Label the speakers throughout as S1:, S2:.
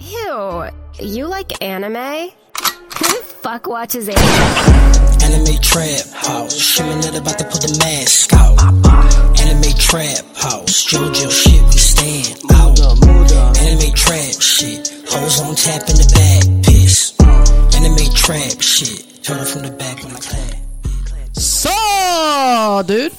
S1: Ew, you like anime? Who the fuck watches anime?
S2: Anime trap house, shimming it about to put the mask out. Anime trap house, JoJo shit, we stand out. Anime trap shit, hoes on tap in the back, piss. Anime trap shit, turn it from the back when I clap.
S3: So, dude.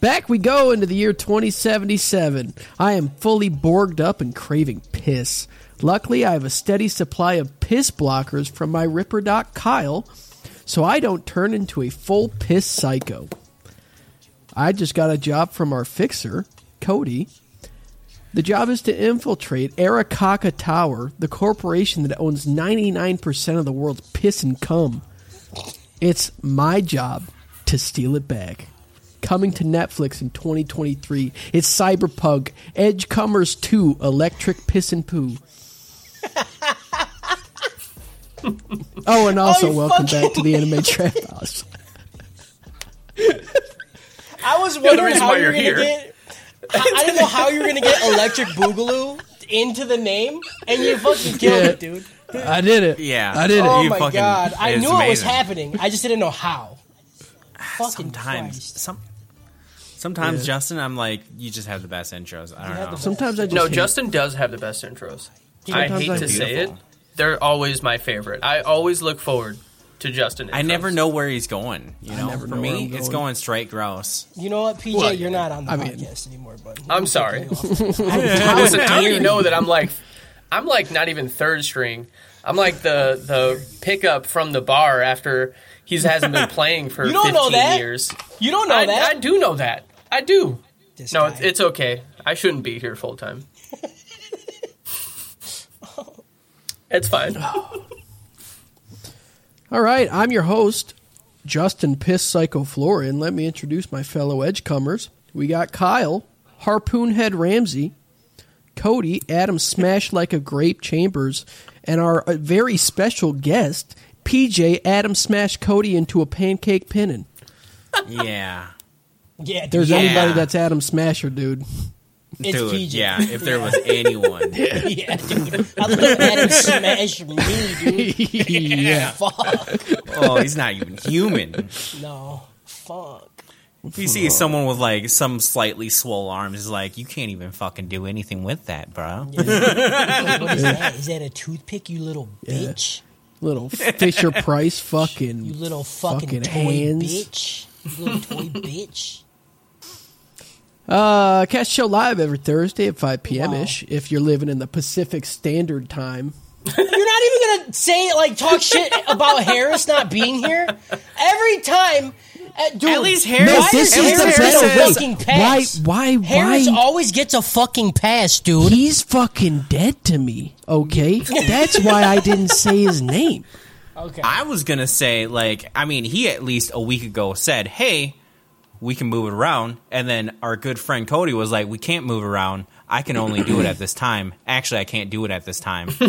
S3: Back we go into the year 2077. I am fully borged up and craving piss. Luckily, I have a steady supply of piss blockers from my Ripper Doc Kyle, so I don't turn into a full piss psycho. I just got a job from our fixer, Cody. The job is to infiltrate Arakaka Tower, the corporation that owns 99% of the world's piss and cum. It's my job to steal it back. Coming to Netflix in 2023, it's Cyberpunk Edgecomers 2 Electric Piss and Poo. oh, and also
S4: you
S3: welcome
S4: fucking-
S3: back to the Anime Trap House.
S4: I was wondering
S5: reason
S4: how
S5: why
S4: you were
S5: you're
S4: gonna
S5: here.
S4: get. I, I didn't know how you were gonna get Electric Boogaloo into the name, and you fucking killed
S3: Yeah.
S4: it, dude.
S3: I did it.
S5: Yeah.
S3: I did it.
S4: Oh
S5: You
S4: my
S5: fucking-
S4: god! I
S5: it's
S4: knew it was
S5: amazing.
S4: happening. I just didn't know how. Fucking
S5: Sometimes,
S4: Christ.
S5: some, sometimes Justin, I'm like, you just have the best intros. I
S4: had
S5: don't know.
S4: the
S3: Sometimes I just
S6: No,
S3: hate
S6: Justin does have the best intros. I
S3: Sometimes
S6: hate
S3: I
S6: to
S3: do.
S6: say it.
S5: Beautiful.
S6: They're always my favorite. I always look forward to Justin.
S5: I
S6: intros.
S5: never know where he's going. You know,
S3: never
S5: for
S3: know where
S5: me,
S3: I'm
S5: it's
S3: going.
S5: going straight gross.
S4: You know what, PJ?
S6: What?
S4: You're not on the
S3: I mean-
S4: podcast anymore, bud.
S6: I'm sorry. How is it- how do you know that I'm like, I'm like not even third string. I'm like the the pickup from the bar after he hasn't been playing for
S4: You don't
S6: 15
S4: know that.
S6: years.
S4: You don't know
S6: I,
S4: that.
S6: I do know that. I do.
S4: This
S6: No,
S4: guy.
S6: it's, it's okay. I shouldn't be here full time. It's fine.
S3: All right, I'm your host, Justin Piss Psycho Flora, and let me introduce my fellow Edgecomers. We got Kyle, Harpoonhead Ramsey, Cody, Adam Smash Like a Grape Chambers, and our uh, very special guest, PJ Adam Smash Cody into a pancake pinning.
S5: Yeah,
S4: yeah, dude,
S3: There's
S4: yeah,
S3: anybody that's Adam Smasher, dude.
S4: it's
S5: dude.
S4: PJ.
S5: Yeah, if there was anyone,
S4: yeah, dude. I let Adam smash me, dude.
S3: yeah.
S4: Fuck.
S5: oh, he's not even human.
S4: No. Fuck.
S5: If you see someone with like some slightly swole arms, it's like you can't even fucking do anything with that, bro.
S4: What is that? Is that a toothpick, you little bitch?
S3: Little Fisher Price fucking.
S4: You little fucking,
S3: Fucking
S4: toy
S3: hands.
S4: bitch. You little toy bitch.
S3: Uh, catch the show live every Thursday at 5 p.m. ish if you're living in the Pacific Standard Time.
S4: You're not even gonna say like talk shit about Harris not being here every time. Uh, dude,
S5: At least Harris-
S4: why
S3: this
S4: does
S5: is the
S4: Harris
S5: better
S4: get a
S5: way.
S4: fucking pass?
S3: Why? Why?
S4: Harris
S3: why?
S4: always gets a fucking pass, dude.
S3: He's fucking dead to me. Okay, that's why I didn't say his name.
S4: Okay.
S5: I was gonna say, like, I mean, he at least a week ago said, "Hey, we can move it around," and then our good friend Cody was like, "We can't move around. I can only do it at this time. Actually, I can't do it at this time."
S4: I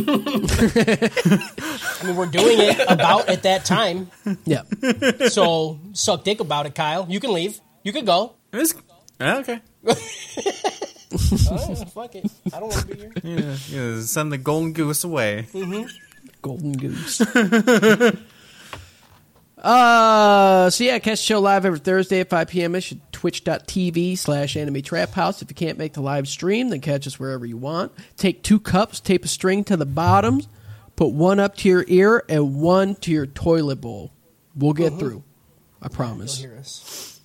S4: mean, we're doing it about at that time.
S3: Yeah,
S4: So suck dick about it, Kyle. You can leave. You can go.
S5: It was- okay.
S4: Oh, fuck it. I don't want to be here.
S5: Yeah, send the golden goose away.
S3: Golden Goose. uh, so yeah, catch the show live every Thursday at 5 p.m. ish at twitch.tv slash anime trap house. If you can't make the live stream, then catch us wherever you want. Take two cups, tape a string to the bottom, put one up to your ear and one to your toilet bowl. We'll get through. I promise.
S4: Hear us.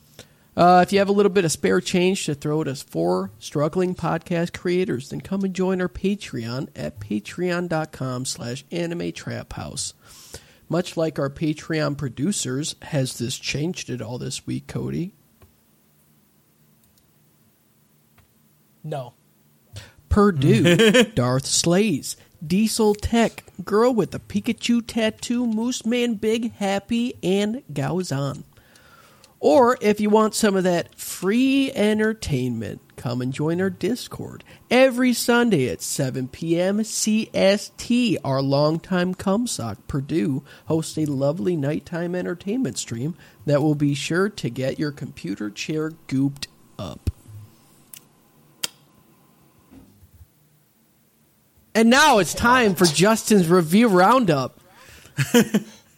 S3: Uh, if you have a little bit of spare change to throw at us four struggling podcast creators, then come and join our Patreon at patreon.com slash anime trap house. Much like our Patreon producers, has this changed at all this week, Cody?
S4: No.
S3: Purdue, Darth Slays, Diesel Tech, Girl with the Pikachu Tattoo, Moose Man Big Happy, and Gaozan. Or if you want some of that free entertainment, come and join our Discord every Sunday at 7 p.m. CST. Our longtime cumsock, Purdue, hosts a lovely nighttime entertainment stream that will be sure to get your computer chair gooped up. And now it's time for Justin's review roundup.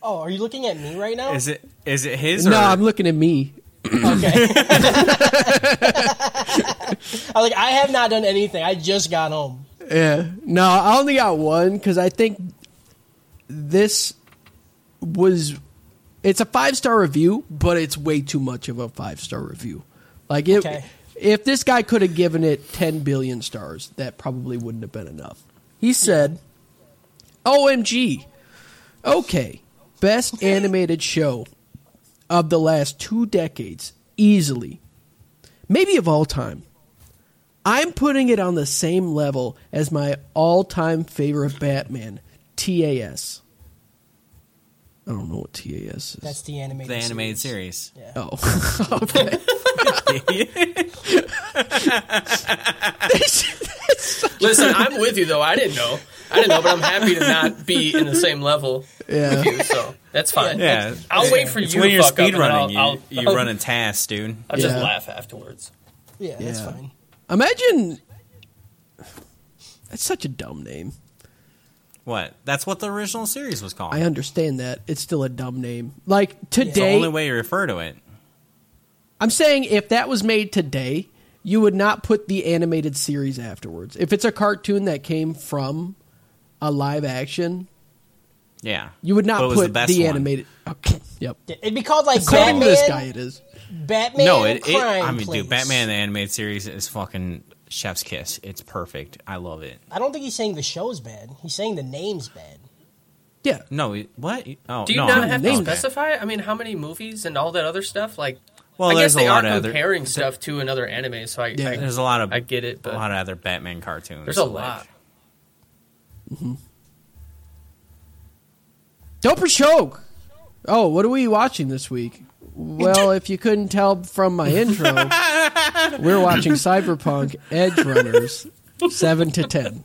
S4: Oh, are you looking at me right now?
S5: Is it is it his?
S3: No,
S5: or,
S3: I'm looking at me.
S4: Okay. I like I have not done anything. I just got home.
S3: Yeah. No, I only got one because I think this was. It's a five star review, but it's way too much of a five star review. Like it,
S4: Okay.
S3: if this guy could have given it ten billion stars, that probably wouldn't have been enough. He said, "OMG, okay, best animated show of the last two decades, easily, maybe of all time." I'm putting it on the same level as my all time favorite Batman, TAS. I don't know what TAS is.
S4: That's the animated.
S5: the animated series.
S3: oh. okay.
S6: Listen, I'm with you though. I didn't know. I didn't know, but I'm happy to not be in the same level
S3: Yeah.
S6: with you. So that's fine.
S5: Yeah,
S6: I'll
S5: It's-
S6: wait for
S5: it's
S6: you
S5: when
S6: to
S5: you're
S6: fuck up and
S5: speed running.
S6: I'll-
S5: you
S6: I'll-
S5: you
S6: I'll-
S5: run a task, dude.
S6: I'll just
S3: Yeah.
S6: laugh afterwards.
S4: Yeah, that's
S3: Yeah.
S4: fine.
S3: Imagine. That's such a dumb name.
S5: What? That's what the original series was called.
S3: I understand that. It's still a dumb name. Like
S5: the
S3: today,
S5: only way you refer to it.
S3: I'm saying if that was made today, you would not put the animated series afterwards. If it's a cartoon that came from a live action,
S5: Yeah,
S3: you would
S5: But it
S3: not
S5: was
S3: put the,
S5: the, best one.
S3: animated. Okay. Yep.
S4: Yeah, It'd be called like
S3: According to this guy,
S4: Batman.
S3: it is.
S4: Batman.
S5: No, it. it
S4: crime
S5: I mean,
S4: Place.
S5: dude, Batman the animated series is fucking chef's kiss. It's perfect. I love it.
S4: I don't think he's saying the show's bad. He's saying the name's bad.
S3: Yeah.
S5: No, it- what? Oh,
S6: Do you
S5: no,
S6: not
S5: I'm-
S6: have to
S3: named that.
S6: specify? I mean, how many movies and all that other stuff? Like,
S5: Well,
S6: I
S5: there's
S6: guess they
S5: a lot
S6: are
S5: of other.
S6: comparing stuff to another anime. So I,
S3: Yeah.
S6: I-
S5: There's a lot of.
S6: I get it, but-
S5: a lot of other Batman cartoons.
S6: there's a
S5: like-
S6: lot.
S3: Doper Choke. Oh, what are we watching this week? Well, if you couldn't tell from my intro, we're watching Cyberpunk Edge Runners 7 to 10.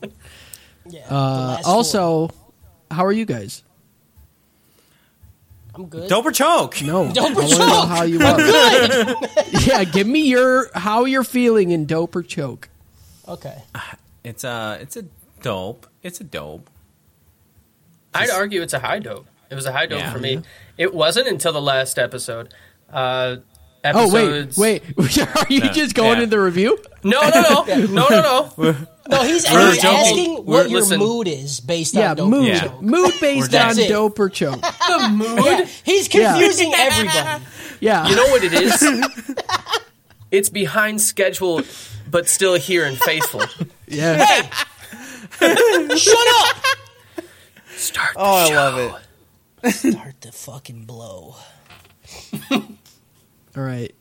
S4: Yeah.
S3: Uh, also, how are you guys?
S4: i I'm good.
S5: Doper choke.
S3: No. I
S4: Dope or
S3: wanna know
S4: choke?
S3: how you are. yeah, give me your how you're feeling in Doper Choke.
S4: Okay.
S5: It's a. It's a dope. It's a dope.
S6: I'd argue it's a high dope. It was a high dope
S5: Yeah.
S6: for me. It wasn't until the last episode. Uh,
S3: Oh,
S6: episodes.
S3: wait, wait. Are you just going
S5: yeah.
S3: into the review?
S6: No, no, no, no, no, no.
S4: No, he's, he's
S6: We're joking.
S4: asking
S6: We're-
S4: what your
S6: listen.
S4: mood is based
S3: Yeah,
S4: on. Dope
S3: mood.
S5: Yeah.
S4: Joke.
S3: Mood based
S5: done.
S3: on
S4: That's it.
S3: Doper Choke.
S6: The mood.
S4: Yeah, he's confusing everybody.
S3: Yeah.
S6: You know what it is? it's behind schedule, but still here and faithful.
S3: yeah.
S4: Shut up!
S6: Start.
S5: Oh, I love it.
S4: Start the fucking blow.
S3: All right.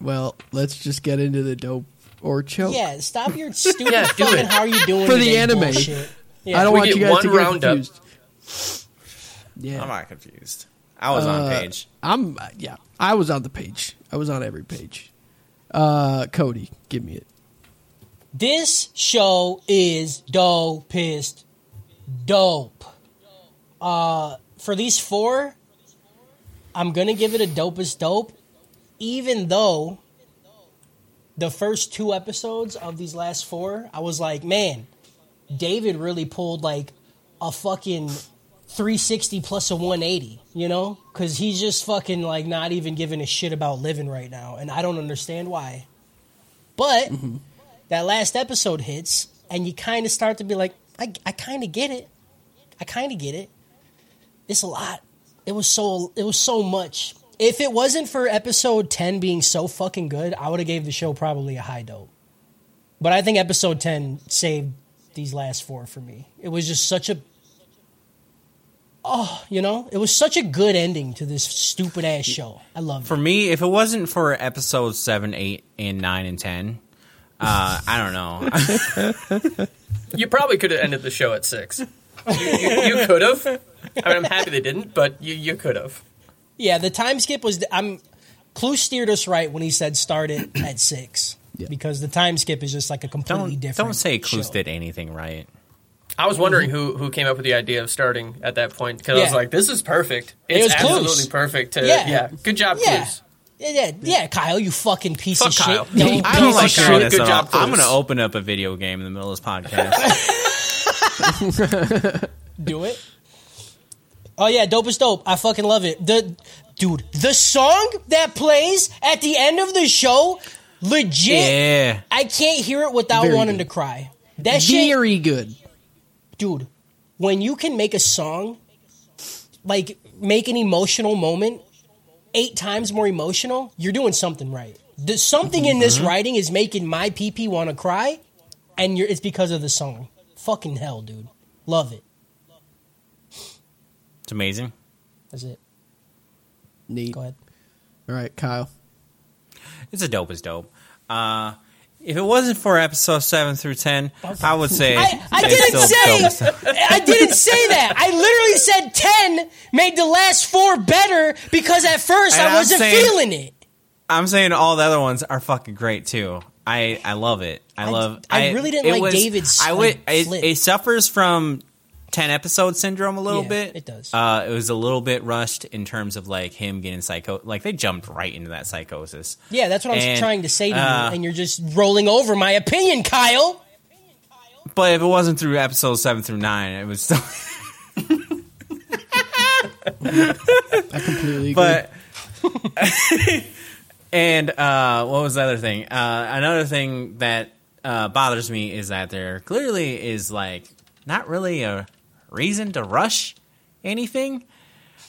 S3: Well, let's just get into the dope or choke.
S4: Yeah, stop your stupid
S6: Yeah, do
S4: fucking
S6: it.
S4: how are you doing
S3: For the
S4: today
S3: anime.
S4: bullshit. Yeah.
S3: I don't
S6: We
S3: want
S6: get
S3: you guys
S6: one
S3: to get
S6: roundup.
S3: confused. Yeah,
S5: I'm not confused. I was on
S4: Uh,
S5: page.
S3: I'm. Yeah, I was on the page. I was on every page. Uh, Cody, give me it.
S4: This show is dope pissed dope. Uh for these four, I'm gonna give it a dopest dope, even though the first two episodes of these last four, I was like, man, David really pulled like a fucking 360 plus a 180, you know? Cause he's just fucking like not even giving a shit about living right now, and I don't understand why. But that last episode hits and you kind of start to be like i, I kind of get it i kind of get it it's a lot it was so it was so much if it wasn't for episode 10 being so fucking good i would have gave the show probably a high dope but i think episode 10 saved these last four for me it was just such a oh you know it was such a good ending to this stupid ass show i love
S5: For
S4: it
S5: me, if it wasn't for episodes seven, eight, and nine, and ten, uh, I don't know.
S6: You probably could have ended the show at six. You, you, you could have. I mean, I'm happy they didn't, but you, you could have.
S4: Yeah, the time skip was. I'm. Clue steered us right when he said start it at six because the time skip is just like a completely
S5: don't
S4: different.
S5: don't say Clues
S4: show.
S5: did anything right.
S6: I was wondering who who came up with the idea of starting at that point because I was
S4: Yeah.
S6: like, this is perfect. It's
S4: was Clues.
S6: absolutely perfect. To,
S4: Yeah.
S6: yeah. good job,
S4: Yeah.
S6: Clues.
S4: Yeah, yeah, yeah, Kyle, you fucking piece
S6: Fuck
S4: of
S6: Kyle.
S4: shit. Don't
S5: I
S4: piece
S5: don't
S4: of
S5: like
S6: shit.
S5: doing this
S6: Good
S5: at
S6: job,
S5: all. I'm
S6: Clues.
S5: going to open up a video game in the middle of this podcast.
S4: Do it. Oh yeah, dope is dope. I fucking love it. The dude, the song that plays at the end of the show, legit.
S5: Yeah.
S4: I can't hear it without
S3: Very
S4: wanting
S3: good.
S4: to cry. That shit
S3: Very good.
S4: dude, when you can make a song, like make an emotional moment eight times more emotional, you're doing something right. The, something in
S5: Mm-hmm.
S4: this writing is making my PP want to cry, and you're, it's because of the song. Fucking hell, dude. Love it.
S5: It's amazing.
S4: That's it.
S3: Neat.
S4: Go ahead.
S3: All right, Kyle.
S5: It's a dope as dope. Uh, if it wasn't for episode seven through ten, I would say
S4: I, I
S5: it's
S4: didn't
S5: still dope as
S4: say I didn't say that. I literally said ten made the last four better because at first
S5: And
S4: I
S5: I'm
S4: wasn't
S5: saying-
S4: feeling it.
S5: I'm saying all the other ones are fucking great too. I, I love it. I, love.
S4: I really didn't
S5: it
S4: like David's,
S5: I would.
S4: like,
S5: it,
S4: flip.
S5: it suffers from ten episode syndrome a little
S4: Yeah,
S5: bit.
S4: it does.
S5: Uh, it was a little bit rushed in terms of like him getting psycho. Like they jumped right into that psychosis.
S4: Yeah, that's what I'm
S5: And,
S4: trying to say to
S5: uh,
S4: you, and you're just rolling over my opinion, Kyle.
S5: But if it wasn't through episodes seven through nine, it was still.
S3: I completely agree.
S5: but and uh, what was the other thing? Uh, another thing that uh, bothers me is that there clearly is like not really a reason to rush anything.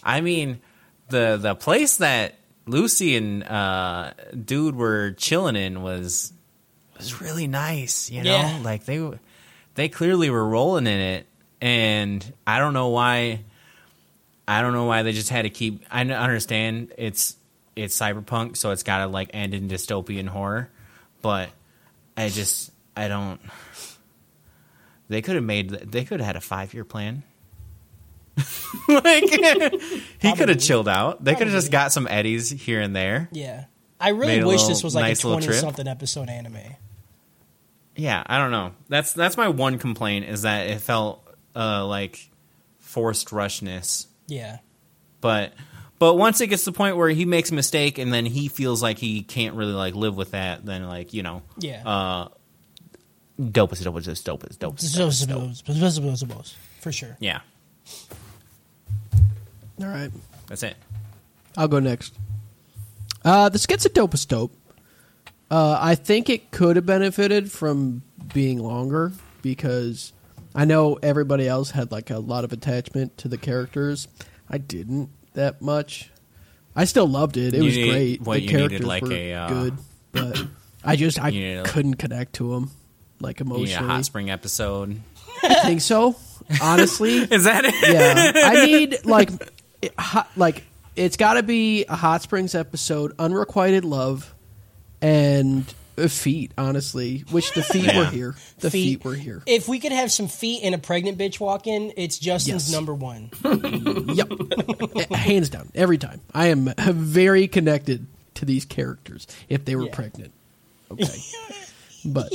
S5: I mean, the the place that Lucy and uh, dude were chilling in was was really nice. You know,
S4: Yeah.
S5: like they w- they clearly were rolling in it, and I don't know why. I don't know why they just had to keep. I n- understand it's it's cyberpunk, so it's got to like end in dystopian horror, but I just I don't. They could have made. They could have had a five year plan. like he could have chilled out. They could have just got some eddies here and there.
S4: Yeah, I really
S5: Made a
S4: wish this
S5: little
S4: was like
S5: nice
S4: a
S5: little trip.
S4: twenty-something episode anime.
S5: Yeah, I don't know. That's that's my one complaint is that it felt uh, like forced rushness
S4: Yeah,
S5: but but once it gets to the point where he makes a mistake and then he feels like he can't really like live with that then like you know
S4: yeah.
S5: uh dope is dope is just dope is dope is dope
S4: Suppose,
S5: is dope
S4: suppose, suppose, suppose, suppose. for sure.
S5: yeah
S3: All right.
S5: that's it
S3: I'll go next. Uh, this gets a dopest dope. Uh, I think it could have benefited from being longer because I know everybody else had like a lot of attachment to the characters. I didn't that much. I still loved it. It
S5: You
S3: was
S5: need-
S3: great.
S5: what,
S3: the
S5: you needed,
S3: characters
S5: like,
S3: were
S5: a, uh,
S3: good, but I just I
S5: you needed-
S3: couldn't connect to them like
S5: you
S3: emotionally.
S5: need a hot spring episode
S3: I think so. Honestly,
S5: is that it
S3: yeah, I need like, it, hot, like it's got to be a hot springs episode, unrequited love, and uh, feet. Honestly, which the feet were
S5: Yeah.
S3: here. The feet, were here.
S4: If we could have some feet and a pregnant bitch walk in, it's Justin's
S3: Yes.
S4: number one.
S3: Yep, Uh, hands down, every time. I am uh, very connected to these characters. If they were
S4: Yeah.
S3: pregnant, okay, but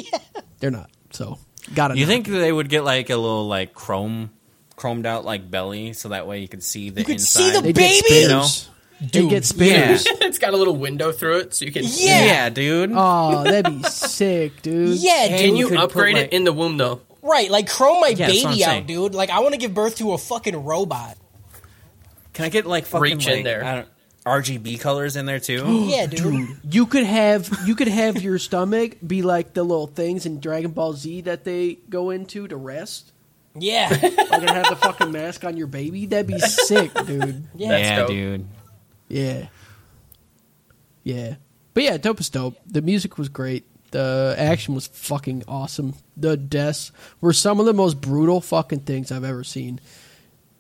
S3: they're not. So, gotta.
S5: you
S3: knock
S5: think they would get like a little like chrome chromed out like belly so that way you could see the
S4: You could
S5: inside
S4: see the
S3: it.
S4: Baby!
S3: They
S5: No.
S3: get spares. They get
S5: yeah.
S3: spares.
S6: it's got a little window through it, so you can.
S4: Yeah.
S5: yeah dude
S3: Oh, that'd be sick, dude.
S4: Yeah, dude.
S6: Can you
S5: could put,
S6: upgrade
S5: like-
S6: it in the womb though?
S4: right, like chrome my
S5: Yeah, that's what I'm
S4: baby out,
S5: saying.
S4: dude. Like I want to give birth to a fucking robot.
S5: can i get like fucking
S6: Reach in
S5: like,
S6: there.
S5: I don't- rgb colors in there too
S4: Yeah, dude.
S3: You could have you could have your stomach be like the little things in Dragon Ball Z that they go into to rest.
S4: Yeah,
S3: You're gonna have the fucking mask on your baby. That'd be sick, dude.
S4: yeah.
S5: yeah
S6: dope.
S5: dude
S3: Yeah, yeah. But yeah, dope is dope. The music was great. The action was fucking awesome. The deaths were some of the most brutal fucking things I've ever seen.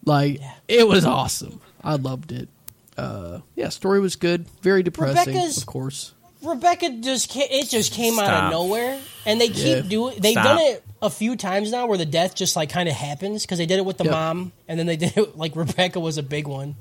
S3: Like it was awesome. I loved it. Uh, yeah, story was good. Very depressing,
S4: Rebecca's-
S3: of course.
S4: Rebecca just ca it just came out of
S5: Stop.
S4: nowhere, and they
S3: Yeah.
S4: keep doing. They've
S5: Stop.
S4: done it a few times now, where the death just like kind of happens because they did it with the
S3: Yep.
S4: mom, and then they did it like Rebecca was a big one.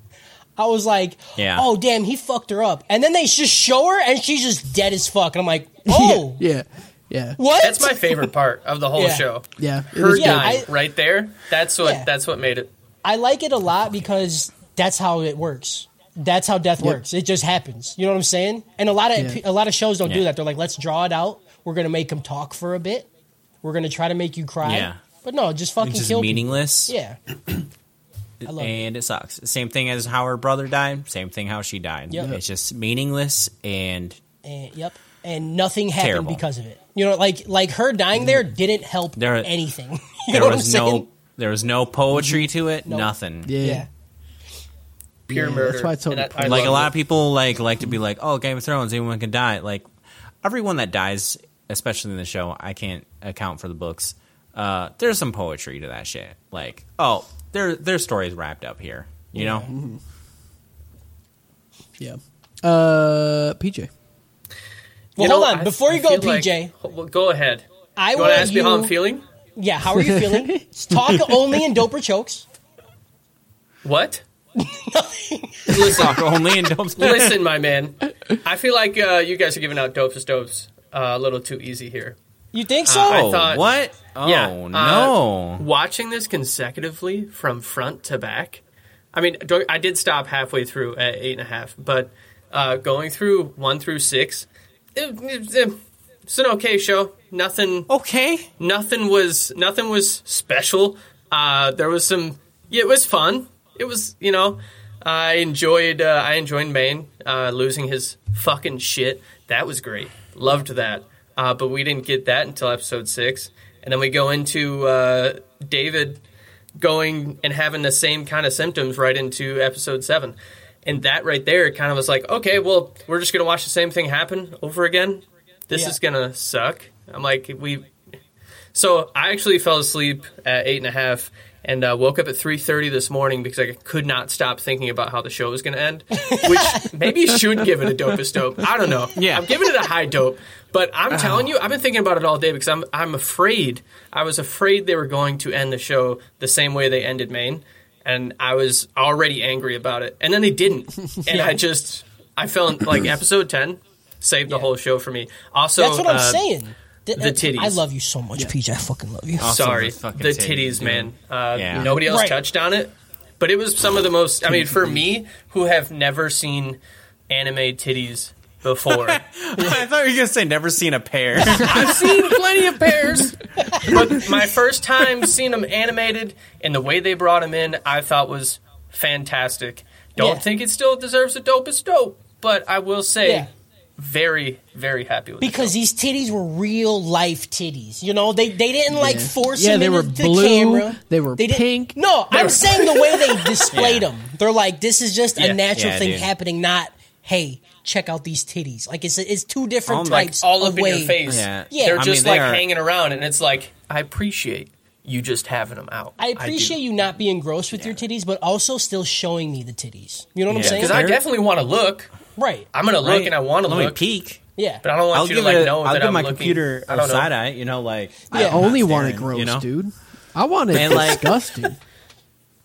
S4: I was like,
S5: Yeah.
S4: oh damn, he fucked her up, and then they just show her, and she's just dead as fuck, and I'm like, oh,
S3: yeah, yeah,
S4: what?
S6: That's my favorite part of the whole
S4: Yeah.
S6: show.
S3: yeah. It
S6: Her
S3: was
S4: Yeah,
S3: good.
S6: dying
S4: I-
S6: right there. That's what.
S4: Yeah.
S6: That's what made it.
S4: I like it a lot because that's how it works. That's how death
S3: Yep.
S4: works. It just happens. You know what I'm saying? And a lot of
S3: Yeah.
S4: a lot of shows don't do
S5: Yeah.
S4: that. They're like, let's draw it out. We're gonna make them talk for a bit. We're gonna try to make you cry.
S5: yeah
S4: But no, just fucking
S5: It's just
S4: kill
S5: meaningless.
S4: people. Yeah. I love it.
S5: and it. sucks. Same thing as how her brother died. Same thing how she died.
S4: Yep.
S5: It's just meaningless and
S4: And, yep. And nothing happened
S5: Terrible.
S4: because of it. You know, like like her dying there didn't help
S5: There-
S4: anything. You
S5: there
S4: know what
S5: was
S4: I'm
S5: no
S4: saying? Mm-hmm.
S5: there was no poetry to it.
S4: Nope.
S5: Nothing.
S3: Yeah.
S4: Yeah.
S6: Pure
S3: Yeah,
S6: murder.
S3: that's why it's so
S6: And I- I
S3: important.
S5: Like a
S6: love
S5: lot
S6: it.
S5: of people like like to be like, oh, Game of Thrones, anyone can die. Like everyone that dies, especially in the show, I can't account for the books. Uh, there's some poetry to that shit. Like, oh, their their story's wrapped up here. You know,
S4: Mm-hmm.
S3: Yeah. Uh, PJ.
S4: Well,
S6: You know,
S4: hold on.
S6: I-
S4: Before
S6: I
S4: you go,
S6: feel like-
S4: PJ,
S6: well, go ahead.
S4: I
S6: You want
S4: want
S6: to ask
S4: you.
S6: me how I'm feeling?
S4: Yeah, how are you feeling? Talk only in doper chokes.
S6: What? listen,
S5: only in Dope's
S6: listen, my man. I feel like uh, you guys are giving out dopes as dopes uh, a little too easy here.
S4: You think so?
S5: Oh,
S6: thought-
S5: what? Oh
S6: yeah, uh,
S5: no!
S6: Watching this consecutively from front to back, I mean, do- I did stop halfway through at eight and a half, but uh, going through one through six, it- it- it- it's an okay show. Nothing,
S5: Okay,
S6: nothing was, nothing was special. Uh, there was some, yeah, it was fun. It was, you know, I enjoyed, uh, I enjoyed Maine uh, losing his fucking shit. That was great. Loved that. Uh, but we didn't get that until episode six, and then we go into uh, David going and having the same kind of symptoms right into episode seven. And that right there kind of was like, okay, well, we're just going to watch the same thing happen over again. This
S4: Yeah.
S6: is going to suck. I'm like, we. So I actually fell asleep at eight and a half and uh, woke up at 3.30 this morning because I could not stop thinking about how the show was going to end, which maybe you should give it a dopest dope. I don't know.
S5: Yeah.
S6: I'm giving it a high dope. But
S4: Uh-huh.
S6: I'm telling you, I've been thinking about it all day because I'm I'm afraid. I was afraid they were going to end the show the same way they ended Maine, and I was already angry about it. And then they didn't, and I just I felt like episode ten saved the whole show for me. Also,
S4: That's what I'm
S6: uh,
S4: saying. Th-
S6: the
S4: that-
S6: titties.
S4: I love you so much, PJ. I fucking love you.
S5: Awesome,
S6: Sorry,
S5: the
S6: the,
S5: fucking titties,
S6: titties,
S5: dude.
S6: man. Uh,
S5: Yeah.
S6: Nobody else
S4: Right.
S6: touched on it, but it was some of the most. I mean, for me, who have never seen anime titties before.
S5: I thought you were gonna say never seen a pair.
S6: I've seen plenty of pairs, but my first time seeing them animated and the way they brought them in, I thought was fantastic. Don't
S4: Yeah.
S6: think it still deserves a dopest dope, but I will say,
S4: Yeah.
S6: very, very happy with
S4: Because these titties were real life titties. You know, they they didn't like force
S3: Yeah,
S4: them
S3: they
S4: into
S3: were
S4: the
S3: blue,
S4: camera.
S3: they were
S4: didn't-
S3: pink.
S4: No, I'm saying the way they displayed
S5: Yeah.
S4: them. They're like, this is just
S6: Yeah.
S4: a natural
S5: Yeah,
S4: thing
S5: dude.
S4: happening, not, hey, check out these titties. Like, it's, it's two different
S5: Oh my-
S4: types
S6: it. All
S4: of
S6: up in
S4: way.
S6: your face.
S5: Yeah.
S4: Yeah.
S6: They're
S4: I mean,
S6: just
S5: they
S6: like
S5: are-
S6: hanging around, and it's like, I appreciate you just having them out.
S4: I appreciate you not being gross with your titties, but also still showing me the titties. You know what
S5: Yeah.
S4: I'm
S6: Because
S4: saying?
S6: I
S5: They're-
S6: definitely want to look.
S4: right.
S6: I'm going to look and I want to
S5: Let me
S6: look.
S5: peek.
S4: yeah.
S6: But I don't want
S5: I'll
S6: you to
S5: give
S6: like
S5: it-
S6: know
S5: I'll
S6: that
S5: give
S6: I'm
S5: my
S6: looking.
S5: computer
S6: I
S5: a
S6: don't know.
S5: side eye. You know, like
S4: Yeah.
S3: I only
S5: not
S3: want it
S5: staring,
S3: gross,
S5: you know?
S3: dude. I want it
S5: And, like-
S3: disgusting.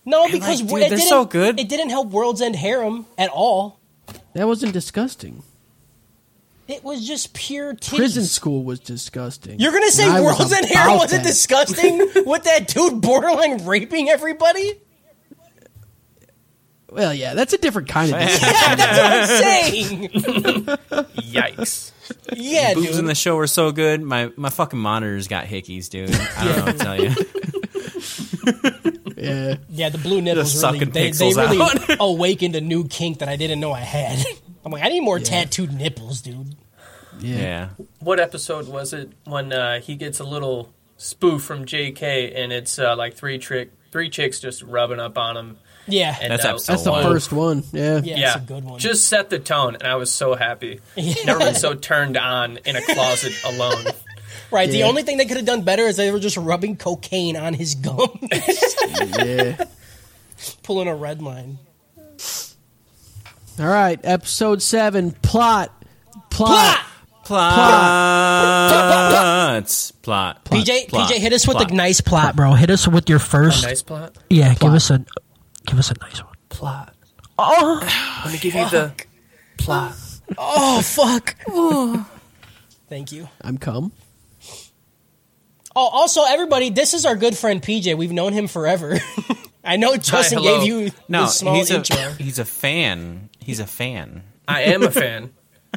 S4: No, because
S5: like,
S4: w-
S5: dude,
S4: it
S5: they're
S4: didn't,
S5: so good.
S4: It didn't help World's End harem at all.
S3: that wasn't disgusting.
S4: It was just pure titties.
S3: Prison school was disgusting.
S4: You're gonna say
S3: And I was
S4: World's End harem
S3: about
S4: wasn't
S3: that.
S4: disgusting with that dude borderline raping everybody?
S3: Well, yeah, that's a different kind of disgusting.
S4: Yeah, that's what I'm saying.
S6: Yikes.
S4: Yeah,
S5: boobs in
S4: dude.
S5: the show were so good. My my fucking monitors got hickeys, dude. I don't know what to tell you.
S3: yeah.
S4: yeah, the blue nipples
S5: Just
S4: really,
S5: sucking
S4: they, they
S5: pixels
S4: really
S5: out.
S4: awakened a new kink that I didn't know I had. I'm like, I need more tattooed nipples, dude.
S3: Yeah.
S5: Yeah.
S6: what episode was it when uh, he gets a little spoof from JK and it's uh, like three trick three chicks just rubbing up on him.
S4: Yeah,
S6: And
S5: That's
S6: uh,
S5: episode
S3: That's the
S5: Wow.
S3: first one. Yeah.
S4: yeah,
S6: Yeah,
S4: that's a good one.
S6: just set the tone, and I was so happy. Never been so turned on in a closet alone.
S4: right. The
S3: yeah.
S4: only thing they could have done better is they were just rubbing cocaine on his gum,
S3: yeah.
S4: pulling a red line.
S3: All right, episode seven plot. Plot.
S4: Plot.
S5: Plots. Plot.
S4: PJ,
S5: Plot.
S4: PJ, hit us with
S5: Plot.
S4: a nice plot, bro. Hit us with your first.
S6: Nice plot.
S4: yeah, give us a, give us a nice one.
S6: Plot. Oh, let me give you the plot.
S4: Oh fuck. Thank you.
S3: I'm come.
S4: Oh, also everybody, this is our good friend PJ. We've known him forever. I know Justin
S6: hello.
S4: gave you
S5: No,
S4: the small
S5: he's a
S4: intro.
S5: he's a fan. He's a fan.
S6: I am a fan.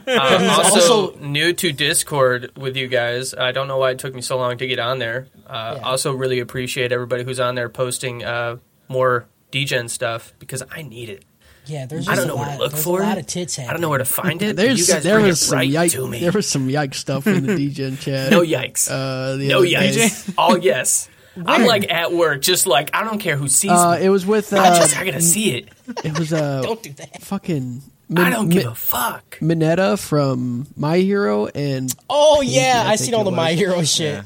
S6: Uh,
S4: He's
S6: also,
S4: also-
S6: new to Discord with you guys. I don't know why it took me so long to get on there. Uh,
S4: Yeah.
S6: Also, really appreciate everybody who's on there posting uh, more DGen stuff because I need it.
S4: Yeah, there's
S6: I
S4: just a
S6: don't know
S4: lot,
S6: where to look
S4: there's
S6: for
S4: a
S6: it.
S4: lot of tits happening.
S6: I don't know where to find it. but
S3: There's
S6: you guys
S3: there
S6: bring
S3: was
S6: it
S3: some
S6: right
S3: yike,
S6: to me.
S3: there was some yike stuff in the DGen chat.
S6: no yikes.
S3: Uh, the
S6: no
S3: other day.
S6: yikes. All yes. I'm like at work, just like I don't care who sees
S3: Uh,
S6: me.
S3: it was with
S6: I
S3: uh,
S6: just I gotta see it.
S3: it was uh,
S4: Don't do that.
S3: fucking
S6: I don't give a
S3: Min-
S6: fuck.
S3: Minetta from My Hero and
S4: Oh yeah,
S3: I
S4: I
S3: think
S4: seen
S3: it
S4: all the My
S3: was.
S4: Hero shit.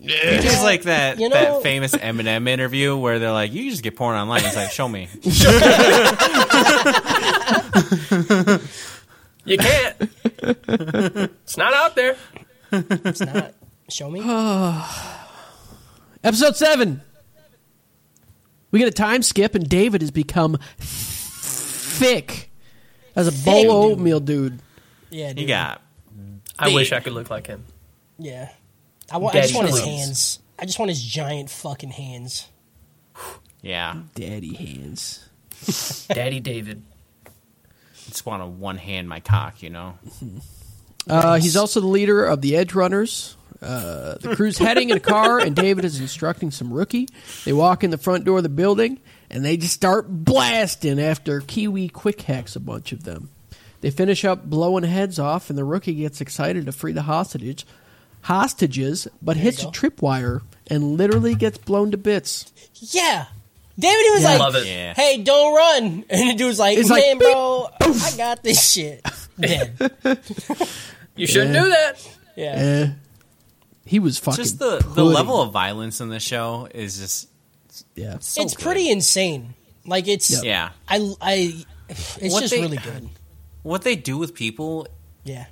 S5: It's like that
S4: You know-
S5: that famous Eminem interview where they're like, "You just get porn online." It's like, "Show me."
S6: You can't. it's not out there.
S4: It's not. Show me.
S3: episode seven. We get a time skip, and David has become thick as a bowl
S4: Thick,
S3: of
S4: dude.
S3: oatmeal, dude.
S4: Yeah, dude.
S5: You got
S6: I wish I could look like him.
S4: Yeah. I, wa- I just
S6: Daddy
S4: want his
S6: clothes.
S4: hands. I just want his giant fucking hands.
S5: yeah.
S3: Daddy hands.
S6: Daddy David.
S5: Just want to one hand my cock, you know.
S3: Uh, he's also the leader of the Edge Runners. Uh, the crew's heading in a car, and David is instructing some rookie. They walk in the front door of the building, and they just start blasting after Kiwi quick hacks a bunch of them. They finish up blowing heads off, and the rookie gets excited to free the hostage, hostages, but hits a
S4: go.
S3: tripwire and literally gets blown to bits.
S4: Yeah. David was like,
S6: Love it.
S5: Yeah.
S4: "Hey, don't run!" And the dude's like,
S3: It's like,
S4: "Man, bro, I got this shit." Dead.
S6: You shouldn't do that.
S4: Yeah.
S3: Eh. he was fucking
S5: Just the the
S3: pudding.
S5: level of violence in the show is just
S3: Yeah.
S5: so
S4: it's
S5: good.
S4: pretty insane. Like it's
S5: Yeah.
S4: I I it's
S5: What
S4: just
S5: they-
S4: really good.
S5: What they do with people
S4: Yeah.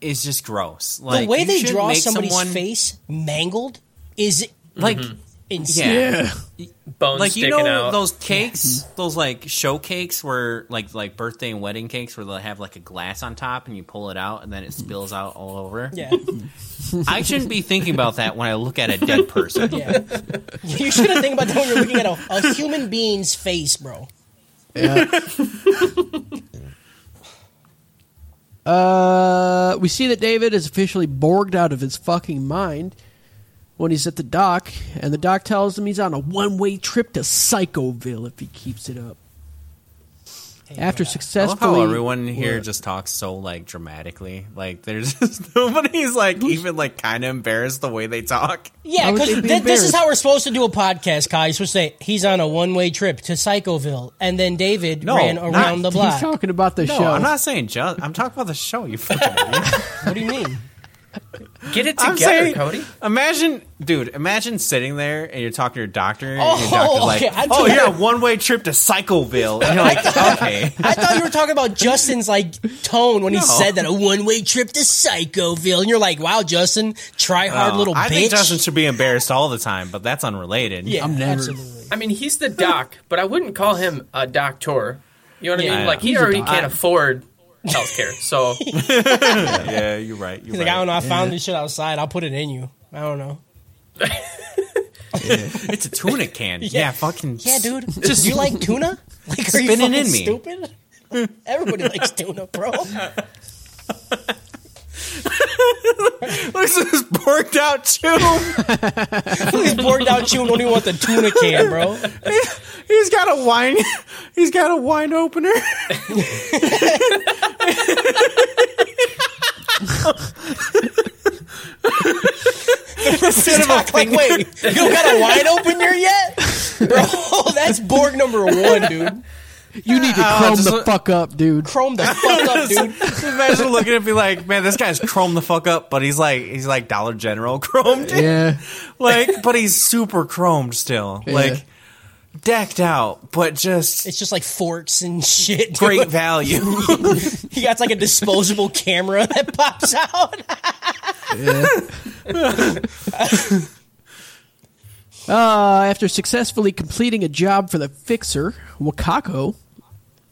S5: is just gross.
S4: The
S5: Like
S4: way
S5: you
S4: they
S5: should
S4: draw
S5: make
S4: somebody's
S5: someone- Mm-hmm.
S4: face mangled is
S5: like
S4: insane.
S5: yeah.
S6: Bones
S5: Like you
S6: sticking
S5: know
S6: out.
S5: those cakes,
S4: Mm-hmm.
S5: those like show cakes where like like birthday and wedding cakes where they'll have like a glass on top and you pull it out and then it spills out all over.
S4: Yeah.
S5: I shouldn't be thinking about that when I look at a dead person.
S4: Yeah. you shouldn't think about that when you're looking at a, a human being's face, bro.
S3: Uh, we see that David is officially borged out of his fucking mind when he's at the dock, and the doc tells him he's on a one way trip to Psychoville if he keeps it up. After
S5: I
S3: successfully,
S5: love how everyone here
S3: What?
S5: just talks so like dramatically. Like there's just nobody's like even like kind of embarrassed the way they talk.
S4: Yeah,
S3: Why would
S4: because
S3: they be
S4: this is
S3: embarrassed?
S4: how we're supposed to do a podcast, Kai. You're supposed to say he's on a one way trip to Psychoville, and then David
S5: No,
S4: ran
S5: not-
S4: around the
S3: he's
S4: block.
S3: talking about the
S5: No,
S3: show.
S5: I'm not saying just. I'm talking about the show. You fucking. idiot.
S4: what do you mean?
S6: Get it together,
S5: I'm saying,
S6: Cody.
S5: Imagine, dude. Imagine sitting there and you're talking to your doctor, and
S4: Oh,
S5: your doctor's like,
S4: okay, I
S5: "Oh,
S4: took-
S5: you're on a one way trip to Cycleville," and you're like, "Okay."
S4: I thought you were talking about Justin's like tone when he
S5: No.
S4: said that a one way trip to Psychoville, and you're like, "Wow, Justin, try hard
S5: Oh,
S4: little
S5: I
S4: bitch."
S5: think Justin should be embarrassed all the time, but that's unrelated.
S4: yeah,
S3: I'm never-
S4: absolutely.
S6: I mean, he's the doc, but I wouldn't call him a doctor. You know what
S4: Yeah.
S6: I mean? Like he
S3: He's a
S6: already
S3: doc.
S6: can't afford healthcare. So
S5: yeah, you're right. You're
S4: He's
S5: right.
S4: like, I don't know. I found this shit outside. I'll put it in you. I don't know.
S5: It's a tuna can. yeah. fucking
S4: Yeah, dude. Just you like tuna? Like, are you
S5: Spinning
S4: fucking
S5: in me.
S4: stupid? Everybody likes tuna, bro.
S5: Looks at this borked out too.
S4: He's bored down chewing. Don't even want the tuna can, bro.
S5: he's got a wine. He's got a wine opener.
S4: Instead of a like, wait, you don't got a wide opener yet, bro? That's Borg number one, dude.
S3: you need to
S5: Oh,
S3: chrome
S5: just
S3: the
S5: look-
S3: fuck up, dude.
S4: Chrome the fuck up, dude.
S5: Imagine looking at it and be like, man, this guy's chrome the fuck up, but he's like, he's like Dollar General chromed.
S3: Yeah,
S5: like, but he's super chromed still, like decked out, but just
S4: It's just like forks and shit. Dude.
S5: great value.
S4: He got like a disposable camera that pops out.
S3: Uh, after successfully completing a job for the Fixer, Wakako,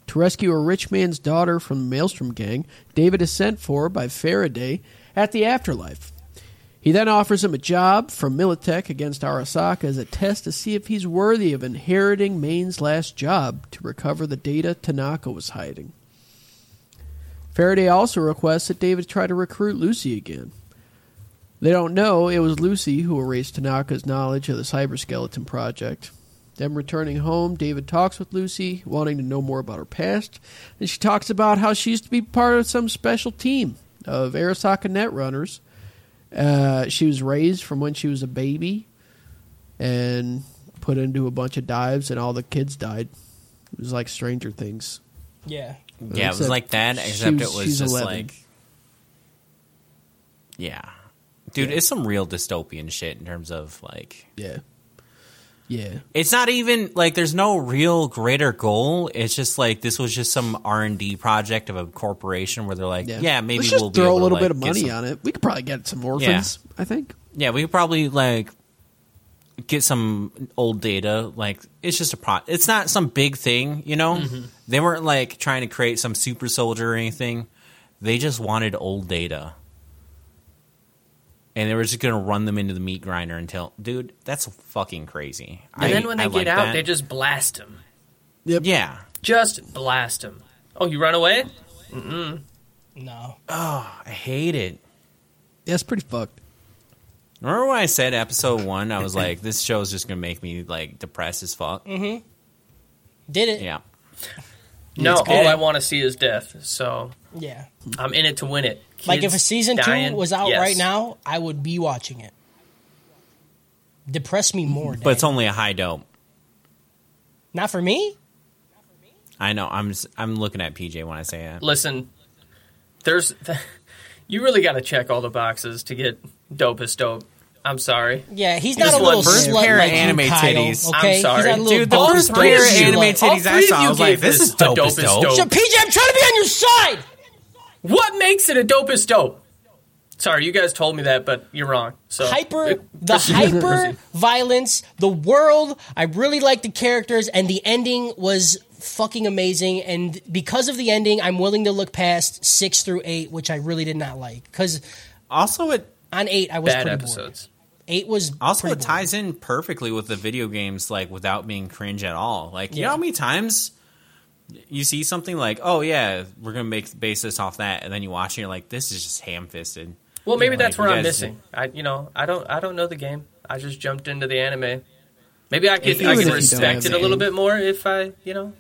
S3: to rescue a rich man's daughter from the Maelstrom Gang, David is sent for by Faraday at the afterlife. He then offers him a job from Militech against Arasaka as a test to see if he's worthy of inheriting Maine's last job to recover the data Tanaka was hiding. Faraday also requests that David try to recruit Lucy again. They don't know it was Lucy who erased Tanaka's knowledge of the cyberskeleton project. Then returning home, David talks with Lucy, wanting to know more about her past, and she talks about how she used to be part of some special team of Arasaka Netrunners. Uh, she was raised from when she was a baby and put into a bunch of dives, and all the kids died. It was like Stranger Things.
S4: Yeah.
S5: Yeah, it was
S3: Except
S5: like that,
S3: she
S5: except
S3: was-
S5: it was
S3: she's
S5: just
S3: 11.
S5: like, yeah, dude, it's some real dystopian shit in terms of like,
S3: Yeah. Yeah.
S5: it's not even like there's no real greater goal. It's just like this was just some R and D project of a corporation where they're like, yeah, maybe
S3: Let's just
S5: we'll be
S3: throw
S5: able
S3: a little
S5: to,
S3: bit
S5: like,
S3: of
S5: get
S3: money
S5: some-
S3: on it. We could probably get some orphans. I think.
S5: Yeah, we could probably like get some old data. Like it's just a pro. It's not some big thing, you know. They weren't like trying to create some super soldier or anything. They just wanted old data, and they were just gonna run them into the meat grinder until, dude, that's fucking crazy.
S6: And then when they
S5: I
S6: get
S5: like
S6: out,
S5: that.
S6: they just blast him.
S5: yeah.
S6: Just blast him. Oh, you run away?
S4: No.
S5: I hate it.
S3: Yeah, it's pretty fucked.
S5: Remember when I said episode one? I was like, this show is just gonna make me like depressed as fuck.
S4: Did it?
S5: Yeah.
S6: No,
S5: good.
S6: all I want to see is death. So
S4: Yeah.
S6: I'm in it to win it.
S4: Like if
S6: Kids
S4: a season
S6: dying,
S4: two was out
S6: yes.
S4: right now, I would be watching it. Depress me more,
S5: But it's
S4: Dad.
S5: only a high dope.
S4: not for me.
S5: I know. I'm s- I'm looking at PJ when I say that.
S6: Listen, there's. you really got to check all the boxes to get dope as dope. I'm sorry.
S4: Yeah, he's not
S6: Just
S4: a little
S6: one first
S4: slut
S5: pair of
S4: like you,
S5: anime
S4: Kyle,
S5: titties.
S4: Okay,
S6: I'm sorry.
S4: he's not a little
S5: Dude, the
S4: dope
S5: first
S4: as
S5: pair of
S4: slut.
S5: anime
S6: All
S5: titties I
S6: three of
S5: saw,
S6: you
S5: I was like,
S6: gave
S5: this
S6: this
S5: is dope
S6: the
S5: as
S6: dopest
S5: dope.
S6: dope.
S4: So, PJ, I'm trying to be on your side.
S6: What makes it a dope as dope? Sorry, you guys told me that, but you're wrong. So
S4: Hyper, the hyper violence, the world. I really like the characters, and the ending was fucking amazing. And because of the ending, I'm willing to look past six through eight, which I really did not like. Because
S5: Also, it
S4: on eight, I was
S6: bad
S4: pretty bored.
S6: episodes.
S4: Eight was
S5: also
S4: pretty
S5: it
S4: bored.
S5: ties in perfectly with the video games, like without being cringe at all. Like, you
S4: Yeah.
S5: know how many times you see something like, oh yeah, we're gonna make base this off that, and then you watch it, and you're like, this is just ham fisted.
S6: Well, maybe
S5: Yeah,
S6: that's
S5: like,
S6: where
S5: you
S6: I'm
S5: guys-
S6: missing. I, you know, I don't, I don't know the game. I just jumped into the anime. Maybe I could,
S5: Even
S6: I
S5: if you
S6: could
S5: don't
S6: respect
S5: have
S6: it
S5: the
S6: a little
S5: game.
S6: bit more if I, you know.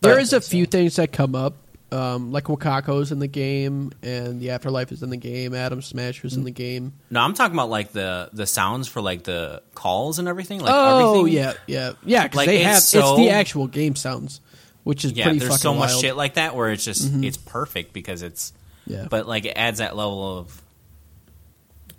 S3: There is a few things that come up, um, like Wakako's in the game, and the Afterlife is in the game. Adam Smasher's in the game.
S5: No, I'm talking about like the the sounds for like the calls and everything. Like
S3: oh
S5: everything.
S3: yeah, yeah, yeah. 'cause
S5: Like,
S3: they
S5: it's
S3: have
S5: so-
S3: it's the actual game sounds, which is
S5: yeah.
S3: pretty
S5: There's
S3: fucking
S5: so much
S3: wild.
S5: shit like that where it's just it's perfect because it's
S3: Yeah,
S5: but like it adds that level of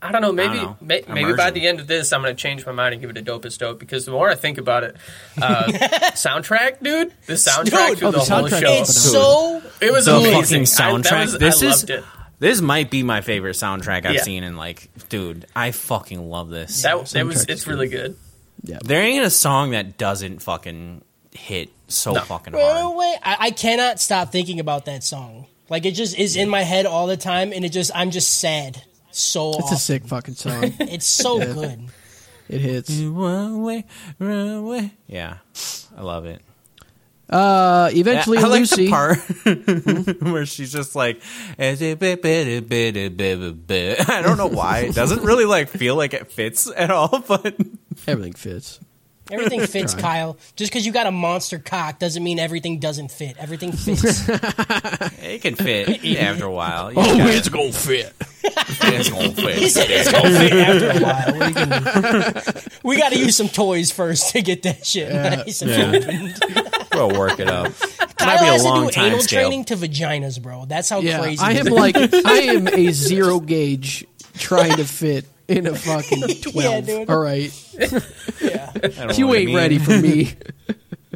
S6: I don't know. Maybe,
S5: know.
S6: may, maybe by
S5: Immersion.
S6: the end of this, I'm going to change my mind and give it a dope as dope because the more I think about it, uh, soundtrack, dude, the soundtrack
S4: Dude,
S6: through
S3: oh,
S6: the,
S3: the
S6: whole
S3: soundtrack
S6: show,
S3: is
S4: It's so
S6: it was
S5: the
S6: amazing.
S5: fucking
S6: I,
S5: soundtrack.
S6: that was,
S5: this
S6: I
S5: is
S6: loved it.
S5: this might be my favorite soundtrack I've
S6: Yeah.
S5: seen in like, dude, I fucking love this.
S6: That, it was,
S3: soundtrack is
S6: it's really good.
S5: there ain't a song that doesn't fucking hit so fucking
S4: Well,
S5: hard.
S4: wait, I, I cannot stop thinking about that song. Like it just is in my head all the time, and it just I'm just sad. So
S3: it's
S4: it's,
S3: a sick fucking song.
S4: it's so good.
S3: it hits.
S5: Run away, run away. Yeah, I love it.
S3: Uh,
S5: Yeah,
S3: eventually,
S5: I like
S3: Lucy.
S5: the part where she's just like, I don't know why. It doesn't really like feel like it fits at all, but
S3: Everything fits.
S4: Everything fits, Kyle. Just because you got a monster cock doesn't mean everything doesn't fit. Everything fits.
S5: it can fit after a while. You
S3: Oh,
S5: gotta-
S3: it's gonna fit.
S5: it's gonna
S4: He
S5: fit.
S4: said it's gonna fit after a while. What are you gonna do? we got to use some toys first to get that shit. nice and opened.
S5: We'll work it up.
S4: Kyle
S5: Might be a
S4: has
S5: long
S4: to do anal
S5: time scale.
S4: training to vaginas, bro. That's how
S3: Yeah,
S4: crazy.
S3: I
S4: this
S3: am like I am a zero gauge trying to fit in a fucking twelve.
S4: dude.
S3: All right,
S5: I don't know
S3: you
S5: what I
S3: ain't
S5: mean.
S3: ready for me.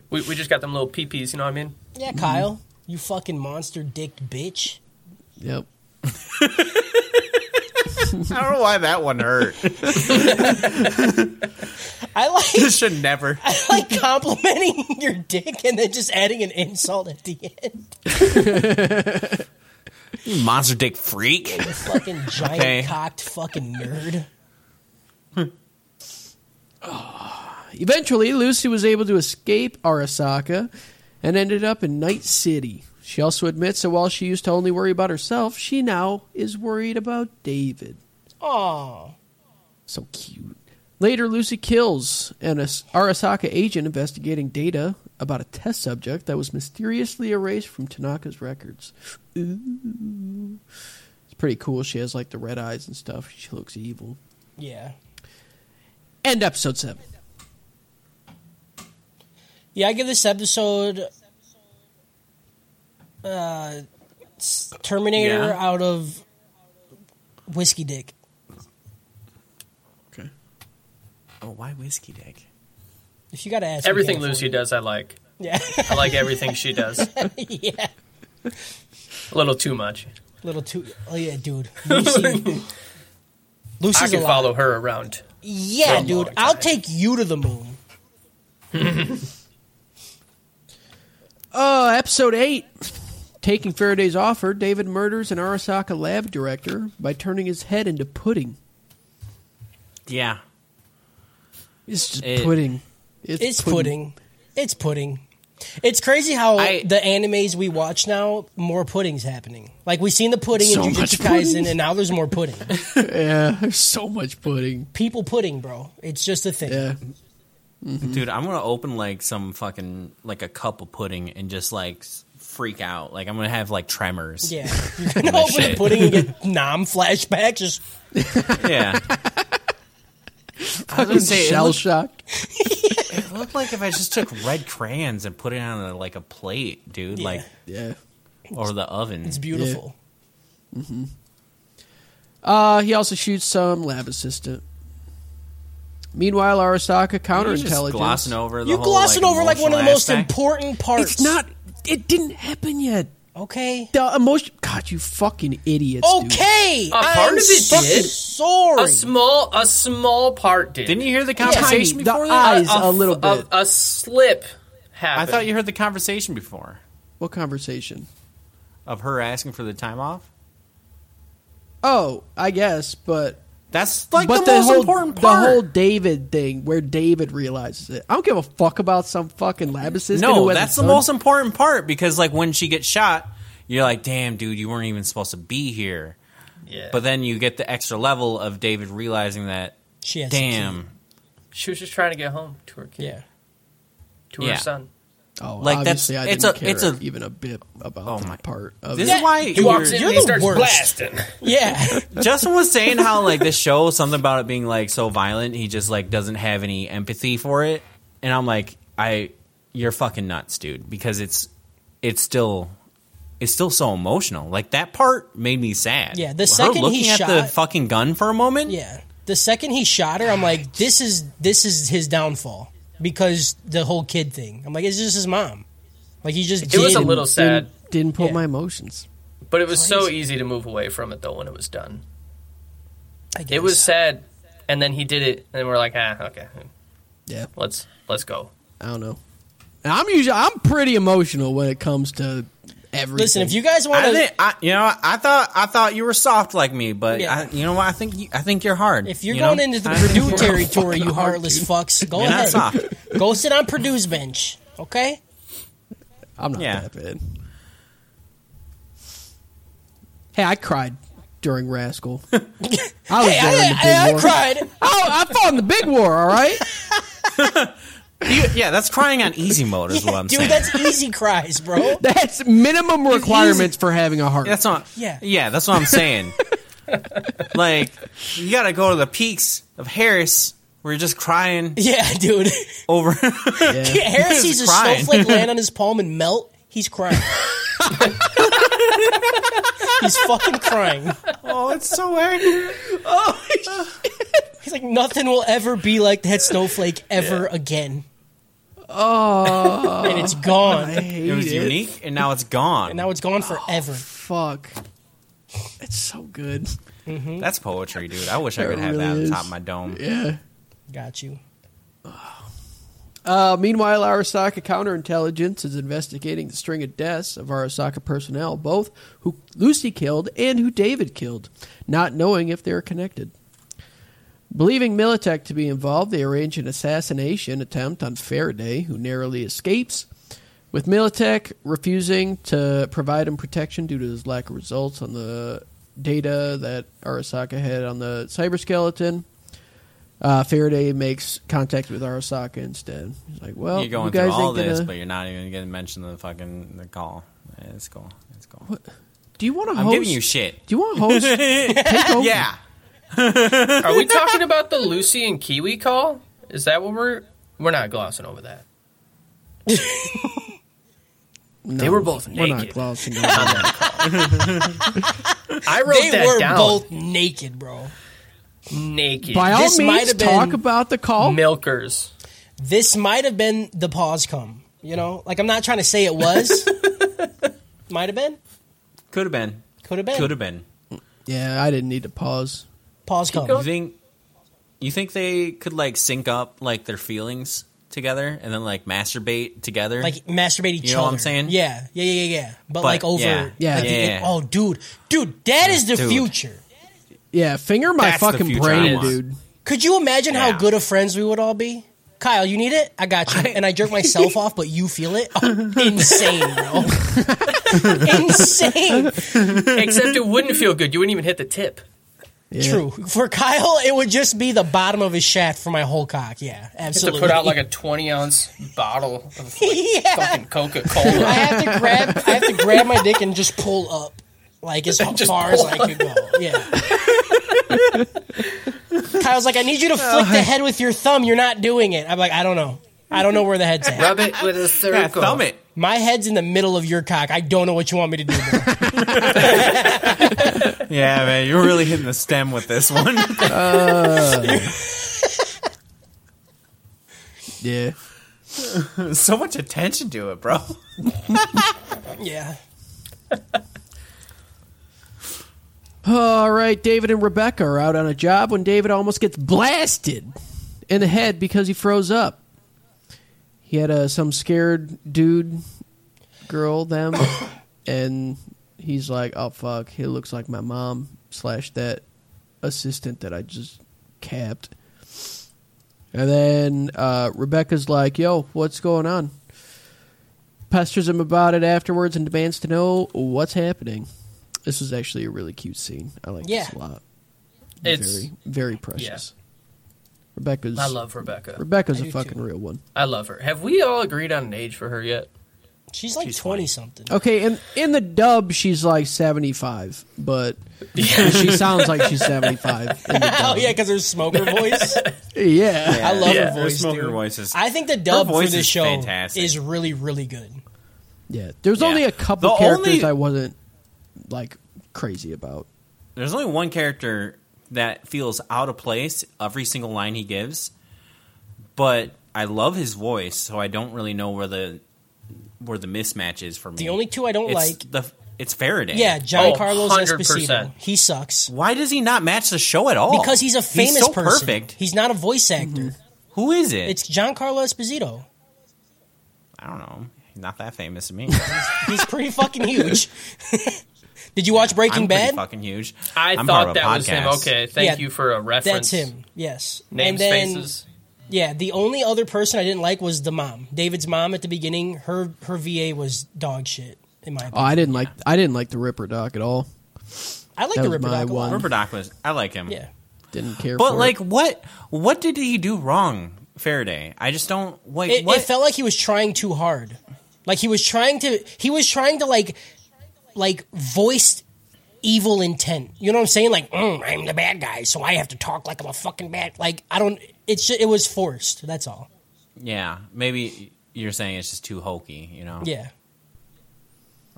S6: We, we just got them little peepees, you know what I mean?
S4: Yeah, Kyle, you fucking monster dick bitch.
S3: yep.
S5: I don't know why that one hurt.
S4: I like
S5: this should never.
S4: like complimenting your dick and then just adding an insult at the end.
S5: Monster dick freak.
S4: You fucking giant
S5: Okay.
S4: cocked fucking nerd.
S3: Eventually, Lucy was able to escape Arasaka and ended up in Night City, She also admits that while she used to only worry about herself, she now is worried about David.
S4: Oh,
S3: So cute. Later, Lucy kills an As- Arasaka agent investigating data about a test subject that was mysteriously erased from Tanaka's records. Ooh. It's pretty cool. She has like the red eyes and stuff. She looks evil.
S4: yeah.
S3: End episode 7.
S4: Yeah, I give this episode uh, s- Terminator
S5: Yeah.
S4: out of Whiskey Dick.
S3: Okay.
S5: Oh, why whiskey dick?
S4: If you got to ask, me,
S6: Everything
S4: yeah,
S6: Lucy
S4: for
S6: does, I like.
S4: Yeah,
S6: I like everything she does. A
S4: yeah.
S6: little too much.
S4: Little too. Oh yeah, dude. Lucy.
S6: I
S4: Lucy's a
S6: can
S4: lot.
S6: follow her around.
S4: Yeah,
S6: for a long
S4: dude.
S6: time.
S4: I'll take you to the moon.
S3: Uh, episode 8. Taking Faraday's offer, David murders an Arasaka lab director by turning his head into pudding.
S5: Yeah.
S3: It's just
S5: It-
S3: pudding. It's,
S4: It's pudding. It's pudding. It's crazy how
S5: I-
S4: the animes we watch now more pudding's happening. Like we seen the pudding
S3: So
S4: in
S3: much
S4: Jujutsu
S3: pudding.
S4: Kaisen, and now there's more pudding.
S3: Yeah, there's so much pudding.
S4: People pudding, bro. It's just a thing.
S3: Yeah.
S5: Dude, I'm gonna open like some fucking like a cup of pudding and just like s- freak out. Like I'm gonna have like tremors.
S4: Yeah, you're gonna open
S5: shit.
S4: a pudding and get nom flashbacks. Just
S5: Yeah. I was gonna say it
S3: Shell
S5: looked,
S3: shocked.
S5: it looked like if I just took red crayons and put it on a, like a plate, dude,
S4: Yeah.
S5: like
S3: Yeah.
S5: or the oven.
S4: it's beautiful.
S3: Uh, he also shoots some lab assistant. Meanwhile, Arasaka
S5: You're just glossing
S3: counterintelligence.
S5: over the
S4: You're
S5: whole,
S4: glossing
S5: like,
S4: over like one of the
S5: emotional
S4: most
S5: aspect.
S4: important parts.
S3: It's not. It didn't happen yet.
S4: okay.
S3: The emotion. God, you fucking idiots. dude.
S4: Okay,
S6: A part
S4: I'm
S6: of it
S4: fucking
S6: did.
S4: Sorry,
S6: A small, a small part did.
S5: Didn't you hear the conversation
S3: Tiny, the
S5: before that? Oh,
S3: eyes a,
S6: f-
S3: little bit.
S6: A, a slip happened.
S5: I thought you heard the conversation before
S3: what conversation?
S5: of her asking for the time off.
S3: Oh, I guess, but
S5: That's like
S3: but
S5: the, most
S3: whole
S5: important
S3: the
S5: part.
S3: whole David thing where David realizes it. I don't give a fuck about some fucking lab assistant. who
S5: No,
S3: has a
S5: that's the
S3: son.
S5: most important part because like when she gets shot, you're like, "Damn, dude, you weren't even supposed to be here."
S6: Yeah.
S5: But then you get the extra level of David realizing that,
S4: she has a
S5: "Damn,
S6: she was just trying to get home to her
S4: kid.
S6: kid,
S4: Yeah,
S6: to
S5: Yeah.
S6: her son.
S3: Oh,
S5: Like, that's-
S3: obviously, I
S5: it's
S3: didn't
S5: a-
S3: care
S5: it's a-
S3: even a bit about
S5: Oh
S3: that
S5: my-
S3: part of
S5: this
S3: it.
S5: is why
S6: He walks
S5: you're-
S6: in
S4: you're
S6: and he
S4: the
S6: starts
S4: worst.
S6: blasting.
S4: yeah.
S5: Justin was saying how like this show something about it being like so violent, he just like doesn't have any empathy for it. And I'm like, I you're fucking nuts, dude, because it's it's still it's still so emotional. Like that part made me sad.
S4: Yeah, the
S5: Her
S4: second he
S5: looking at the
S4: shot-
S5: fucking gun for a moment.
S4: Yeah. The second he shot her, I'm like, this is this is his downfall because the whole kid thing. I'm like, it's just his mom. Like he just
S6: It
S4: did.
S6: was a little sad,
S3: Didn't, didn't pull
S4: Yeah.
S3: my emotions.
S6: but it was so
S4: Crazy.
S6: easy to move away from it though when it was done.
S4: I guess.
S6: It was sad, and then he did it, and we're like, ah, okay,
S3: Yeah,
S6: let's let's go.
S3: I don't know. And I'm usually I'm pretty emotional when it comes to everything.
S4: Listen, if you guys want
S5: I
S4: to,
S5: didn't. I, you know, I thought I thought you were soft like me, but
S4: Yeah.
S5: I, you know what? I think you, I think you're hard.
S4: if you're
S5: you
S4: going
S5: know?
S4: into the
S5: I think
S4: Purdue
S5: you're-
S4: territory, you
S3: fucking hard,
S4: heartless
S3: dude.
S4: fucks, go
S5: You're not
S4: ahead.
S5: soft.
S4: Go sit on Purdue's bench, okay?
S3: I'm not
S5: Yeah.
S3: that bad. Hey, I cried during Rascal. I was
S4: Hey,
S3: there in the big
S4: I, I, I
S3: war.
S4: cried.
S3: Oh, I fought in the big war. All right.
S5: You- yeah, that's crying on easy mode is what I'm
S4: Dude,
S5: saying.
S4: that's easy cries, bro.
S3: That's minimum requirements for having a heart.
S5: That's not.
S4: Yeah.
S5: Yeah, that's what I'm saying. like, you got to go to the peaks of Harris where you're just crying
S4: Yeah, dude.
S5: over.
S3: Yeah.
S4: Harris sees a
S5: crying.
S4: snowflake land on his palm and melt. He's crying. he's fucking crying.
S5: oh, it's so accurate.
S4: He's like, nothing will ever be like that snowflake ever again. Oh, and it's gone,
S3: I hate
S5: It was unique, and now it's gone.
S4: and now it's
S5: Oh.
S4: gone forever.
S3: Fuck. It's so good.
S5: that's poetry, dude. I wish I could
S3: It
S5: have that
S3: really
S5: on
S3: is.
S5: top of my dome.
S3: Yeah.
S4: Got you.
S3: Uh, meanwhile, Arasaka counterintelligence is investigating the string of deaths of Arasaka personnel, both who Lucy killed and who David killed, not knowing if they are connected. Believing Militech to be involved, they arrange an assassination attempt on Faraday, who narrowly escapes. With Militech refusing to provide him protection due to his lack of results on the data that Arasaka had on the cyber skeleton, uh, Faraday makes contact with Arasaka instead. He's like, "Well,
S5: you're going
S3: you guys
S5: through all
S3: ain't gonna-
S5: this, but you're not even going to mention the fucking the call. It's cool. It's cool.
S3: do you want to
S5: I'm
S3: host?
S5: giving you shit.
S3: do you want to host? Take over.
S5: Yeah.
S6: Are we talking about the Lucy and Kiwi call? Is that what we're we're not glossing over that?
S3: No,
S6: They were both
S3: We're not
S6: naked.
S3: glossing over that.
S6: I wrote
S4: They
S6: that
S4: were
S6: down.
S4: both naked, bro.
S6: naked.
S3: By all
S4: This might
S3: means,
S4: have been-
S3: talk about the call.
S6: milkers.
S4: This might have been the pause come. You know, like I'm not trying to say it was. might have been.
S5: Could have been.
S4: Could have been.
S5: Could have been.
S3: yeah, I didn't need to pause.
S4: Pause come.
S5: You think you think they could like sync up like their feelings together and then like masturbate together?
S4: like masturbate each other.
S5: You know what I'm saying?
S4: Yeah, yeah, yeah, yeah. yeah. But,
S5: But,
S4: like over,
S5: yeah.
S3: Yeah.
S4: like, the-
S5: Yeah.
S4: oh, dude, dude, that is the
S5: Dude.
S4: future.
S3: Yeah, finger my
S5: That's the
S3: fucking
S5: future I
S3: brain,
S5: want.
S3: dude.
S4: Could you imagine how
S5: Yeah.
S4: good of friends we would all be? Kyle, you need it? I got you. and I jerk myself off, but you feel it? Oh, insane, bro. insane.
S6: Except it wouldn't feel good. You wouldn't even hit the tip.
S3: Yeah.
S4: True. For Kyle, it would just be the bottom of his shaft for my whole cock. Yeah,
S6: To
S4: absolutely.
S6: put out like a twenty ounce bottle of
S4: yeah.
S6: fucking Coca
S4: I
S6: Cola.
S4: have to grab. I have to grab my dick and just pull up, like as
S6: Just
S4: far as
S6: pull
S4: I could go. Yeah. Kyle's like, Oh, I need you to flick the head with your thumb. You're not doing it. I'm like, I don't know. I don't know where the head's at.
S6: Rub it with a
S5: yeah,
S6: circle.
S5: thumb it.
S4: My head's in the middle of your cock. I don't know what you want me to do. bro.
S5: Yeah, man, you're really hitting the stem with this one.
S3: Yeah.
S5: so much attention to it, bro.
S4: Yeah.
S3: All right, David and Rebecca are out on a job when David almost gets blasted in the head because he froze up. He had uh, some scared dude, girl, them, and he's like, "Oh fuck, he looks like my mom slash that assistant that I just capped." And then uh, Rebecca's like, "Yo, what's going on?" Pesters him about it afterwards and demands to know what's happening. This was actually a really cute scene. I like
S4: Yeah.
S3: this a lot.
S6: It's
S3: very, very precious. Rebecca's
S6: I love Rebecca.
S3: Rebecca's a
S4: I do
S3: fucking
S4: too.
S3: real one.
S6: I love her. Have we all agreed on an age for her yet?
S4: She's like
S5: She's
S4: twenty
S5: funny.
S4: something.
S3: Okay, and in the dub she's like seventy five, but she sounds like she's seventy five.
S4: Oh yeah, because her smoker voice.
S3: Yeah.
S4: I love
S6: Yeah,
S4: her
S5: Their
S4: voice.
S5: smoker
S4: dude.
S5: voices.
S4: I think the dub for
S5: voice
S4: this
S5: is
S4: show
S5: fantastic.
S4: is really, really good.
S3: Yeah. There's only
S5: Yeah.
S3: a couple
S5: The
S3: characters
S5: only-
S3: I wasn't like crazy about.
S5: There's only one character that feels out of place every single line he gives, but I love his voice, so I don't really know where the where the mismatch is for me.
S4: The only two I don't
S5: it's
S4: like.
S5: the it's Faraday.
S4: Yeah, John
S6: Oh,
S4: Carlos
S6: 100%.
S4: Esposito. He sucks
S5: Why does he not match the show at all?
S4: because he's a famous
S5: so
S4: person.
S5: perfect. Mm-hmm.
S4: He's not a voice actor.
S5: Who is it?
S4: It's John Carlos Esposito.
S5: I don't know. He's not that famous to me.
S4: He's pretty fucking huge. Did you watch Breaking
S5: I'm pretty
S4: Bad?
S5: fucking huge.
S6: I
S5: I'm part
S6: thought
S5: of a
S6: that was him.
S5: podcast.
S6: Okay, thank
S4: Yeah,
S6: you for a reference.
S4: That's him. Yes.
S6: Name
S4: and then,
S6: spaces.
S4: Yeah. The only other person I didn't like was the mom. David's mom at the beginning. Her her VA was dog shit. In my
S3: Oh,
S4: opinion,
S3: I didn't like I didn't like the Ripper Doc at all.
S4: I like
S3: that
S4: the
S3: was
S4: Ripper
S3: my
S4: Doc a lot.
S3: one.
S5: Rubber Doc was. I like him.
S4: Yeah.
S3: Didn't care
S5: But
S3: for
S5: like,
S3: it.
S5: what what did he do wrong, Faraday? I just don't like.
S4: It,
S5: what
S4: it felt like he was trying too hard. Like he was trying to he was trying to like like voice evil intent. You know what I'm saying? Like mm, I'm the bad guy, so I have to talk like I'm a fucking bad. Like I don't. It's ju- it was forced. That's all.
S5: yeah, maybe you're saying it's just too hokey. You know?
S4: Yeah.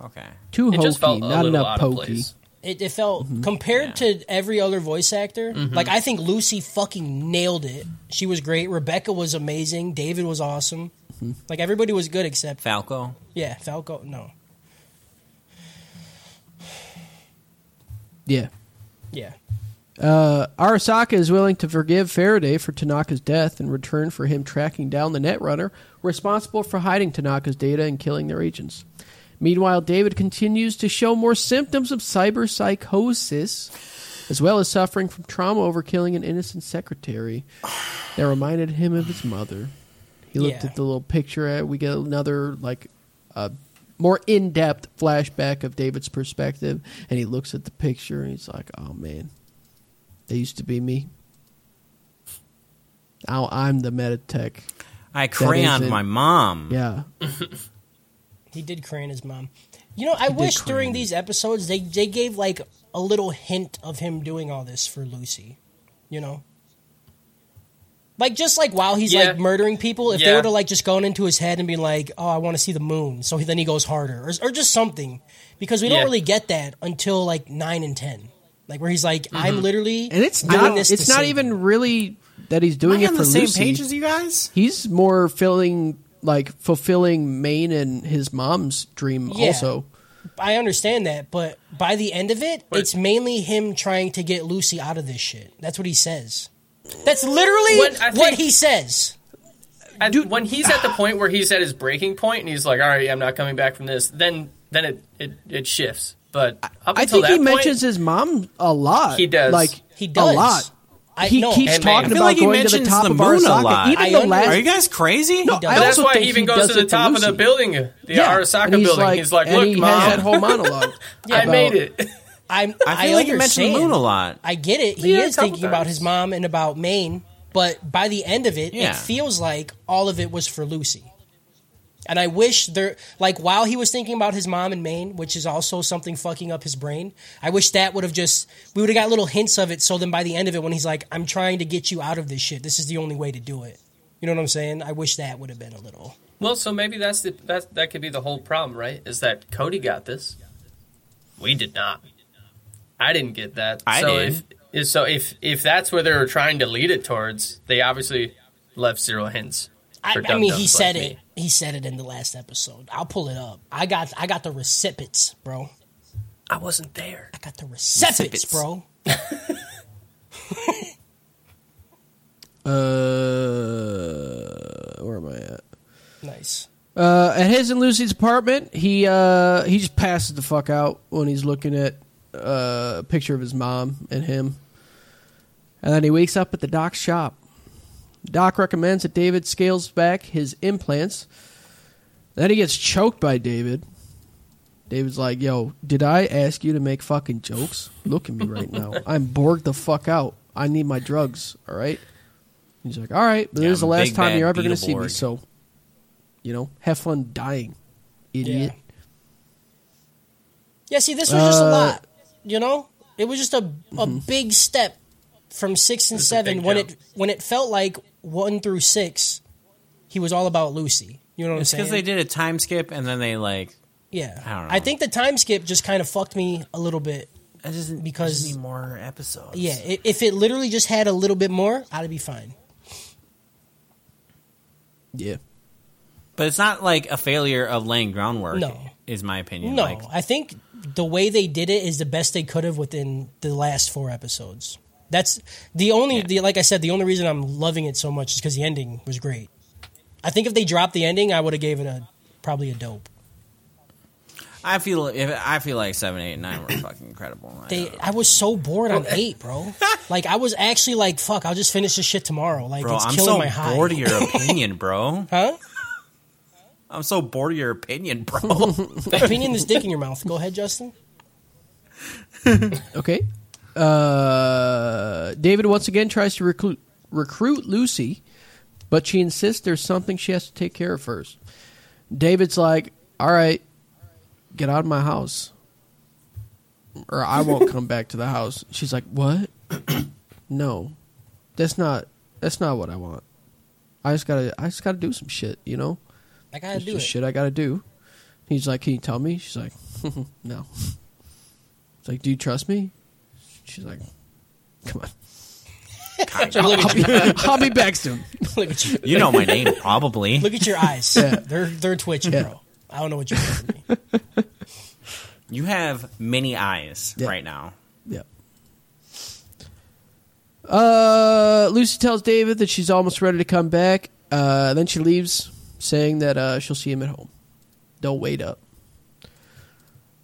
S5: Okay.
S3: too
S6: It just
S3: hokey,
S6: felt a
S3: not
S6: little
S3: enough
S6: out of
S3: pokey.
S6: place.
S4: It, it felt compared to every other voice actor. Like I think Lucy fucking nailed it. She was great. Rebecca was amazing. David was awesome. Like everybody was good except
S5: Falco.
S4: yeah Falco. No.
S3: Yeah.
S4: Yeah.
S3: Arasaka is willing to forgive Faraday for Tanaka's death in return for him tracking down the Netrunner responsible for hiding Tanaka's data and killing their agents. Meanwhile, David continues to show more symptoms of cyber psychosis, as well as suffering from trauma over killing an innocent secretary that reminded him of his mother. He looked
S4: Yeah.
S3: at the little picture. uh, We get another like a more in depth flashback of David's perspective, and he looks at the picture and he's like, "Oh man, they used to be me. Now I'm the Meditech."
S5: I crayoned
S3: isn't-
S5: my mom.
S3: Yeah,
S4: He did crayon his mom. You know, I wish during these episodes they they gave like a little hint of him doing all this for Lucy. You know. Like just like while he's
S6: Yeah.
S4: like murdering people, if they
S6: Yeah.
S4: would have like just gone into his head and been like, "Oh, I want to see the moon," so then he goes harder, or, or just something, because we
S6: Yeah.
S4: don't really get that until like nine and ten, like where he's like,
S6: Mm-hmm.
S4: "I'm literally,"
S3: and it's
S4: doing
S3: not
S4: this
S3: it's
S4: to
S3: not
S4: save
S3: even
S4: her.
S3: really that he's doing
S5: Am I
S3: it
S5: on
S3: for
S5: the same
S3: Lucy.
S5: page as you guys?
S3: he's more filling like fulfilling Maine and his mom's dream
S4: Yeah.
S3: also.
S4: I understand that, but by the end of it, it's mainly him trying to get Lucy out of this shit. That's what he says. That's literally
S6: What
S4: what,
S6: I think-
S4: he says.
S6: At- when he's at the point where he's at his breaking point and he's like, "All right, I'm not coming back from this," then then it it, it shifts. But up
S3: I
S6: until
S3: think
S6: that
S3: he
S6: point,
S3: mentions his mom a lot.
S6: He does.
S3: Like
S4: He does.
S3: a lot.
S4: I
S3: he
S4: no,
S3: keeps
S6: Hey, man. I
S3: talking
S6: feel
S3: about
S5: like he
S3: going to the
S5: mentions
S3: top
S5: the
S3: of
S5: moon a
S3: Arasaka.
S5: lot.
S3: Even
S4: I
S3: the
S4: under-
S3: last
S5: Are you guys
S3: No,
S5: crazy?
S4: He
S3: I
S4: does.
S6: that's
S3: also
S6: why
S3: think
S6: he even
S3: he
S6: goes
S3: does
S6: to the
S3: it for
S6: top of the
S3: Lucy.
S6: building, the
S3: yeah.
S6: Arasaka
S3: and he's
S6: building.
S3: Like,
S6: he's like,
S3: and
S6: "Look,
S3: he
S6: mom,
S3: has that whole monologue.
S6: I
S3: about-
S6: made it."
S4: I'm,
S5: I feel like you mentioned
S4: understand.
S5: the moon a lot.
S4: I get it. He
S6: Yeah, a
S4: is
S6: couple
S4: thinking about
S6: times.
S4: his mom and about Maine, but by the end of it,
S5: Yeah.
S4: it feels like all of it was for Lucy. And I wish there, like, while he was thinking about his mom and Maine, which is also something fucking up his brain, I wish that would have just, we would have got little hints of it. So then by the end of it, when he's like, I'm trying to get you out of this shit, this is the only way to do it. You know what I'm saying? I wish that would have been a little.
S6: Well, so maybe that's the that that could be the whole problem, right? Is that Cody got this? We did not. I didn't get that.
S5: I
S6: so
S5: did.
S6: if so if if that's where they were trying to lead it towards, they obviously left zero hints.
S4: I,
S6: for
S4: I mean,
S6: dum-dums
S4: he
S6: like
S4: said
S6: me.
S4: it. He said it in the last episode. I'll pull it up. I got, I got the recipients, bro.
S6: I wasn't there.
S4: I got the recipients,
S5: Recipients.
S4: bro.
S3: Uh, where am I at?
S4: Nice.
S3: Uh, at his and Lucy's apartment, he uh, he just passes the fuck out when he's looking at uh, a picture of his mom and him. And then he wakes up at the doc's shop. Doc recommends that David scales back his implants. Then he gets choked by David. David's like, "Yo, did I ask you to make fucking jokes? Look at me right now. I'm bored the fuck out. I need my drugs. All right." He's like, "All right, but
S5: Yeah,
S3: this is the
S5: I'm a
S3: last
S5: big
S3: time
S5: bad
S3: you're ever going to see me,
S5: Beetleborg."
S3: so you know, have fun dying, idiot."
S4: Yeah. Yeah, see, this was just a
S3: Uh,
S4: lot. You know, it was just a a big step from six and
S6: It's a
S4: seven
S6: big
S4: when
S6: jump.
S4: it when it felt like one through six, he was all about Lucy. You know what
S5: It's
S4: I'm
S5: because
S4: saying?
S5: they did a time skip and then they like.
S4: Yeah,
S5: I don't know.
S4: think the time skip just kind of fucked me a little bit.
S5: I just
S4: Because-
S5: because need more episodes.
S4: Yeah, i- if it literally just had a little bit more, I'd be fine.
S3: Yeah.
S5: but it's not like a failure of laying groundwork.
S4: No.
S5: is my opinion.
S4: No,
S5: like,
S4: I think the way they did it is the best they could have within the last four episodes. That's the only,
S5: Yeah.
S4: the, like I said, the only reason I'm loving it so much is because the ending was great. I think if they dropped the ending, I would have gave it a probably a dope.
S5: I feel if I feel like seven, eight, and nine were fucking incredible. I
S4: They,
S5: don't know.
S4: I was so bored on eight, bro. like I was actually like, fuck, I'll just finish this shit tomorrow. Like
S5: bro,
S4: it's
S5: I'm
S4: killing
S5: so
S4: my high.
S5: bored of your opinion, bro.
S4: Huh?
S5: I'm so bored of your opinion, bro.
S4: Opinion is dick in your mouth. Go ahead, Justin.
S3: Okay. Uh, David once again tries to recruit recruit Lucy, but she insists there's something she has to take care of first. David's like, "All right, get out of my house, or I won't come back to the house." She's like, "What? no, that's not that's not what I want. I just gotta I just gotta do some shit, you know."
S4: I gotta
S3: It's
S4: do it.
S3: just shit I gotta do. He's like, Can you tell me? She's like, No. It's like, Do you trust me? She's like, Come on.
S4: Look at, you,
S3: I'll be back soon.
S4: look at you.
S5: you know my name, probably.
S4: Look at your eyes. They're they're twitching,
S3: Yeah.
S4: bro. I don't know what you're doing.
S5: You have many eyes
S3: Yeah.
S5: right now.
S3: Yep. Uh, Lucy tells David that she's almost ready to come back. Uh, then she leaves, saying that uh, she'll see him at home. Don't wait up.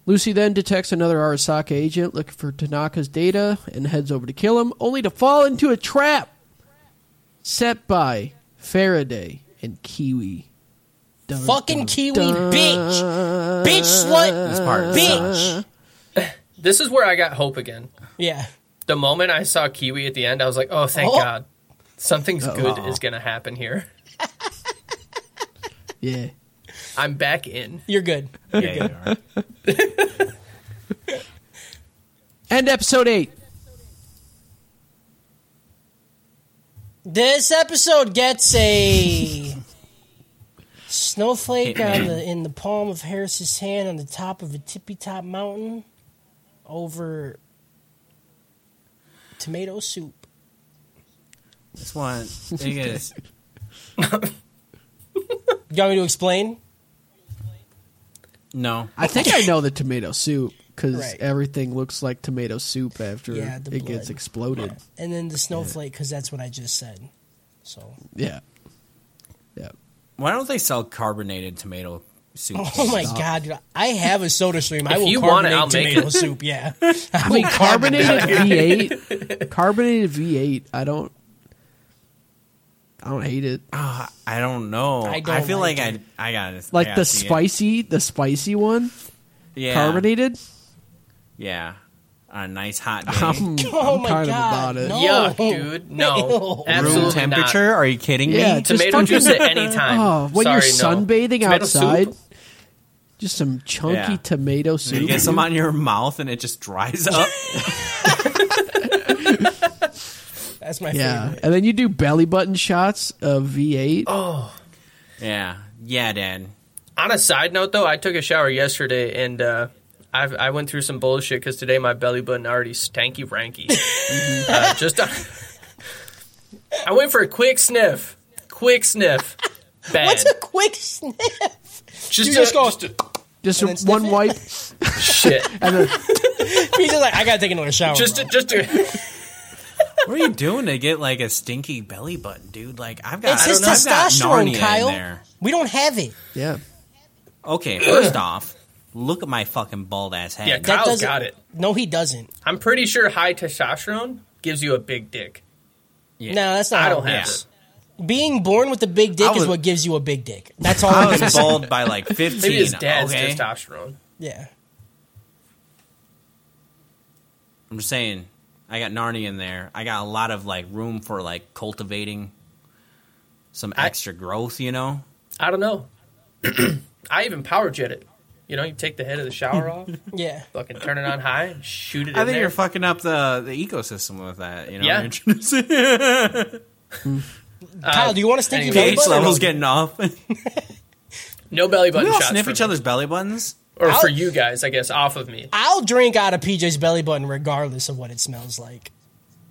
S3: Lucy then detects another Arasaka agent looking for Tanaka's data and heads over to kill him, only to fall into a trap set by Faraday and Kiwi.
S4: Fucking Kiwi bitch. Bitch slut.
S5: This part
S4: Bitch.
S6: This is where I got hope again.
S4: Yeah.
S6: The moment I saw Kiwi at the end, I was like, oh, thank
S4: Oh.
S6: God. Something's good is going to happen here.
S3: Yeah.
S6: I'm back in.
S4: You're good.
S5: Yeah, you are.
S3: And episode eight.
S4: This episode gets a snowflake on the in the palm of Harris's hand on the top of a tippy top mountain over tomato soup.
S5: This one, thing is,
S4: You want me to explain?
S5: no.
S3: I think I know the tomato soup because
S4: Right.
S3: everything looks like tomato soup after
S4: Yeah,
S3: it
S4: the blood.
S3: gets exploded.
S4: And then the snowflake because that's what I just said. So
S3: Yeah. Yeah.
S5: Why don't they sell carbonated tomato soup?
S4: Oh my god, dude, I have a soda stream. I will
S6: you want it,
S4: carbonate
S6: I'll make
S4: tomato soup, yeah. I will carbonate
S3: Carbonated V eight. Carbonated V eight. I don't. I don't hate it.
S5: Ah, I don't know.
S4: I
S5: I,
S4: don't
S5: feel
S4: like
S5: like, I, I got
S3: Like the spicy, the spicy one,
S5: yeah,
S3: carbonated.
S5: Yeah, on a nice hot day.
S3: I'm,
S4: Oh
S3: I'm
S4: my
S3: kind
S4: god.
S3: of about it.
S4: no.
S6: Yuck, dude. No.
S4: Ew.
S6: Absolutely
S5: Room
S6: not.
S5: temperature? Are you kidding
S3: Yeah,
S5: me?
S3: just
S6: Tomato
S3: fucking-
S6: juice at any time.
S3: Oh, when you're
S6: Sorry, no.
S3: sunbathing
S6: Tomato soup?
S3: outside, just some chunky
S5: Yeah.
S3: tomato soup.
S5: You get some on your mouth and it just dries up.
S4: That's my
S3: yeah,
S4: favorite.
S3: and then you do belly button shots of V8.
S5: Oh. yeah, yeah, Dad.
S6: On a side note, though, I took a shower yesterday and uh, I, I went through some bullshit because today my belly button already stanky ranky. uh, just, on- I went for a quick sniff, quick sniff, bad.
S4: What's a quick sniff?
S6: just,
S4: You
S6: a-
S4: just go, He's
S3: just
S4: then sniff
S3: one
S4: it?
S3: wipe.
S6: shit.
S4: just like, I gotta take another shower.
S6: just,
S4: bro.
S6: a, just. A,
S5: What are you doing to get like a stinky belly button, dude? Like I've got,
S4: it's
S5: I don't
S4: his
S5: know, I've got Narnia
S4: testosterone,
S5: in
S4: Kyle.
S5: there.
S4: We don't have it.
S3: Yeah,
S5: Okay, first off, look at my fucking bald ass head.
S6: yeah,
S4: That
S6: Kyle's
S4: doesn't-
S6: got it.
S4: No, he doesn't.
S6: I'm pretty sure high testosterone gives you a big dick.
S4: No, that's not.
S6: I
S4: how
S6: don't
S4: it
S6: have
S4: works.
S6: it.
S4: Being born with a big dick
S5: I was-
S4: is what gives you a big dick. That's all.
S5: I
S4: it
S5: was
S4: is.
S5: bald by like fifteen.
S6: Maybe his dad's
S5: okay?
S6: testosterone.
S4: Yeah.
S5: I'm just saying, I got Narnia in there. I got a lot of like room for like cultivating some
S6: I-
S5: extra growth, you know.
S6: I don't know. I even power jet it. You know, you take the head of the shower off,
S4: Yeah.
S6: fucking turn it on high, and shoot it.
S5: I
S6: in
S5: think
S6: there.
S5: you're fucking up the, the ecosystem with that, you know.
S6: Yeah.
S5: introducing-
S4: Kyle, do you want to stinky
S6: Uh,
S4: belly
S6: anyway.
S5: pH
S4: button? or
S5: levels
S4: no?
S5: getting off.
S6: No belly button
S5: we all
S6: shots.
S5: sniff
S6: for
S5: each
S6: me.
S5: other's belly buttons.
S6: or for
S4: I'll-
S6: you guys, I guess, off of me.
S4: I'll drink out of PJ's belly button regardless of what it smells like.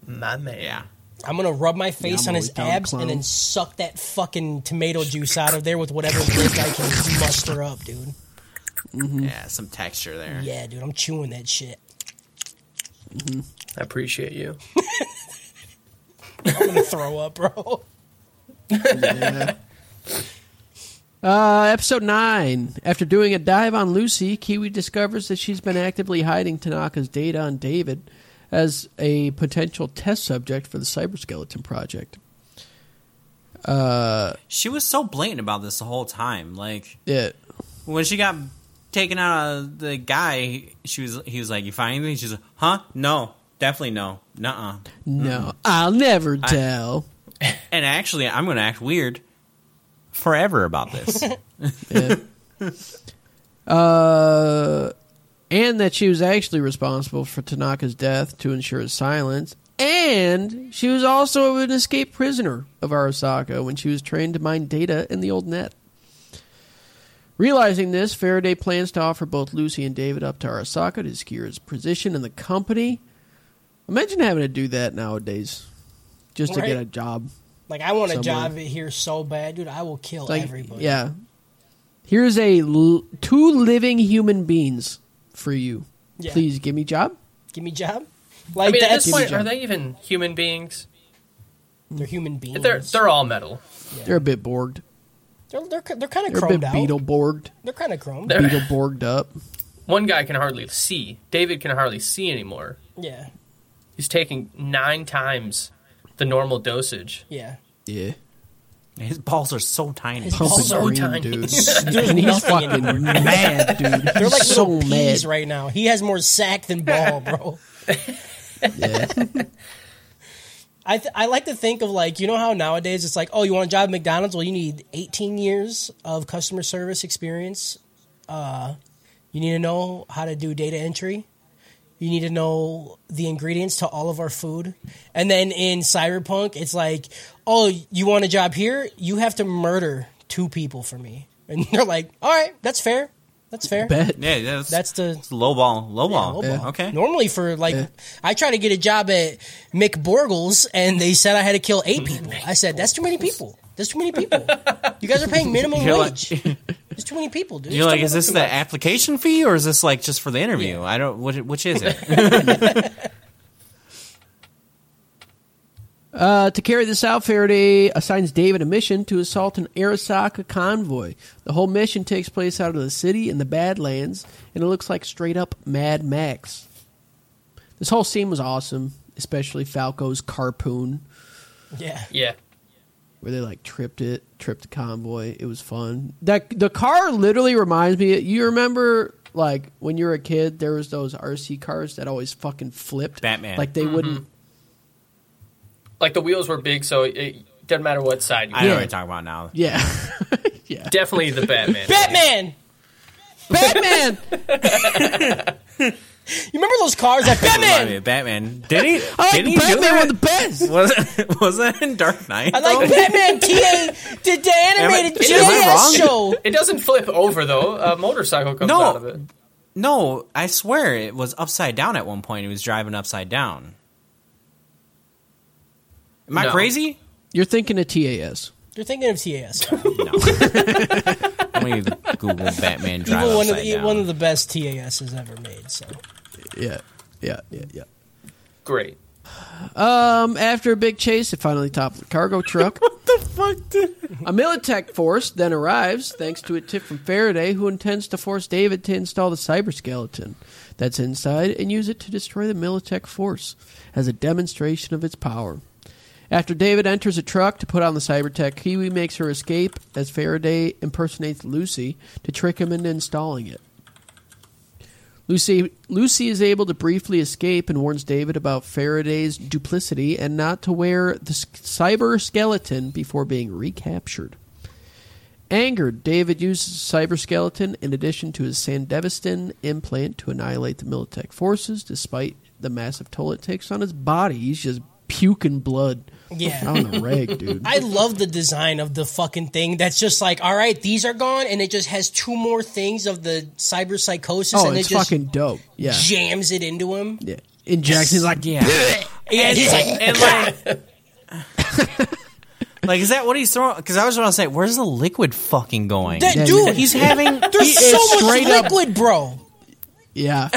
S6: My man.
S5: Yeah,
S4: I'm gonna rub my face
S3: I'm
S4: on
S3: a
S4: his
S3: weak-down
S4: abs
S3: clown.
S4: and then suck that fucking tomato juice out of there with whatever dick I can muster up, dude.
S5: yeah, some texture there.
S4: Yeah, dude, I'm chewing that shit.
S6: I appreciate you.
S4: I'm gonna throw up, bro.
S3: Uh, episode 9. After doing a dive on Lucy, Kiwi discovers that she's been actively hiding Tanaka's data on David as a potential test subject for the Cyberskeleton project.
S5: She was so blatant about this the whole time. Like
S3: Yeah.
S5: when she got taken out of the guy, she was he was like, "You find anything?" She's like, "Huh? No, definitely no, nuh-uh."
S3: No, I'll never tell.
S5: And actually, I'm going to act weird forever about this.
S3: Uh, and that she was actually responsible for Tanaka's death to ensure his silence. And she was also an escaped prisoner of Arasaka when she was trained to mine data in the old net. Realizing this, Faraday plans to offer both Lucy and David up to Arasaka to secure his position in the company. Imagine having to do that nowadays just to
S4: Right.
S3: get a job.
S4: Like I want a
S3: Somewhere.
S4: job here so bad, dude. I will kill
S3: Like,
S4: everybody.
S3: yeah. Here's a l- two living human beings for you.
S4: Yeah.
S3: Please give me job.
S4: Give me job.
S6: I
S4: Like
S6: mean, at
S4: that's
S6: this point,
S3: Jimmy
S6: are
S3: Jam.
S6: they even human beings?
S4: they're human beings.
S6: They're they're all metal.
S3: They're a bit borged.
S4: they're they're, they're kind of
S3: They're a bit
S4: chromed
S3: beetle
S4: out.
S3: borged.
S4: They're kind of chromed.
S6: They're-
S3: Beetle borged up.
S6: One guy can hardly see. David can hardly see anymore.
S4: yeah,
S6: He's taking nine times the normal dosage.
S4: yeah.
S3: Yeah.
S5: His balls are so tiny.
S3: Pumping
S4: Also
S3: green,
S6: tiny.
S3: dude.
S4: There's
S3: and he's
S4: nothing in
S3: fucking mad, dude.
S4: They're like
S3: so
S4: little
S3: mad.
S4: peas right now. He has more sack than ball, bro.
S3: Yeah.
S4: I, th- I like to think of like you know how nowadays it's like oh you want a job at McDonald's well you need 18 years of customer service experience uh, you need to know how to do data entry you need to know the ingredients to all of our food and then in cyberpunk it's like oh you want a job here you have to murder two people for me and they're like all right that's fair that's fair
S3: Bet.
S5: Yeah, that's,
S4: that's
S5: that's
S4: the
S5: low ball. Low ball.
S4: low ball.
S5: Okay.
S4: Normally, for like, I tried to get a job at McBorgles, and they said I had to kill eight
S5: Mm-hmm.
S4: people. I said that's too many people. That's too many people. You guys are paying minimum
S5: You're like-
S4: wage. There's too many people, dude.
S5: You're
S4: It's
S5: like,
S4: too
S5: is this
S4: much.
S5: the application fee or is this like just for the interview? I don't. Which, which is it?
S3: Uh, to carry this out, Faraday assigns David a mission to assault an Arasaka convoy. The whole mission takes place out of the city in the Badlands, and it looks like straight up Mad Max. This whole scene was awesome, especially Falco's carpoon,
S4: yeah?
S6: Yeah.
S3: where they like tripped it, tripped the convoy. It was fun. That the car literally reminds me. You remember like when you were a kid, there was those RC cars that always fucking flipped.
S5: Batman.
S3: like they wouldn't.
S6: Like the wheels were big, so it- it doesn't matter what side you
S5: I know
S6: were.
S5: what you're talking about now.
S3: Yeah, yeah.
S6: Definitely the Batman.
S4: Batman.
S3: Batman.
S4: You remember those cars? Like Batman.
S5: Batman. Batman. Did he?
S3: I like
S5: did he do
S3: Batman
S5: that?
S3: with the best.
S5: was it was it in Dark Knight?
S4: I like
S5: though?
S4: Batman. Ta did the animated
S5: Am I- am I
S4: JS
S5: wrong?
S4: show.
S6: It doesn't flip over though. A motorcycle comes
S5: No.
S6: out of it.
S5: No, I swear it was upside down at one point. He was driving upside down. Am I
S6: No.
S5: crazy?
S3: You're thinking of TAS.
S4: You're thinking of TAS.
S5: No. I'm gonna Google Batman drive
S4: Evil one of
S5: upside
S4: the
S5: down.
S4: one of the best TASs ever made. So
S3: Yeah, yeah, yeah, yeah.
S6: Great.
S3: Um, after a big chase, it finally toppled a cargo truck. what the fuck? Did- a Militech force then arrives, thanks to a tip from Faraday, who intends to force David to install the cyber skeleton that's inside and use it to destroy the Militech force as a demonstration of its power. After David enters a truck to put on the cybertech, Kiwi makes her escape as Faraday impersonates Lucy to trick him into installing it. Lucy Lucy is able to briefly escape and warns David about Faraday's duplicity and not to wear the s- cyber skeleton before being recaptured. Angered, David uses cyber skeleton in addition to his Sandevistan implant to annihilate the Militech forces. Despite the massive toll it takes on his body, he's just puking blood.
S4: Yeah.
S3: on the rag, dude.
S4: I love the design of the fucking thing. That's just like, all right, these are gone, and it just has two more things of the cyber psychosis,
S3: oh,
S4: and
S3: it's
S4: it just
S3: fucking dope. Yeah,
S4: jams it into him.
S3: yeah. And Jackson's like, yeah,
S5: Yeah, it's just like, and like, like, is that what he's throwing? Because I was about to say, where's the liquid fucking going?
S4: That
S3: Yeah,
S4: dude,
S3: yeah.
S4: he's
S5: he's having
S4: there's
S5: he is
S4: so much
S5: straight up-
S4: liquid, bro.
S3: yeah,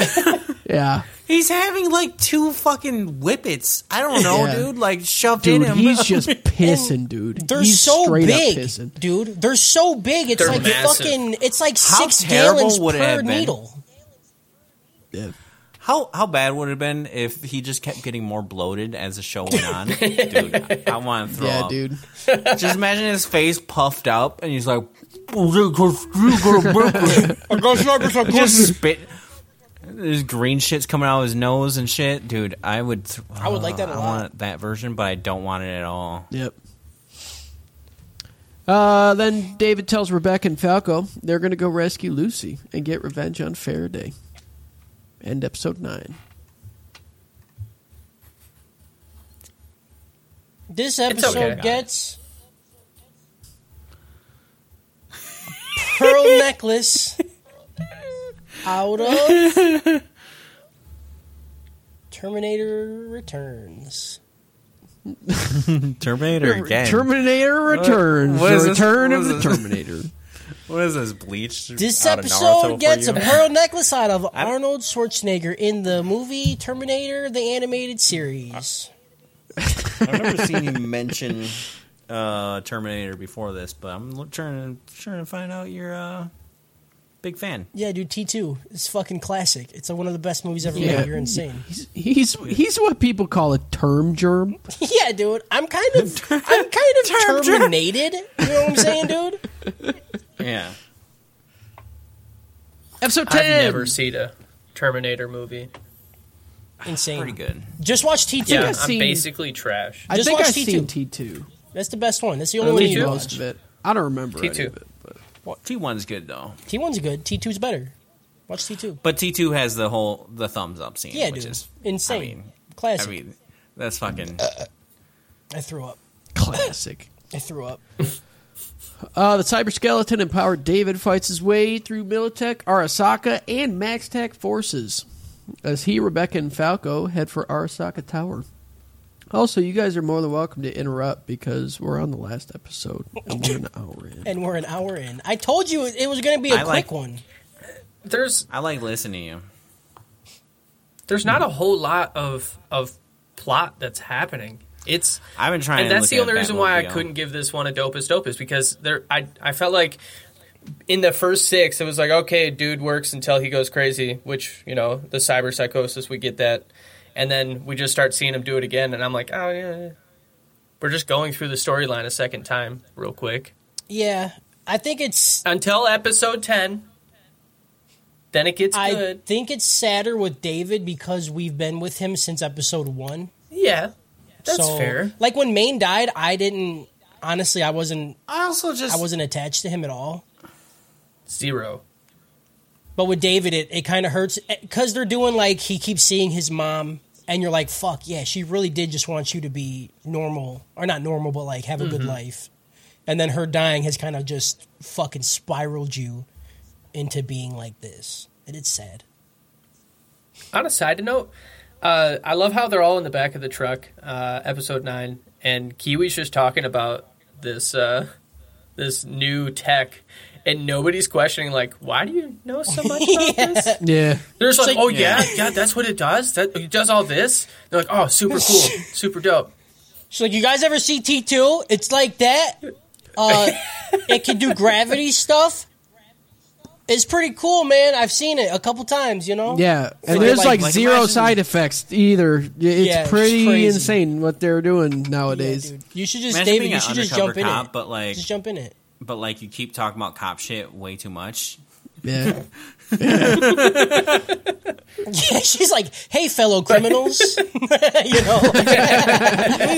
S3: yeah.
S5: he's having like two fucking whippets. I don't know,
S3: Yeah.
S5: dude. Like shoved in
S3: dude.
S5: him.
S3: He's just pissing, dude.
S4: They're
S3: he's
S4: so
S3: straight up
S4: big,
S3: pissing.
S4: dude. They're so big. It's
S6: They're
S4: like
S6: massive.
S4: fucking. It's like
S5: How
S4: six
S5: terrible
S4: gallons
S5: would it
S4: per
S5: have been?
S4: needle.
S5: How how bad would it have been if he just kept getting more bloated as the show went on? dude, I, want to throw
S3: Yeah,
S5: up.
S3: dude.
S5: Just imagine his face puffed up, and he's like, just spit. There's green shit's coming out of his nose and shit, dude. I would. th-
S4: I would like that a
S5: I
S4: lot.
S5: want that version, but I don't want it at all.
S3: Yep. Uh, then David tells Rebecca and Falco they're going to go rescue Lucy and get revenge on Faraday. End episode nine.
S4: This episode
S6: okay.
S4: gets pearl necklace out of Terminator Returns.
S5: Terminator again.
S3: Terminator returns.
S5: what is
S3: the
S5: this?
S3: return
S5: What
S3: of the
S5: is this?
S3: Terminator.
S5: what is this bleached?
S4: This
S5: out of Naruto
S4: episode
S5: for
S4: gets a
S5: you?
S4: pearl necklace out of Arnold Schwarzenegger in the movie Terminator: The Animated
S5: Uh.
S4: Series.
S5: I've never seen you mention uh, Terminator before this, but I'm lo- trying to trying to find out your uh, Big fan.
S4: Yeah, dude, T2 is fucking classic. It's uh, one of the best movies ever
S3: Yeah.
S4: made. You're insane.
S3: He's, he's he's what people call a term germ.
S4: yeah, dude, I'm kind of I'm kind of terminated. You know what I'm saying, dude?
S5: Yeah.
S3: Episode
S6: I've
S3: ten.
S6: never seen a Terminator movie.
S4: Insane.
S5: Pretty good.
S4: Just watch T2.
S6: Yeah, I'm
S3: I've seen-
S6: basically trash.
S3: I
S4: Just
S3: think
S4: watch
S3: I've
S4: T2.
S3: seen T two.
S4: That's the best one. That's the
S3: I
S4: only one
S3: think
S4: you
S3: most
S4: watch.
S3: of it. I don't remember
S6: T2.
S3: any of it. But.
S5: T1's good though.
S4: T1's good. T2's better. Watch T2.
S5: But T2 has the whole the thumbs up scene,
S4: Yeah,
S5: which
S4: dude,
S5: is
S4: insane.
S5: I mean, I
S4: classic. I,
S5: mean, that's fucking
S4: threw up.
S3: Classic.
S4: I threw up.
S3: Uh, the cyber skeleton empowered David fights his way through Militech, Arasaka, and Maxtech forces as he, Rebecca, and Falco head for Arasaka Tower. Also, you guys are more than welcome to interrupt because we're on the last episode and we're an hour in.
S4: And we're an hour in. I told you it was going to be a
S5: I
S4: quick
S5: like-
S4: one.
S6: There's
S5: I like listening to you.
S6: there's not a whole lot of of plot that's happening. It's
S5: I've been trying
S6: and
S5: to
S6: that's
S5: look
S6: the
S5: at um,
S6: only
S5: Batmobile.
S6: reason why I couldn't give this one a dopest dopest because there I I felt like in the first six it was like okay dude works until he goes crazy which you know the cyber psychosis we get that and then we just start seeing him do it again and I'm like oh yeah, yeah. we're just going through the storyline a second time real quick
S4: Yeah. I think it's
S6: until episode ten then it gets
S4: I
S6: good
S4: think it's sadder with David because we've been with him since episode 1.
S6: yeah that's
S4: so,
S6: fair
S4: Like when Maine died, I didn't honestly I wasn't
S5: I also just
S4: I wasn't attached to him at all.
S6: zero
S4: But with David, it, it kind of hurts because they're doing like he keeps seeing his mom, and you're like, fuck, yeah, she really did just want you to be normal, or not normal, but like have a
S5: Mm-hmm.
S4: good life. And then her dying has kind of just fucking spiraled you into being like this. And it's sad.
S6: on a side note, uh, I love how they're all in the back of the truck, uh, episode nine, and Kiwi's just talking about this uh, this new tech, and nobody's questioning like, why do you know so much about this?
S3: Yeah.
S6: They're just like,
S4: like-
S6: oh yeah, yeah, that's what it does. That it does all this. They're like, oh, super cool, super dope.
S4: She's like, you guys ever see T2? It's like that. Uh, it can do gravity stuff. It's pretty cool, man. I've seen it a couple times, you know?
S3: Yeah. And
S4: So,
S3: there's
S4: like-
S3: like,
S5: like,
S3: zero
S5: imagine-
S3: side effects either. It's
S4: Yeah, it's
S3: pretty
S4: crazy.
S3: insane what they're doing
S4: Yeah,
S3: nowadays.
S4: dude. You should just,
S5: Imagine
S4: David,
S5: being
S4: you
S5: an
S4: should just
S5: undercover
S4: jump in
S5: cop,
S4: it.
S5: but like,
S4: Just jump in it.
S5: but like you keep talking about cop shit way too much.
S3: Yeah.
S4: Yeah, she's like, "Hey, fellow criminals," you know.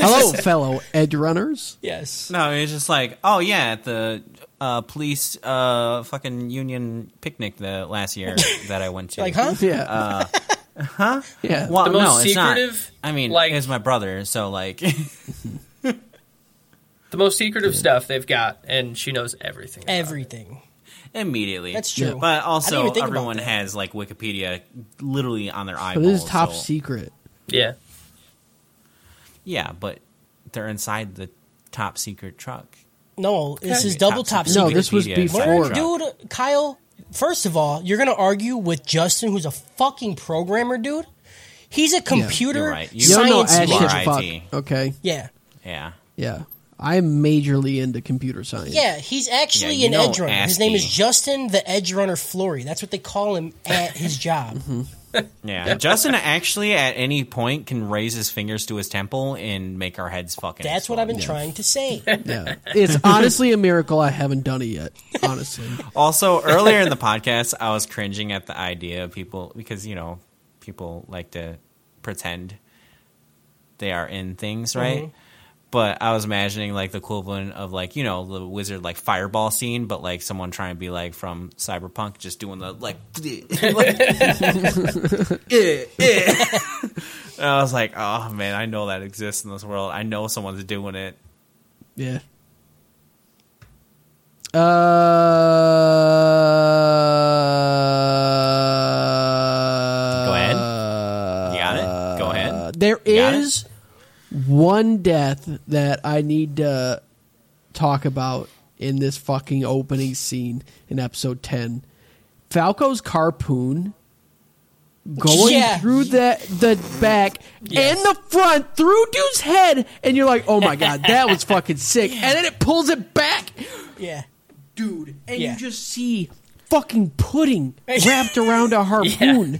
S3: Hello, fellow edge runners.
S4: yes.
S5: No, it's just like, oh yeah, at the uh, police uh, fucking union picnic the last year that I went to.
S4: Like, huh?
S3: Yeah. huh? Yeah.
S5: Well,
S6: The most
S5: no, it's
S6: secretive,
S5: not. I mean,
S6: like-
S5: it's my brother, so like,
S6: The most secretive stuff they've got, and she knows everything. about it.
S4: Everything.
S5: immediately.
S4: That's true.
S5: But
S4: I didn't
S5: also,
S4: even think about
S5: everyone
S4: that.
S5: has like Wikipedia literally on their
S3: But
S5: iPhone.
S3: this is top
S5: Oh, so,
S3: secret.
S6: yeah.
S5: Yeah, but they're inside the top secret truck.
S4: No, this is
S5: Top
S4: double top
S5: secret
S3: No,
S4: secret.
S3: this was
S5: Wikipedia
S3: before.
S5: fire
S4: Learn,
S5: truck.
S4: dude, Kyle. First of all, you're gonna argue with Justin, who's a fucking programmer, dude. He's a computer
S5: You're right. You-
S3: You don't know
S4: science.
S3: ass
S5: You
S4: major.
S5: are
S3: shit fuck.
S5: IT.
S3: Okay.
S4: yeah,
S5: Yeah.
S3: Yeah. I'm majorly into computer science.
S4: yeah. He's actually
S5: Yeah, you
S4: an
S5: know
S4: edge runner. His
S5: ASCII.
S4: name is Justin the Edge Runner Flory. That's what they call him at his job.
S5: Yeah, Justin actually at any point can raise his fingers to his temple and make our heads fucking.
S4: That's what I've been trying to say.
S3: Yeah. It's honestly a miracle I haven't done it yet. Honestly.
S5: Also, earlier in the podcast, I was cringing at the idea of people because you know people like to pretend they are in things, right? But I was imagining like the equivalent of like you know the wizard like fireball scene, but like someone trying to be like from Cyberpunk, just doing the like. like- Eh, eh. And I was like, oh man, I know that exists in this world. I know someone's doing it.
S3: Yeah. Uh,
S5: Go ahead. You got it. Go ahead.
S3: There
S5: You got it?
S3: is one death that I need to talk about in this fucking opening scene in episode 10. Falco's carpoon going
S4: Yeah.
S3: through the the back and the front through dude's head and you're like, "Oh my god, that was fucking sick." And then it pulls it back,
S4: Yeah.
S3: dude, and
S4: Yeah.
S3: you just see fucking pudding wrapped around a harpoon.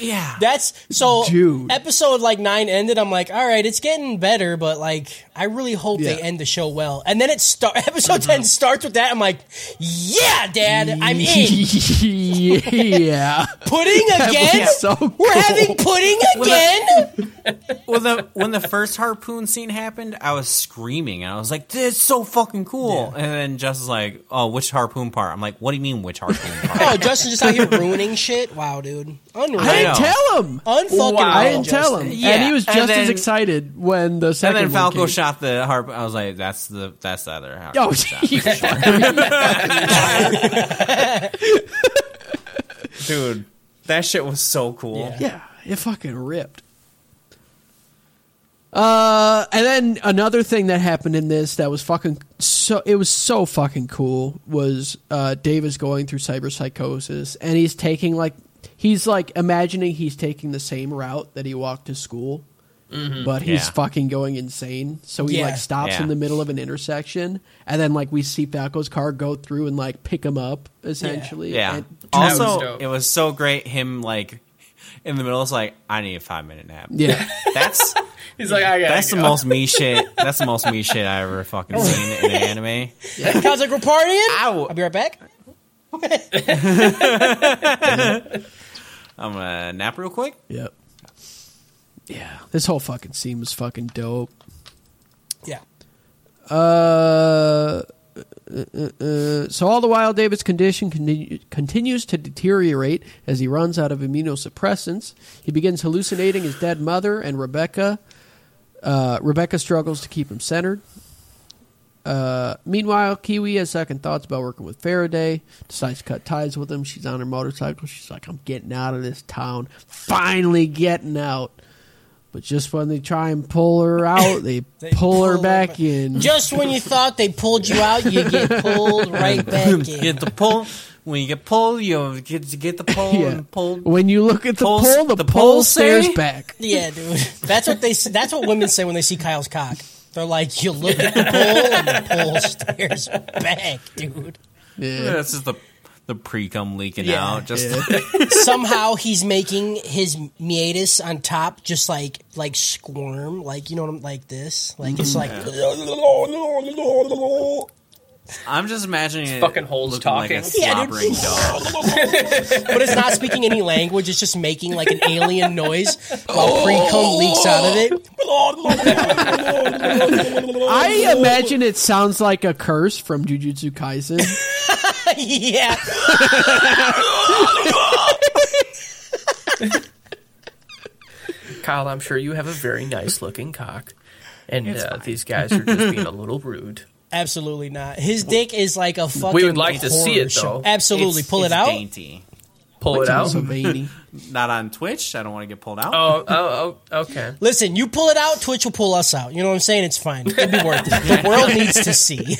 S5: Yeah.
S4: That's so.
S3: Dude.
S4: Episode like nine ended. I'm like, all right, it's getting better, but like, I really hope they
S3: Yeah. Mm-hmm.
S4: end the show well. And then it start. Episode ten starts with that. I'm like, yeah, Dad, I'm in.
S3: yeah.
S4: Pudding again.
S3: was so
S4: We're
S3: cool.
S4: having pudding again.
S5: well, the, when the first harpoon scene happened, I was screaming and I was like, "This is so fucking cool!" And then Justin's like, "Oh, which harpoon part?" I'm like, "What do you mean, which harpoon part?"
S4: oh, Justin just out here ruining shit. Wow, dude. Unreal.
S3: I
S5: know.
S3: didn't tell him.
S4: Unfucking
S6: Wow.
S3: I
S4: real,
S3: didn't tell
S4: Justin.
S3: him.
S5: Yeah,
S3: And he was
S5: and
S3: just as
S5: then-
S3: excited when the
S5: and
S3: second
S5: then Falco
S3: one came.
S5: shot the harp. I was like, "That's the that's the other harpoon."
S3: Oh,
S5: shot. dude, that shit was so cool.
S3: Yeah, it fucking ripped. Uh, and then another thing that happened in this that was fucking so it was so fucking cool was uh, Dave is going through cyberpsychosis and he's taking like he's like imagining he's taking the same route that he walked to school, but he's
S5: Mm-hmm. Yeah.
S3: fucking going insane. So he
S4: Yeah.
S3: like stops
S5: Yeah.
S3: in the middle of an intersection and then like we see Falco's car go through and like pick him up essentially.
S5: Yeah.
S3: And-
S6: was
S5: also,
S6: dope.
S5: it was so great. Him like in the middle, it's like, "I need a five minute nap."
S3: yeah.
S5: That's
S6: He's like, I got
S5: that's the most me shit. That's the most me shit I ever
S6: Oh,
S5: fucking seen in an anime.
S4: Kyle's like, we're partying.
S5: Ow.
S4: I'll be right back.
S5: I'm gonna nap real quick.
S3: Yep. Yeah, this whole fucking scene was fucking dope.
S4: Yeah.
S3: Uh, uh, uh, so all the while, David's condition continu- continues to deteriorate as he runs out of immunosuppressants. He begins hallucinating his dead mother and Rebecca. Uh, Rebecca struggles to keep him centered. Uh, meanwhile, Kiwi has second thoughts about working with Faraday. Decides to cut ties with him. She's on her motorcycle. She's like, "I'm getting out of this town. Finally getting out." But just when they try and pull her out, they, pull, her back in.
S4: Just when you thought they pulled you out, you get pulled right back in.
S5: Get the pull. When you get pulled, you get to get the pull
S3: Yeah.
S5: and pull.
S3: When you look at the
S5: Pulse-
S3: pole, the,
S5: the
S3: pole
S5: pulse
S3: stares
S5: say?
S3: back.
S4: Yeah, dude. That's what they. s- That's what women say when they see Kyle's cock. They're like, you look at the pole and the pole stares back, dude.
S3: Yeah.
S5: That's just the the pre cum leaking
S4: Yeah.
S5: out. Just
S4: Somehow he's making his meatus on top just like like squirm, like you know what I'm like this, like it's like
S5: I'm just imagining it
S6: fucking holes
S5: looking like a
S6: talking.
S4: Yeah,
S5: slobbering
S4: dude.
S5: dog.
S4: but it's not speaking any language. It's just making like an alien noise while pre cum leaks out of it.
S3: I imagine it sounds like a curse from Jujutsu Kaisen.
S4: yeah,
S6: Kyle, I'm sure you have a very nice looking cock. And uh, these guys are just being a little rude.
S4: absolutely not. His dick is like a fucking.
S6: We would like to see
S4: horror
S6: it,
S4: show.
S6: though.
S4: Absolutely,
S5: It's-
S4: pull
S5: it's
S4: it out.
S5: Dainty.
S6: Pull it out.
S3: So veiny.
S5: Not on Twitch. I don't want to get pulled out.
S6: Oh, oh, oh, okay.
S4: Listen, you pull it out, Twitch will pull us out. You know what I'm saying? It's fine. It'd be worth it. The world needs to see.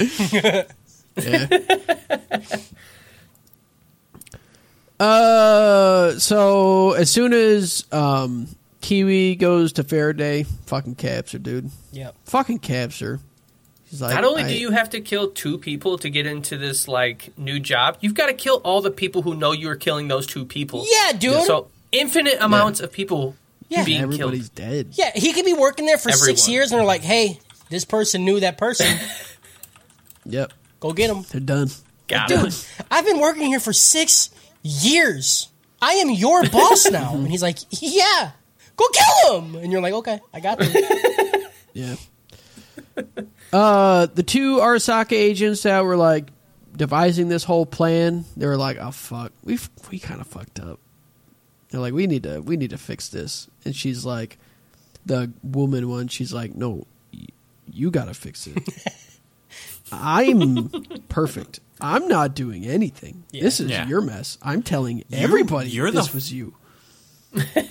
S3: Uh, so as soon as um, Kiwi goes to Faraday, fucking caps her, dude.
S4: Yep.
S3: Fucking caps her. She's like,
S6: Not only
S3: I-
S6: do you have to kill two people to get into this like new job, you've got to kill all the people who know you're killing those two people.
S4: Yeah, dude.
S6: So infinite amounts of people
S4: Yeah.
S6: being
S3: everybody's
S6: killed.
S3: dead.
S4: Yeah, he could be working there for six
S6: Everyone.
S4: years, and they're like, "Hey, this person knew that person.
S3: Yep,
S4: Go get him."
S3: they're done.
S6: Got
S4: dude,
S6: it.
S4: I've been working here for six years. I am your boss now. And he's like, yeah, go kill him. And you're like, okay, I got this.
S3: Yeah. Uh, the two Arasaka agents that were like devising this whole plan, they were like, "Oh fuck, we f- we kind of fucked up." They're like, "We need to we need to fix this." And she's like, the woman one, she's like, "No, y- you got to fix it. I'm perfect. I'm not doing anything. This is
S5: Yeah.
S3: your mess. I'm telling everybody
S5: you're the
S3: this
S5: f-
S3: was you."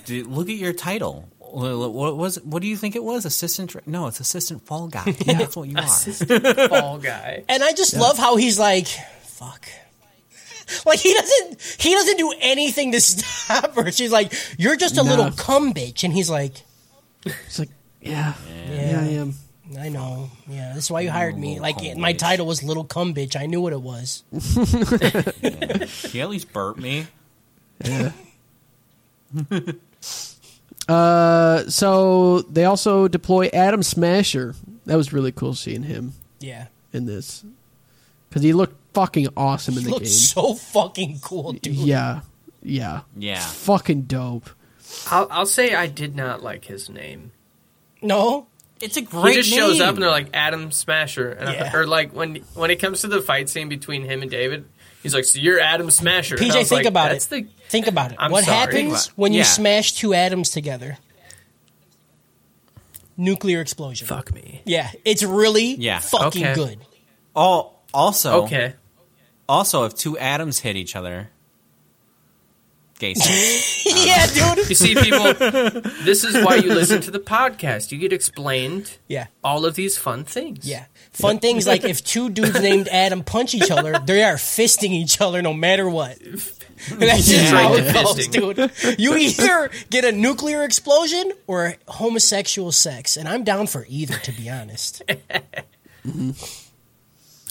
S5: Dude, look at your title. Wha- What was? What do you think it was? Assistant? dr- No, it's assistant fall guy. That's what you are.
S6: Fall guy.
S4: And I just love how he's like, fuck. Like he doesn't he doesn't do anything to stop her. She's like, You're just a
S3: Nah.
S4: little cum bitch. And he's like,
S3: It's like, yeah, yeah, I am.
S4: I know. Yeah, that's why you hired me. Like my
S5: bitch.
S4: title was little cum bitch. I knew what it was.
S5: Can you at least burp me?
S3: Uh, so they also deploy Adam Smasher. That was really cool seeing him
S4: Yeah,
S3: in this because he looked fucking awesome in the
S4: looked
S3: game.
S4: so fucking cool, dude.
S3: yeah, yeah,
S5: Yeah.
S3: fucking dope.
S6: I'll, I'll say I did not like his name.
S4: No,
S5: It's a
S6: He
S5: great.
S6: just shows
S5: name.
S6: up and they're like Adam Smasher, and I-
S4: Yeah.
S6: or like when when it comes to the fight scene between him and David, he's like, "So you're Adam Smasher."
S4: PJ,
S6: And I was
S4: think
S6: like,
S4: about
S6: That's
S4: it.
S6: the
S4: think about it.
S6: I'm
S4: what
S6: sorry.
S4: happens
S5: Think about-
S4: when you
S5: yeah.
S4: smash two atoms together? Nuclear explosion.
S6: fuck me.
S4: Yeah, it's really
S5: Yeah.
S4: fucking
S6: Okay.
S4: good.
S5: Oh, also,
S6: Okay,
S5: also, if two atoms hit each other, gay sex.
S4: yeah, dude.
S6: you see, people, this is why you listen to the podcast. You get explained
S4: Yeah.
S6: all of these fun things.
S4: Yeah. Fun things like if two dudes named Adam punch each other, they are fisting each other no matter what. That's just
S6: Yeah.
S4: how it
S6: Straight
S4: goes,
S6: fisting.
S4: dude. You either get a nuclear explosion or homosexual sex, and I'm down for either, to be honest.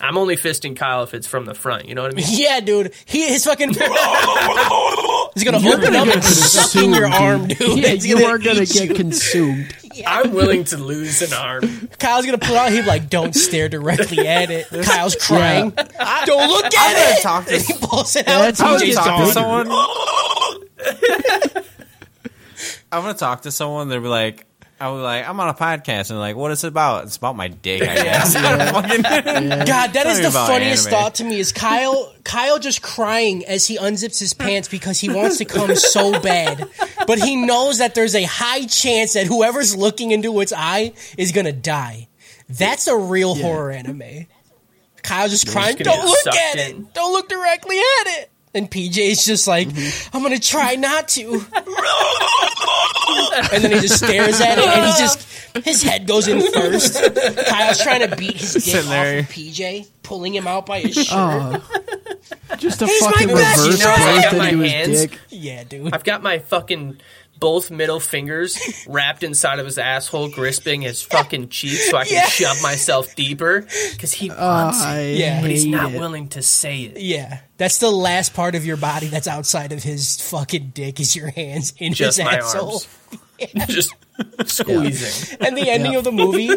S6: I'm only fisting Kyle if it's from the front. You know what I mean?
S4: Yeah, dude. He is fucking. He's gonna open up and suck in your arm, dude.
S3: Yeah,
S4: It's
S3: you
S4: gonna
S3: are gonna
S4: eat
S3: get
S4: you.
S3: consumed.
S6: I'm willing to lose an arm.
S4: Kyle's gonna pull out. He's like, "Don't stare directly at it." Kyle's crying. Don't look at
S5: I'm gonna
S4: it.
S5: talk to,
S4: He pulls it
S3: That's
S4: out.
S3: how
S5: I'm
S3: it
S5: gonna
S3: gets
S5: talk to
S3: bigger.
S5: someone. I'm gonna talk to someone. They'll be like, I'll be like, I'm on a podcast, and they're like, what is it about? It's about my dick, I guess. I don't fucking-
S4: God, that is
S5: me
S4: the
S5: about
S4: funniest
S5: anime.
S4: thought to me. Is Kyle? Kyle just crying as he unzips his pants because he wants to come so bad, but he knows that there's a high chance that whoever's looking into its eye is gonna die. That's a real horror anime. Kyle just crying.
S6: gonna
S4: Don't
S6: get
S4: look
S6: sucked
S4: at
S6: in."
S4: it. Don't look directly at it. And PJ's just like,
S5: Mm-hmm.
S4: I'm gonna try not to. and then he just stares at it, and he just his head goes in first. Kyle's trying to beat his dick
S5: Sitting
S4: off
S5: there.
S4: of PJ, pulling him out by his shirt.
S3: Just a
S4: He's my
S3: fucking
S4: best
S3: reverse
S4: friend.
S3: birth
S6: Got my
S3: into his
S6: hands.
S3: dick.
S4: Yeah, dude.
S6: I've got my fucking both middle fingers wrapped inside of his asshole, gripping his fucking cheek so I can
S4: Yeah.
S6: shove myself deeper because he wants
S3: Oh, I
S6: it,
S4: Yeah,
S6: but he's
S3: hate
S6: not
S3: it.
S6: willing to say it.
S4: Yeah, that's the last part of your body that's outside of his fucking dick is your hands in
S6: Just
S4: his
S6: my
S4: asshole.
S6: arms. Just squeezing.
S4: And the ending of the movie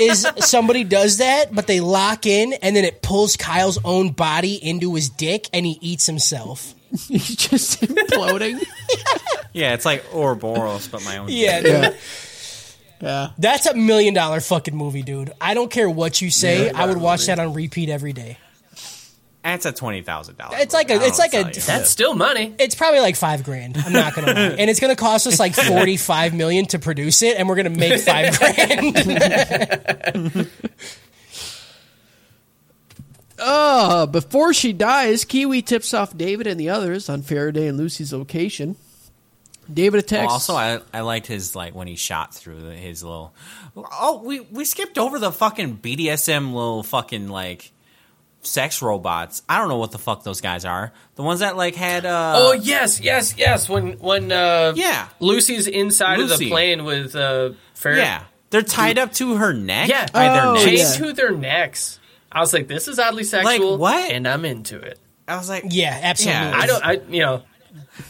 S4: is somebody does that, but they lock in, and then it pulls Kyle's own body into his dick, and he eats himself.
S3: He's just imploding.
S5: yeah, it's like Ouroboros, but my own.
S4: Yeah, dude.
S3: yeah. Yeah.
S4: that's a million dollar fucking movie, dude. I don't care what you say, I would watch that on repeat every day.
S5: That's a twenty thousand dollars.
S4: It's like a- it's like a-
S6: That's still money.
S4: It's probably like five grand. I'm not gonna lie, and it's gonna cost us like forty five million to produce it, and we're gonna make five grand.
S3: Uh, before she dies, Kiwi tips off David and the others on Faraday and Lucy's location. David attacks.
S5: also, I, I liked his like when he shot through the, his little. Oh, we we skipped over the fucking BDSM little fucking like sex robots. I don't know what the fuck those guys are. The ones that like had uh
S6: Oh yes, yes, yes. When when uh,
S5: Yeah.
S6: Lucy's inside of
S5: Lucy.
S6: the plane with uh, Fer-
S5: yeah, they're tied up to her neck.
S6: yeah,
S5: by their
S3: Oh,
S5: necks.
S6: chained
S3: yeah.
S6: to their necks. I was like, this is oddly sexual.
S5: what?
S6: And I'm into it.
S5: I was like,
S4: yeah, absolutely.
S5: Yeah,
S6: I don't. I you know.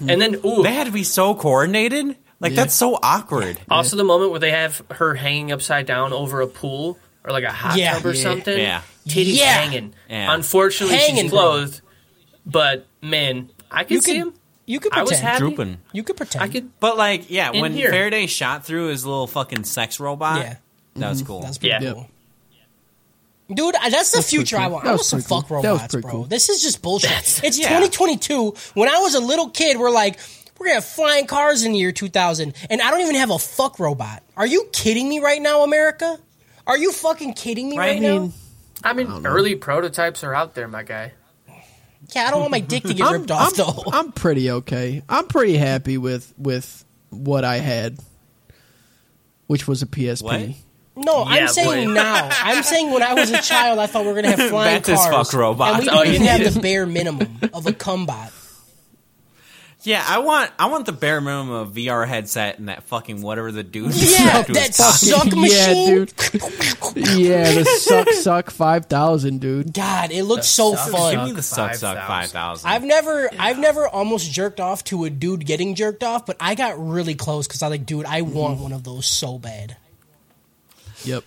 S6: And then ooh,
S5: they had to be so coordinated. Like that's so awkward.
S6: also the moment where they have her hanging upside down over a pool or like a hot
S4: Yeah.
S6: tub or
S3: Yeah.
S6: something.
S5: Yeah.
S6: titties
S4: Yeah.
S6: hanging.
S5: Yeah.
S6: Unfortunately,
S4: Hanging,
S6: she's
S4: bro.
S6: clothed. But man, I could
S4: You
S6: see
S4: could-
S6: him.
S4: You could
S6: I
S4: pretend.
S6: was happy.
S5: Drooping.
S4: You could pretend.
S6: I could.
S5: But like, yeah,
S6: In
S5: when
S6: here.
S5: Faraday shot through his little fucking sex robot,
S4: Yeah.
S5: that was cool.
S4: That's pretty
S6: Yeah.
S4: cool. Dude, I- that's the future
S3: cool.
S4: I want.
S3: That
S4: I
S3: was
S4: want some
S3: pretty cool.
S4: fuck
S3: That was
S4: robots,
S3: pretty
S4: bro.
S3: cool.
S4: This is just bullshit. it's
S5: yeah.
S4: 2022. When I was a little kid, we're like, we're gonna have flying cars in the year 2000, and I don't even have a fuck robot. Are you kidding me right now, America? Are you fucking kidding me right,
S5: Right.
S4: now?
S6: I mean, early prototypes are out there, my guy.
S4: Yeah, I don't want my dick to get ripped off
S3: I'm,
S4: though.
S3: I'm pretty okay. I'm pretty happy with with what I had, which was a PSP.
S5: What?
S4: No,
S6: Yeah,
S4: I'm saying
S6: boy.
S4: now. I'm saying when I was a child, I thought we were gonna have flying
S5: That's his
S4: cars,
S5: fuck robots.
S4: and we
S5: All
S4: don't
S5: you
S4: even have the bare minimum of a cumbot.
S5: Yeah, I want I want the bare minimum of VR headset and that fucking whatever the dude.
S4: Yeah,
S5: strapped to his
S4: that
S5: cock.
S4: suck
S3: Yeah,
S4: machine.
S3: Yeah, the suck suck five thousand, dude.
S4: God, it looks so
S6: sucks.
S5: Give
S4: fun.
S5: me the suck suck
S6: 5,000.
S5: five thousand.
S4: I've never, I've never almost jerked off to a dude getting jerked off, but I got really close because I like, dude, I want one of those so bad.
S3: Yep.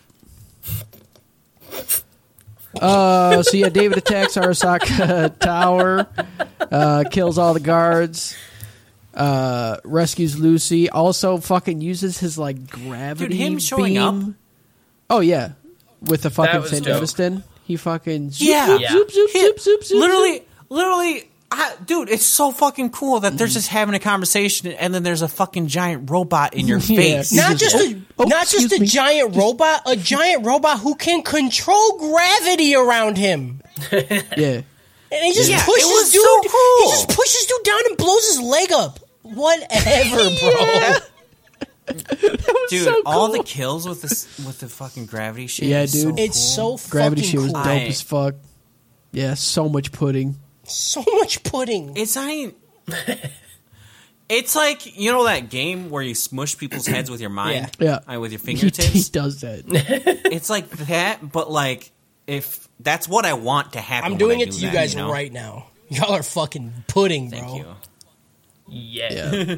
S3: Uh, so yeah, David attacks Arasaka Tower, uh, kills all the guards, uh, rescues Lucy. Also, fucking uses his like gravity.
S5: him showing
S3: beam.
S5: up?
S3: Oh yeah, with the fucking
S6: was
S3: Saint
S6: dope.
S3: Evanston. He fucking zoop,
S5: Yeah.
S3: zoop,
S5: Yeah.
S3: zoop, zoop,
S5: Hit-
S3: zoop, zoop, zoop,
S5: literally, literally, I, dude, it's so fucking cool that they're just having a conversation and then there's a fucking giant robot in your
S3: Yeah.
S5: face.
S3: He's
S4: Not
S3: just-
S4: just a,
S3: oh, oh,
S4: not just
S3: excuse
S4: a
S3: me.
S4: giant robot, a giant robot who can control gravity around him.
S3: zoop. Yeah,
S4: And he just
S5: Yeah, it
S4: pushes
S5: was
S4: dude.
S5: so
S4: He
S5: cool.
S4: just pushes dude down and blows his leg up. Whatever, bro.
S5: dude, all the kills with this with the fucking gravity shit.
S3: Yeah,
S5: is so
S3: dude.
S4: It's
S5: cool.
S4: so
S3: gravity
S4: fucking
S3: shit was
S4: cool.
S3: dope
S5: I-
S3: as fuck. Yeah, so much pudding.
S4: So much pudding.
S5: It's not. even- it's like you know that game where you smush people's heads with your mind,
S3: Yeah.
S5: Uh, with your
S3: He, he
S5: fingertips.
S3: does that.
S5: it's like that, but like if that's what I want to happen.
S4: I'm
S5: when
S4: doing
S5: I
S4: it
S5: do
S4: to you
S5: that,
S4: guys
S5: you know?
S4: right now. Y'all are fucking pudding, bro.
S5: Thank you.
S6: Yeah.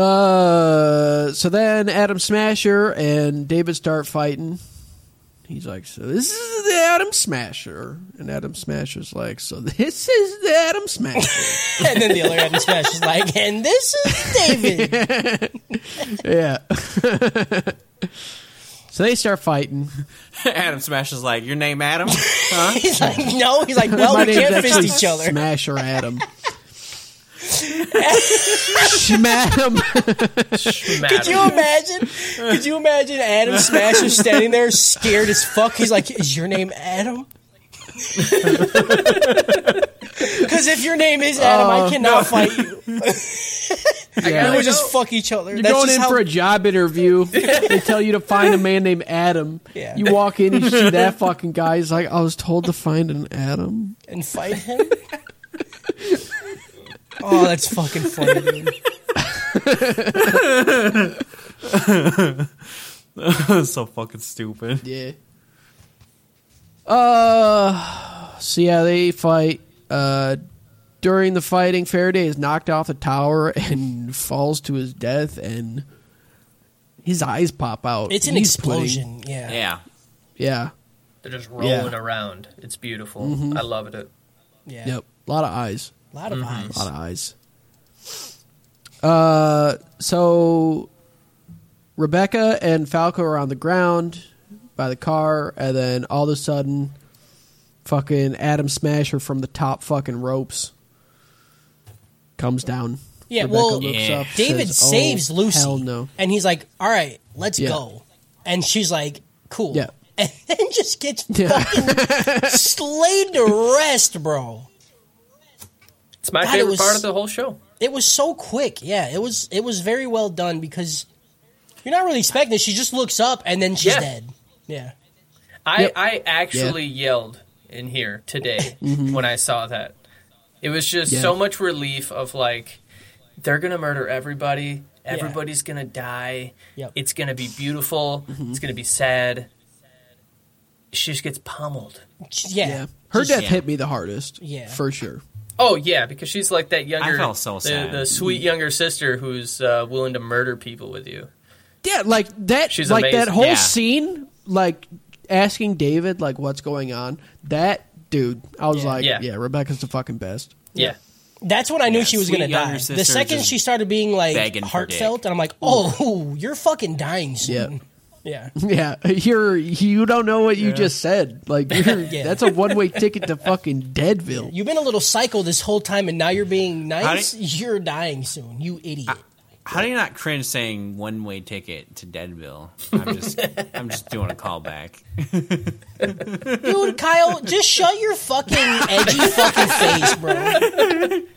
S3: Uh, so then Adam Smasher and David start fighting. He's like, "So this is the Adam Smasher," and Adam Smasher's like, "So this is the Adam Smasher."
S4: And then the other end smash is like, and this is David.
S3: yeah. so they start fighting.
S5: Adam Smash is like, your name Adam? Huh?
S4: He's like, no. He's like, well,
S3: My
S4: we
S3: name's
S4: Oh, can't fist
S3: actually
S4: each other.
S3: Smasher Adam. Schmadam.
S4: Could you imagine? Could you imagine Adam Smasher standing there scared as fuck? He's like, Is your name Adam? Because if your name is Adam, I
S3: Oh,
S4: cannot fight you.
S3: Yeah.
S4: We would just fuck each other.
S3: You're
S4: That's
S3: going
S4: just
S3: in
S4: how-
S3: for a job interview. they tell you to find a man named Adam.
S4: Yeah.
S3: You walk in, you see that fucking guy. He's like, I was told to find an Adam.
S4: and fight him. oh, that's fucking funny, dude.
S5: so fucking stupid.
S3: Yeah. Uh, so yeah, they fight. Uh, during the fighting, Faraday is knocked off the tower and falls to his death, and his eyes pop out.
S4: It's an
S3: He's pudding.
S4: explosion. Yeah. yeah,
S5: Yeah.
S3: Yeah.
S6: They're just rolling
S3: Yeah.
S6: around. It's beautiful.
S4: Mm-hmm.
S6: I love it.
S3: Yep. Mm-hmm. A lot of eyes.
S4: A lot of eyes.
S3: A lot of eyes. Uh, so Rebecca and Falco are on the ground by the car, and then all of a sudden, fucking Adam Smasher from the top fucking ropes comes down.
S4: Yeah, well,
S5: yeah.
S4: David
S3: says, "Oh,
S4: saves Lucy.
S3: Hell no.
S4: And he's like, all right, let's
S3: Yeah.
S4: go. And she's like, cool.
S3: Yeah.
S4: And then just gets
S3: Yeah.
S4: fucking slayed to rest, bro.
S6: It's my
S4: God, it
S6: favorite
S4: was-
S6: part of the whole show.
S4: It was so quick. Yeah, it was it was very well done because you're not really expecting it. She just looks up and then she's
S6: Yeah.
S4: dead. Yeah.
S6: I,
S3: Yep.
S6: I actually yelled in here today when I saw that. It was just
S3: Mm-hmm.
S6: so
S3: Yeah.
S6: much relief of like, they're going to murder everybody. Everybody's going to die.
S4: Yep.
S6: It's going to be beautiful.
S3: Mm-hmm.
S6: It's going to be sad. She just gets pummeled.
S4: Yeah.
S3: Yeah. Her death
S5: yeah.
S3: hit me the hardest.
S4: Yeah.
S3: For sure.
S6: Oh, yeah, because she's like that younger.
S5: felt so
S6: the,
S5: sad.
S6: The
S3: Mm-hmm.
S6: sweet younger sister who's uh, willing to murder people with you.
S3: Yeah, like that.
S6: She's
S3: like that
S6: amazing.
S3: whole
S5: Yeah.
S3: scene, like asking David, like what's going on. That dude, I was
S4: Yeah.
S3: like, yeah.
S6: Yeah.
S3: Rebecca's the fucking best.
S6: Yeah.
S4: That's when I knew
S5: Yeah,
S4: she was
S5: sweet
S4: going to
S5: younger
S4: die. The
S5: sister
S4: second
S5: just
S4: she started being like
S5: begging for
S4: heartfelt, and I'm like, oh, you're fucking dying soon. Yeah.
S3: Yeah, you're you don't know what you just said. Like you're,
S4: Yeah.
S3: that's a one way ticket to fucking Deadville.
S4: You've been a little psycho this whole time, and now you're being
S5: How
S4: nice.
S5: do
S4: You're dying soon, you idiot.
S5: How do you not cringe saying one way ticket to Deadville? I'm just I'm just doing a callback.
S4: Dude, Kyle, just shut your fucking edgy fucking face, bro.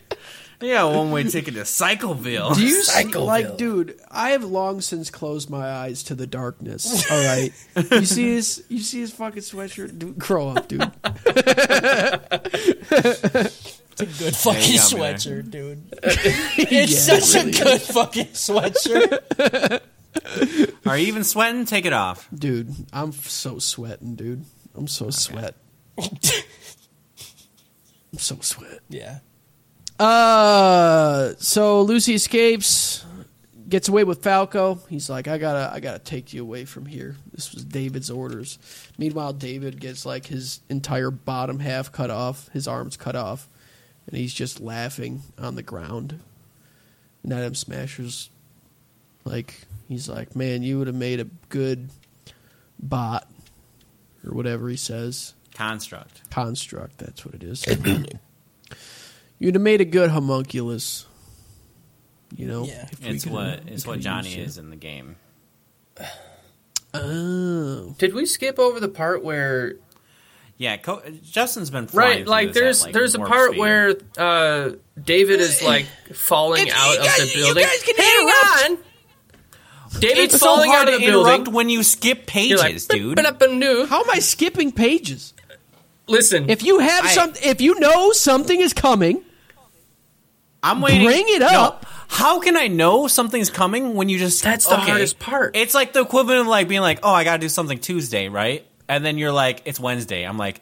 S5: Yeah, one way ticket to Cycleville.
S3: Do you see, like, dude? I have long since closed my eyes to the darkness. All right, you see his, you see his fucking sweatshirt. Dude, grow up, dude.
S4: Good fucking
S5: you got me there.
S4: sweatshirt, dude. It's such a good fucking sweatshirt.
S5: Are you even sweating? Take it off.
S3: dude. I'm f- so sweating, dude. I'm so sweat. I'm so sweat.
S4: Yeah.
S3: Uh, so Lucy escapes, gets away with Falco. He's like, I gotta, I gotta take you away from here. This was David's orders. Meanwhile, David gets like his entire bottom half cut off, his arms cut off, and he's just laughing on the ground. And Adam Smasher's like, he's like, man, you would have made a good bot or whatever he says
S5: Construct.
S3: construct. That's what it is. You'd have made a good homunculus. You know,
S4: Yeah.
S3: if we
S5: It's
S3: could-
S5: what
S3: we
S5: it's
S3: could
S5: what
S3: have
S5: Johnny
S3: used it.
S5: is in the game.
S3: Oh,
S6: Did we skip over the part where
S5: Yeah, Co- uh, Justin's been flying
S6: right?
S5: through
S6: Like
S5: this at,
S6: there's
S5: like,
S6: there's a
S5: warp
S6: part
S5: speed.
S6: where uh, David is like falling out of the building. Hang on. David's
S5: it's so
S6: falling
S5: hard
S6: out of
S5: to
S6: the
S5: interrupt
S6: building.
S5: when you skip
S6: You're
S5: pages,
S6: like,
S5: dude.
S6: "Bip, bip, bip, doo."
S3: how am I skipping pages?
S6: Listen,
S3: If you have
S5: I-
S3: some, if you know something is coming,
S5: I'm waiting.
S3: Bring it
S5: No.
S3: up.
S5: How can I know something's coming when you just?
S6: That's the
S5: okay.
S6: hardest part.
S5: It's like the equivalent of like being like, "Oh, I got to do something Tuesday, right?" And then you're like, "It's Wednesday." I'm like,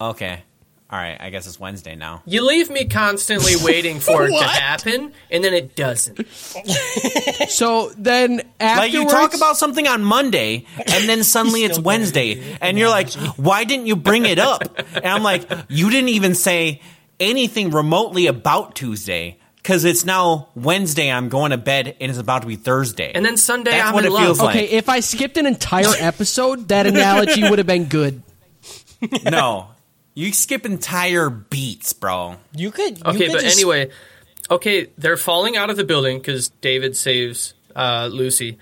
S5: "Okay, all right, I guess it's Wednesday now."
S6: you leave me constantly waiting for it to
S3: What?
S6: happen, and then it doesn't.
S3: so then
S5: Like
S3: afterwards,
S5: you talk about something on Monday, and then suddenly it's
S4: Still
S5: Wednesday, and you're like, "Why didn't you bring it up?" And I'm like, "You didn't even say anything remotely about Tuesday." Because it's now Wednesday, I'm going to bed, and it's about to be Thursday.
S6: And then Sunday,
S5: That's
S6: I'm
S5: what
S6: in
S5: it
S6: love.
S5: feels like.
S3: okay, if I skipped an entire episode, that analogy would have been good.
S5: No. You skip entire beats, bro.
S4: You could. You
S6: Okay,
S4: could
S6: but
S4: just-
S6: anyway, okay, they're falling out of the building because David saves uh, Lucy,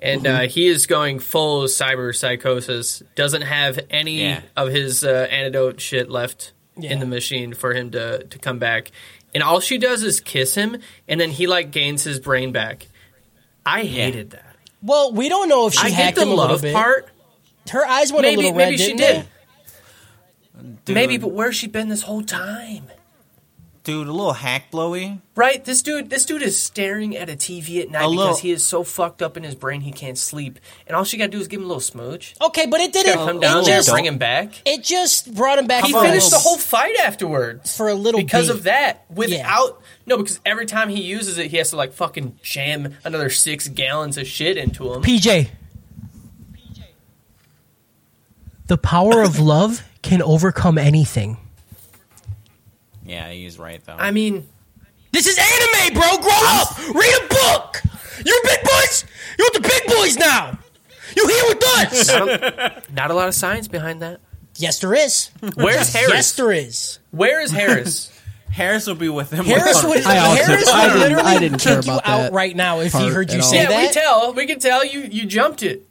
S6: and uh,
S4: Mm-hmm.
S6: he is going full cyber psychosis. Doesn't have any
S5: Yeah.
S6: of his uh, antidote shit left
S4: Yeah.
S6: in the machine for him to to come back. And all she does is kiss him, and then he like gains his brain back. I hated that.
S4: Well, we don't know if she
S6: I get
S4: hacked
S6: the
S4: him a little
S6: love
S4: bit.
S6: part.
S4: Her eyes went a
S6: Maybe
S4: little red.
S6: maybe she
S4: didn't
S6: did.
S5: Dude,
S6: Maybe, but where's she been this whole time?
S5: dude, a little hack blowy.
S6: Right, this dude, this dude is staring at a TV at night
S5: A little-
S6: because he is so fucked up in his brain he can't sleep, and all she gotta do is give him a little smooch.
S4: they? Okay, but it didn't.
S6: Gotta come down
S4: It
S6: there,
S4: just,
S6: bring him back.
S4: it just brought him back.
S6: He
S4: for a
S6: finished the
S4: little-
S6: whole fight afterwards
S4: for a little
S6: because
S4: bit.
S6: of that. Without no, because every time he uses it, he has to like fucking jam another six gallons of shit into him.
S4: PJ. The power of love can overcome anything.
S5: Yeah, he's right though.
S6: I mean,
S4: This is anime, bro. Grow up. Read a book. You're big boys. You're the big boys now. You here with us?
S6: not a lot of science behind that.
S4: yes, there is.
S6: Where's Harris?
S4: Yes, there is.
S6: Where is Harris?
S5: Harris would be with him.
S4: Harris would,
S3: I also-
S4: Harris would
S3: I didn't-
S4: literally
S3: I didn't
S4: kick
S3: care
S4: you
S3: about
S4: out
S3: that
S4: right now if he
S3: part
S4: heard you
S3: at all.
S4: say
S6: yeah, we
S4: that.
S6: tell. We can tell you. You jumped it.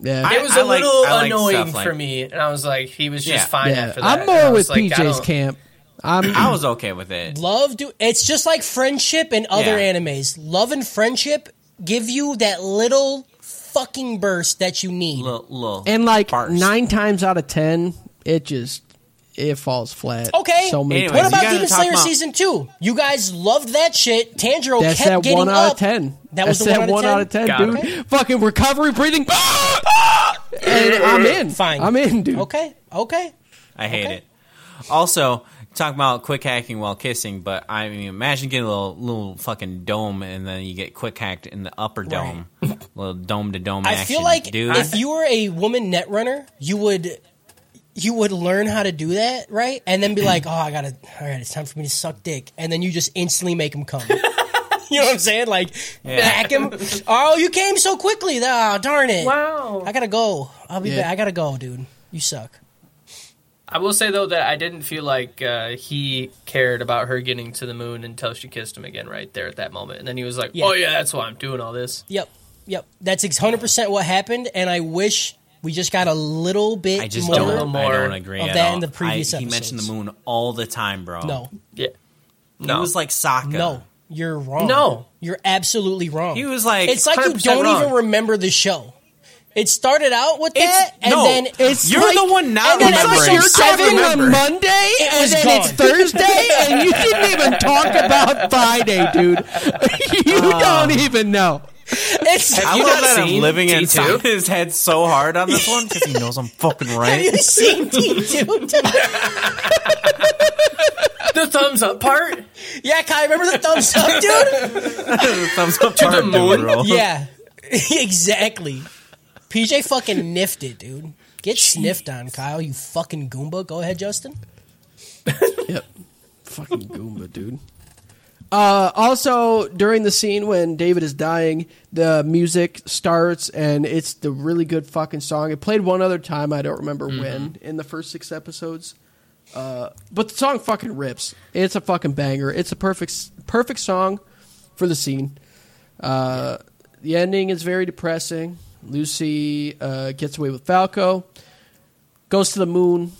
S3: Yeah,
S5: I-
S6: It was a
S5: like-
S6: little
S5: I like
S6: annoying
S5: stuff like-
S6: for me, and I was like, he was just
S5: Yeah.
S6: fine
S3: yeah.
S6: after that.
S3: I'm
S6: And I
S3: more
S6: was
S3: with
S6: like, I
S3: PJ's
S6: don't-
S3: camp. I'm
S5: I was okay with it.
S4: love do it's just like friendship and other
S5: Yeah.
S4: animes. Love and friendship give you that little fucking burst that you need.
S5: Little, little
S3: and like
S5: farce.
S3: nine times out of ten, it just it falls flat.
S4: Okay.
S3: so many. times.
S5: Anyways,
S4: What
S5: You
S4: about
S5: gotta
S4: Demon
S5: talk
S4: Slayer
S5: about-
S4: season two? You guys loved that shit. Tanjiro
S3: That's
S4: kept
S3: that
S4: getting
S3: one out
S4: up.
S3: of ten.
S4: That was
S3: That's
S4: the
S3: that
S4: one, out of ten. Ah!
S6: Got
S3: dude. Fucking recovery, breathing. Ah! and I'm in.
S4: Fine.
S3: I'm in, dude.
S4: Okay. Okay.
S5: I hate
S4: Okay.
S5: it. Also, talking about quick hacking while kissing, but I mean, imagine getting a little, little fucking dome, and then you get quick hacked in the upper dome, little dome to dome.
S4: I feel like
S5: dude,
S4: if you were a woman netrunner, you would you would learn how to do that, right? And then be like, "Oh, I gotta, all right, it's time for me to suck dick," and then you just instantly make him come. you know what I'm saying? Like, back him. Oh, you came so quickly. Oh, darn it!
S6: Wow.
S4: I gotta go. I'll be
S3: Yeah.
S4: back. I gotta go, dude. You suck.
S6: I will say though that I didn't feel like uh, he cared about her getting to the moon until she kissed him again, right there at that moment, and then he was like,
S4: Yeah.
S6: "Oh yeah, that's why I'm doing all this."
S4: Yep, yep. That's 100 percent what happened, and I wish we just got a little bit
S5: I just
S4: more.
S5: don't. I
S6: more
S5: don't agree
S4: of
S5: at
S4: that
S5: all.
S4: in the previous
S5: I, he mentioned
S4: episodes.
S5: the moon all the time, bro.
S4: No,
S6: Yeah,
S5: he
S6: no.
S5: was like Sokka.
S4: No, you're wrong.
S6: No.
S4: you're absolutely wrong.
S5: He was like,
S4: it's like you
S6: 100%
S4: don't
S6: wrong.
S4: even remember the show. It started out with that, and
S5: no,
S4: then
S3: it's
S5: you're
S3: like-
S5: the one not
S4: and then it's
S5: remembering.
S4: like
S3: You're talking
S5: remember.
S3: on Monday, and
S4: was
S3: then
S4: gone.
S3: it's Thursday,
S4: Ah.
S3: and you didn't even talk about Friday, dude. you don't even know.
S4: It's
S5: Have
S6: I
S5: you
S6: love
S5: not
S6: that I'm
S5: seen
S6: living in
S5: T2?
S6: two.
S5: his head so hard on this one because he knows I'm fucking right.
S4: you seen T2, dude?
S6: the thumbs up part.
S4: Yeah, Kai, remember the thumbs up, dude?
S5: Thumbs up to
S6: the moon?
S4: Yeah, exactly. PJ fucking niffed it, dude. Get sniffed on, Kyle. You fucking goomba. Go ahead, Justin.
S3: Yep. Fucking Goomba, dude. Uh, also, during the scene when David is dying, the music starts and it's the really good fucking song. It played one other time, I don't remember when, in the first six episodes. Uh, but the song fucking rips. It's a fucking banger. It's a perfect perfect song for the scene. Uh, The ending is very depressing. Lucy uh, gets away with Falco, goes to the moon,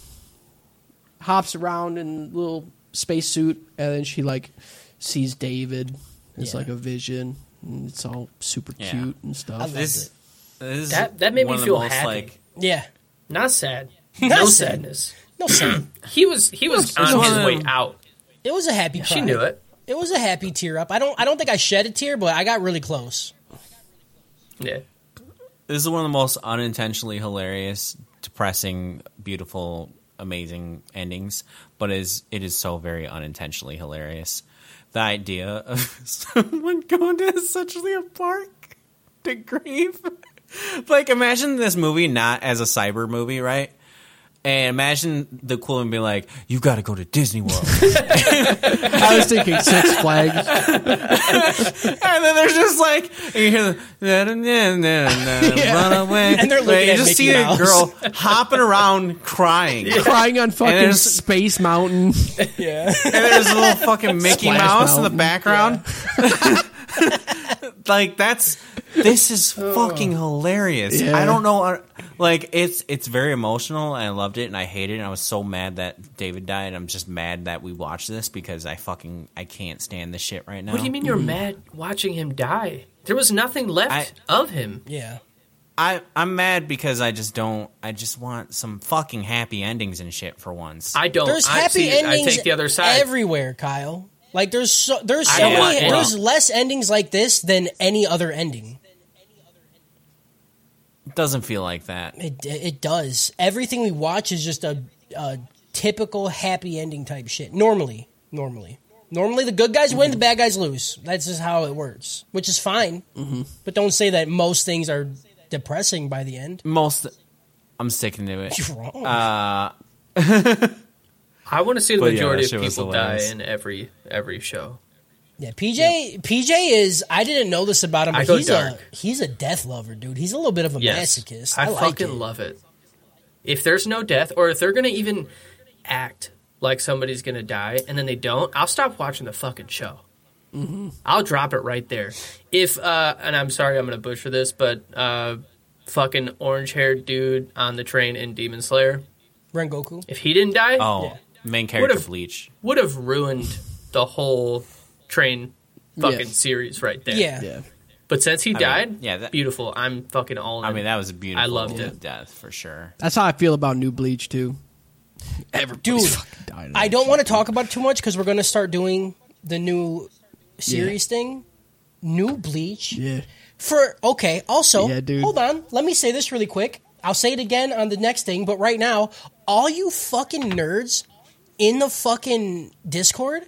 S3: hops around in a little spacesuit, and then she like sees David. It's
S4: Yeah.
S3: like a vision. And it's all super
S5: Yeah.
S3: cute and stuff.
S4: I love
S5: This, this is
S6: That- that made
S5: one
S6: me
S5: of
S6: feel
S5: the most,
S6: happy.
S5: like
S4: Yeah.
S6: Not sad.
S4: Not
S6: no
S4: sad.
S6: sadness.
S4: No, son.
S6: He was he was
S5: it's
S6: on
S5: one
S6: his
S5: of them-
S6: way out.
S4: It was a happy. Cry.
S6: She knew it.
S4: It was a happy tear up. I don't. I don't think I shed a tear, but I got really close.
S6: Yeah.
S5: this is one of the most unintentionally hilarious, depressing, beautiful, amazing endings, but is it is so very unintentionally hilarious. The idea of someone going to essentially a park to grieve. like imagine this movie not as a cyber movie, right? And imagine the cool and be like, "You got to go to Disney World."
S3: I was thinking Six Flags.
S5: And then there's just like and you hear the na, na, na, na, na, run away,
S4: And they're looking
S5: Like, you
S4: at
S5: just
S4: Mickey
S5: see
S4: Mouse.
S5: a girl hopping around crying,
S3: Crying on fucking
S5: there's-
S3: Space Mountain.
S4: Yeah.
S5: and there's a little fucking Mickey
S3: Splash
S5: Mouse
S3: Mountain.
S5: in the background. like that's this is fucking hilarious.
S3: Yeah.
S5: I don't know, uh, like it's it's very emotional, and I loved it, and I hated it. And I was so mad that David died. I'm just mad that we watched this because I fucking I can't stand this shit right now.
S6: What do you mean you're mad watching him die? There was nothing left of him.
S4: yeah.
S5: I I'm mad because I just don't. I just want some fucking happy endings and shit for once.
S6: I don't.
S4: There's
S6: Oh, I
S4: happy
S6: see-
S4: endings
S6: I take the other side.
S4: everywhere, Kyle. Like there's so there's
S6: I
S4: so
S6: want
S4: many
S6: it.
S4: there's less endings like this than any other ending.
S5: it doesn't feel like that.
S4: It it does. Everything we watch is just a, a typical happy ending type shit. Normally, normally, normally the good guys win, the bad guys lose. That's just how it works, which is fine. Mm-hmm. But don't say that most things are depressing by the end.
S5: Most. I'm sticking to it.
S4: You're wrong.
S6: Uh, I want to see the
S5: But yeah,
S6: majority
S5: that shit
S6: of
S5: was
S6: people die
S5: hilarious.
S6: in every every show.
S4: Yeah, PJ PJ is I didn't know this about him,
S6: I
S4: but
S6: go
S4: he's
S6: dark.
S4: a he's a death lover, dude. He's a little bit of a
S6: Yes,
S4: masochist.
S6: I,
S4: I, like
S6: fucking
S4: it.
S6: love it. If there's no death, or if they're gonna even act like somebody's gonna die and then they don't, I'll stop watching the fucking show.
S4: Mm-hmm.
S6: I'll drop it right there. If uh, and I'm sorry, I'm gonna butcher this, but uh, fucking orange haired dude on the train in Demon Slayer,
S4: Rengoku.
S6: if he didn't die,
S5: Oh, main character
S6: Would've-
S5: bleach.
S6: would have ruined the whole train fucking
S3: Yes.
S6: series right there.
S4: Yeah.
S3: Yeah.
S6: But since he died,
S5: yeah, that-
S6: beautiful. I'm fucking all in.
S5: I mean, that was a beautiful.
S6: I loved it.
S5: Death for sure.
S3: That's how I feel about New Bleach too.
S4: Dude,
S3: Dying
S4: I don't want to talk about it too much because we're going to start doing the new series thing. New Bleach.
S3: Yeah.
S4: For, okay, also,
S3: Yeah, dude.
S4: hold on. Let me say this really quick. I'll say it again on the next thing, but right now, all you fucking nerds in the fucking Discord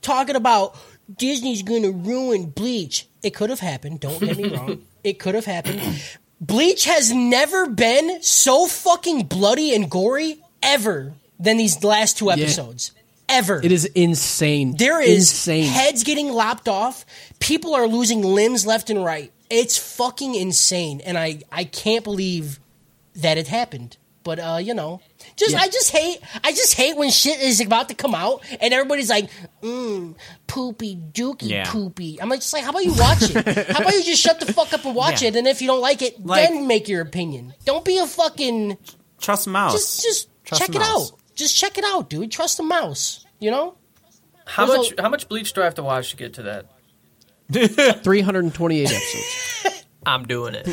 S4: talking about Disney's going to ruin Bleach. It could have happened. Don't get me wrong. It could have happened. Bleach has never been so fucking bloody and gory ever than these last two episodes. Ever.
S3: It is insane.
S4: There is
S3: insane.
S4: heads getting lopped off. People are losing limbs left and right. It's fucking insane, and I I can't believe that it happened. But uh, you know, just I just hate I just hate when shit is about to come out and everybody's like, mm, poopy dookie
S5: Yeah.
S4: poopy. I'm like, just like, how about you watch it? how about you just shut the fuck up and watch
S5: Yeah.
S4: it? And if you don't like it,
S5: Like-
S4: then make your opinion. Don't be a fucking
S5: Trust mouse.
S4: just just
S5: Trust
S4: check
S5: the
S4: it out.
S5: mouse.
S4: Just check it out, dude. Trust the mouse. You know.
S6: how
S4: there's
S6: much how much bleach do I have to watch to get to that?
S3: Three hundred and twenty-eight episodes.
S6: I'm doing it.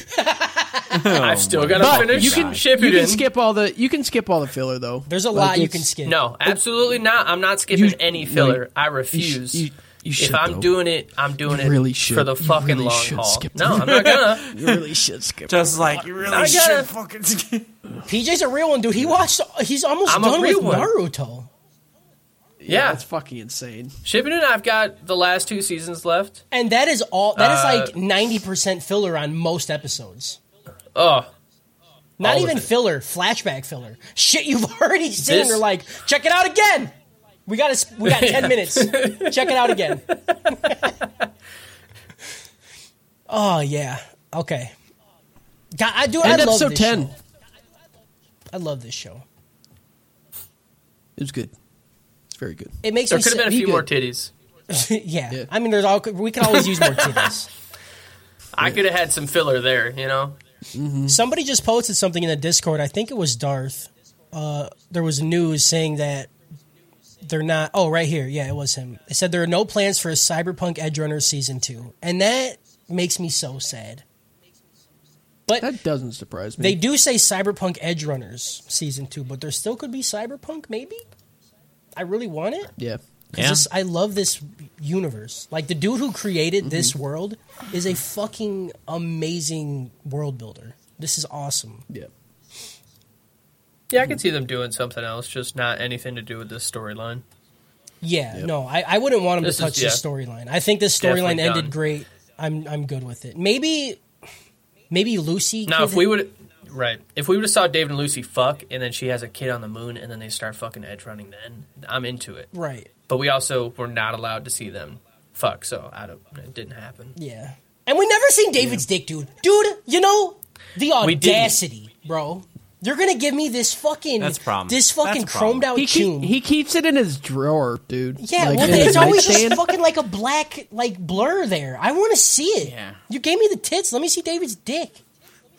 S6: I've still got
S3: But
S6: to finish.
S3: you
S6: can ship
S3: you
S6: it in.
S3: can skip all the you can skip all the filler though.
S4: There's a
S3: Like,
S4: lot you
S3: it's-
S4: can skip.
S6: No, absolutely not. I'm not skipping
S3: You-
S6: any
S3: no,
S6: filler.
S3: you-
S6: I
S3: You, sh-
S6: refuse.
S3: you, you You
S6: If
S3: should.
S6: I'm
S3: though.
S6: doing it, I'm doing
S3: You really
S6: it
S3: should.
S6: for the
S3: You
S6: fucking
S3: really
S6: long
S3: should
S6: haul.
S3: skip
S6: No,
S3: that.
S6: I'm not gonna.
S3: you really should skip.
S5: Just like you really
S6: I gotta-
S5: should fucking skip.
S4: PJ's a real one, dude. He watched. He's almost
S6: I'm a
S4: done with
S6: real one.
S4: Naruto.
S6: Yeah,
S3: that's fucking insane.
S6: Shipping and I've got the last two seasons left.
S4: And that is all. That is
S6: Uh,
S4: like ninety percent filler on most episodes.
S6: Oh,
S4: Not
S6: all of
S4: even
S6: it.
S4: filler, flashback filler. Shit, you've already seen.
S6: This-
S4: They're like, check it out again. We got a, we got ten minutes. Check it out again. oh yeah. Okay. God, I do. I
S3: And
S4: love
S3: episode
S4: this
S3: ten.
S4: show. I love this show.
S3: It was good. It's very good.
S4: It makes
S6: there
S4: me.
S6: could have
S4: so-
S6: been a few
S3: good.
S6: more titties.
S4: yeah.
S3: Yeah.
S4: I mean, there's all we can always use more titties.
S6: I could have had some filler there, you know.
S4: Somebody just posted something in the Discord. I think it was Darth. Uh, there was news saying that they're not. Oh, right here. Yeah, it was him. It said there are no plans for a Cyberpunk Edgerunner season two, and that makes me so sad. But
S3: That doesn't surprise me.
S4: they do say Cyberpunk Edgerunners season two, but there still could be Cyberpunk. Maybe I really want it.
S3: yeah.
S4: 'Cause this- I love this universe. Like the dude who created this world is a fucking amazing world builder. This is awesome.
S3: Yeah.
S6: Yeah, I could see them doing something else, just not anything to do with this storyline.
S4: Yeah,
S3: Yep.
S4: no, I, I wouldn't want him
S6: This
S4: to
S6: is-
S4: touch this
S6: yeah.
S4: storyline. I think this
S6: Definitely
S4: storyline ended
S6: done.
S4: great. I'm I'm good with it. Maybe maybe Lucy.
S6: Now,
S4: could-
S6: if we would, right, if we would have saw David and Lucy fuck, and then she has a kid on the moon, and then they start fucking edge running, then I'm into it.
S4: right,
S6: But we also were not allowed to see them fuck, so I don't. It didn't happen.
S4: yeah, and we never seen David's dick, dude. Dude, you know the
S6: didn't.
S4: audacity, bro. You're gonna give me this fucking
S5: That's a problem.
S4: this fucking
S5: That's a problem.
S4: chromed out
S3: He, keep,
S4: tune.
S3: he keeps it in his drawer, dude.
S4: yeah,
S3: Like,
S4: well,
S3: in his
S4: it's always
S3: nightstand.
S4: just fucking like a black like blur there. I want to see it.
S5: Yeah.
S4: You gave me the tits. Let me see David's dick.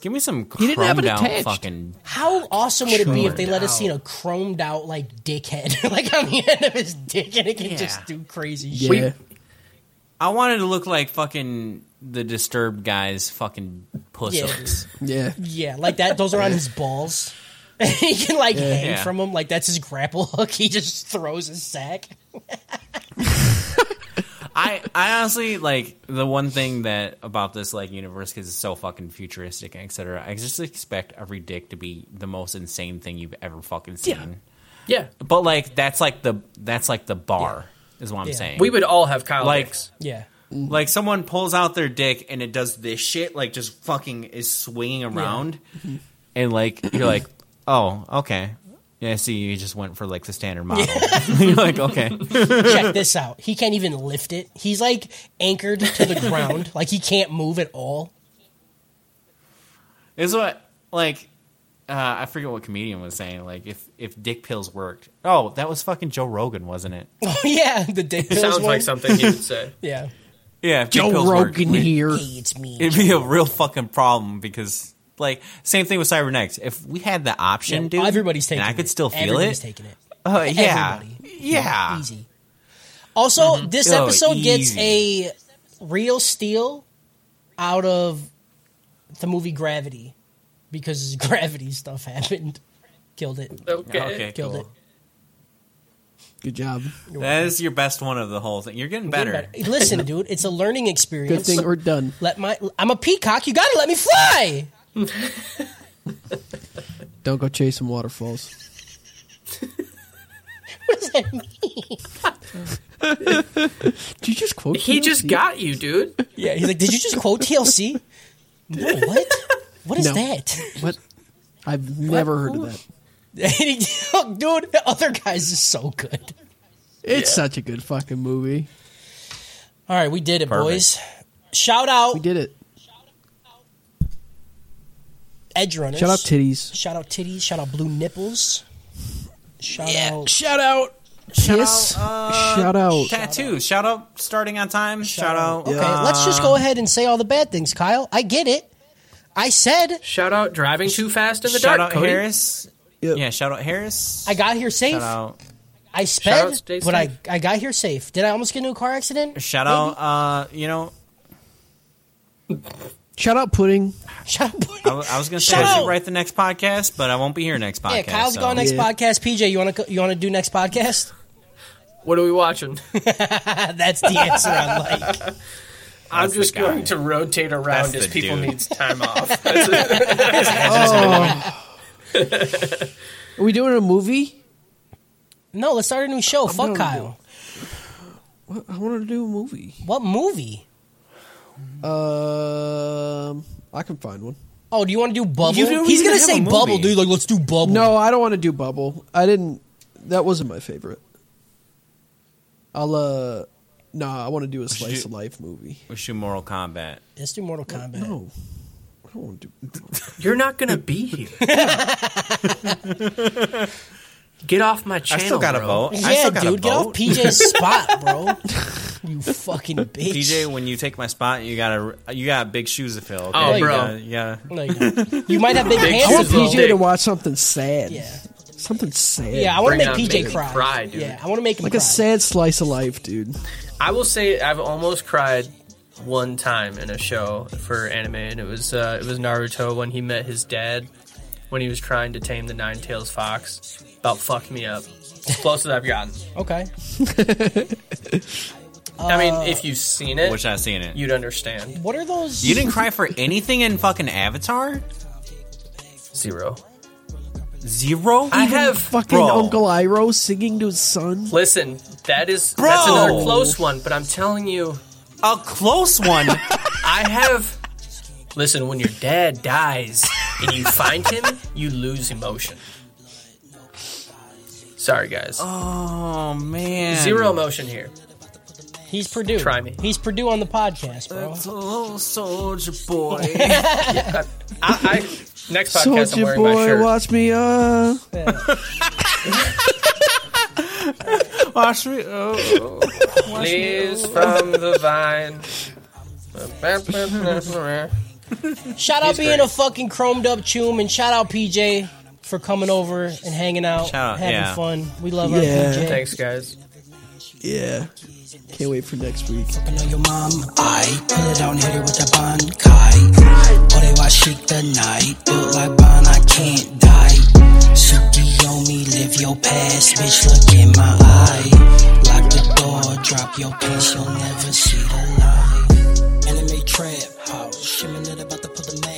S5: Give me some crumbed
S3: He didn't have it
S5: out
S3: attached.
S5: fucking.
S4: How awesome would it be if they let us
S6: out.
S4: see a chromed out like dickhead, like on the end of his dick, and it can
S5: Yeah.
S4: just do crazy shit.
S3: Yeah.
S5: I wanted to look like fucking the disturbed guy's fucking puss.
S4: Yeah.
S5: hooks.
S3: Yeah.
S4: Yeah, like that. Those are on his balls. he can like hang
S5: Yeah.
S4: from them, like that's his grapple hook. He just throws his sack.
S5: I I honestly like the one thing that about this like universe because it's so fucking futuristic and etc. I just expect every dick to be the most insane thing you've ever fucking seen.
S6: Yeah,
S5: But like that's like the that's like the bar is what I'm
S4: Yeah.
S5: saying.
S6: we would all have Kyle
S5: Like-
S6: dicks.
S4: Yeah,
S5: like someone pulls out their dick and it does this shit like just fucking is swinging around and like you're like oh okay yeah I see you just went for like the standard model you're like okay
S4: check this out. He can't even lift it. He's like anchored to the ground, like he can't move at all.
S5: This is what like uh, I forget what comedian was saying. Like if if dick pills worked. Oh, that was fucking Joe Rogan, wasn't it?
S4: Oh, yeah, the dick pills
S6: Sounds
S4: one.
S6: like something he would say.
S4: Yeah,
S5: Yeah, if dick
S3: Joe
S5: pills worked,
S3: Rogan
S5: we-
S3: here.
S4: he eats me.
S5: It'd be a real fucking problem because like same thing with Cybernetics. If we had the option,
S4: Yeah,
S5: dude,
S4: everybody's taking.
S5: and I could
S4: it.
S5: still feel
S4: Everybody's
S5: it.
S4: taking it.
S5: Oh yeah,
S4: Everybody.
S5: yeah.
S4: Easy. Also, this
S5: Ah. Oh,
S4: episode gets
S5: easy.
S4: a real steal out of the movie Gravity because gravity stuff happened. Killed it.
S6: Okay.
S5: Okay,
S4: Killed
S5: cool.
S4: it.
S3: Good job.
S5: That is your best one of the whole thing. You're getting better.
S4: Listen, dude, it's a learning
S3: Good
S4: experience.
S3: thing we're done.
S4: let my I'm a peacock. You gotta let me fly.
S3: Don't go chasing waterfalls.
S4: What does that mean?
S3: Did you just quote?
S6: He
S3: TLC?
S6: just got you, dude.
S4: Yeah, he's like, did you just quote TLC? No, what? What is
S3: No.
S4: that?
S3: what? I've never heard of that.
S4: And he- dude, the other guys is so good.
S3: It's such a good fucking movie.
S4: All right, we did it,
S5: Perfect.
S4: boys. Shout out
S3: We did it.
S4: Edge Runners.
S3: Shout out titties.
S4: Shout out titties. Shout out blue nipples. Shout out
S3: Shout out. uh,
S4: kiss.
S3: Shout out.
S5: Tattoos. Shout out starting on time. Shout out. uh,
S4: Okay, let's just go ahead and say all the bad things, Kyle. I get it. I said
S6: Shout out driving too fast in the
S5: Shout
S6: dark.
S5: out
S6: Cody.
S5: Harris.
S3: Yep.
S5: Yeah, shout out Harris.
S4: I got here safe.
S5: Shout out.
S4: I
S6: Shout
S4: sped,
S6: out, stay
S4: but I,
S6: safe.
S4: I got here safe. Did I almost get into a car accident?
S5: Shout out. Uh, you know,
S3: Shout out pudding.
S4: Shout out.
S5: I, w- I was gonna say
S4: Shout
S5: I
S4: out.
S5: should write the next podcast, but I won't be here next podcast.
S4: yeah, Kyle's
S5: so.
S4: gone next
S3: Yeah.
S4: podcast. PJ, you want to you want to do next podcast?
S6: What are we watching?
S4: That's the answer I like.
S6: I'm
S5: the
S6: just
S5: guy.
S6: going to rotate around
S5: That's
S6: as
S5: the
S6: people
S5: dude.
S6: needs time off. That's it.
S3: Are we doing a movie?
S4: No, let's start a new show. Fuck Kyle.
S3: What? I wanted to do a movie.
S4: What movie?
S3: Um, I can find one.
S4: Oh, do you want to do Bubble?
S5: You don't
S4: He's
S5: even
S4: gonna
S5: have
S4: say
S5: a
S4: Bubble,
S5: movie.
S4: dude. Like, let's do Bubble.
S3: No, Oh, I don't want to do Bubble. I didn't. That wasn't my favorite. I'll uh, nah. I want to do a slice
S5: do-
S3: of life movie.
S5: We should Mortal Kombat.
S4: let's do Mortal Kombat.
S3: No, Oh. I don't want to do.
S6: You're not gonna be here. Get off my
S5: I
S6: channel.
S5: still got a
S6: bro.
S5: vote. I
S4: Yeah,
S5: still got a
S4: dude, get off
S5: vote.
S4: PJ's spot, bro. You fucking bitch.
S5: DJ, when you take my spot, you gotta you got big shoes to fill. Okay?
S6: Oh,
S5: You
S6: bro.
S5: gotta- you gotta-
S4: Like, you might have big
S3: I want
S4: pants.
S6: shoes,
S4: though.
S6: though.
S3: PJ to watch something sad.
S4: Yeah.
S3: something sad.
S4: Yeah, I want to
S6: Bring
S4: make
S6: on-
S4: PJ
S6: make me
S4: cry.
S6: cry, dude.
S4: Yeah, I want to make him
S3: like
S4: cry.
S3: a sad slice of life, dude.
S6: I will say I've almost cried one time in a show for anime, and it was uh, it was Naruto when he met his dad when he was trying to tame the Nine Tails fox. About fucked me up. Closest I've gotten.
S4: okay.
S6: I mean, if you've seen it,
S5: Which I've seen it. You,
S6: you'd understand.
S4: What are those?
S5: didn't cry for anything in fucking Avatar
S6: Zero.
S5: Zero.
S6: I have
S3: Fucking
S5: Bro.
S3: Uncle Iroh singing to his son.
S6: Listen, that is
S5: Bro!
S6: that's another close one, but I'm telling you,
S5: a close one.
S6: I have. Listen, when your dad dies and you find him, you lose emotion. Sorry, guys.
S5: oh man,
S6: Zero emotion here.
S4: He's Purdue.
S6: Try me.
S4: He's Purdue on the podcast, bro.
S5: Little soldier boy.
S6: I, I, next podcast, I'm
S3: Soldier
S6: wearing my
S3: boy,
S6: shirt.
S3: watch me uh. up.
S5: Watch me. Oh.
S6: Please from the vine.
S4: Shout out
S6: He's
S4: being
S6: great.
S4: a fucking chromed up chum, and shout out PJ for coming over and hanging out,
S5: Shout out,
S4: having
S5: yeah.
S4: fun. We love
S3: Yeah.
S4: our PJ.
S6: Thanks, guys.
S3: Yeah, can't wait for next week.
S2: Fucking on your mom, I pull it down, hit her with that bankai. Boy, they watch shake the night, built like bond, I can't die. Suki on me, live your past, bitch, look in my eye. Lock the door, drop your pants, you'll never see the light. Anime trap house, shimmering it about to put the mask.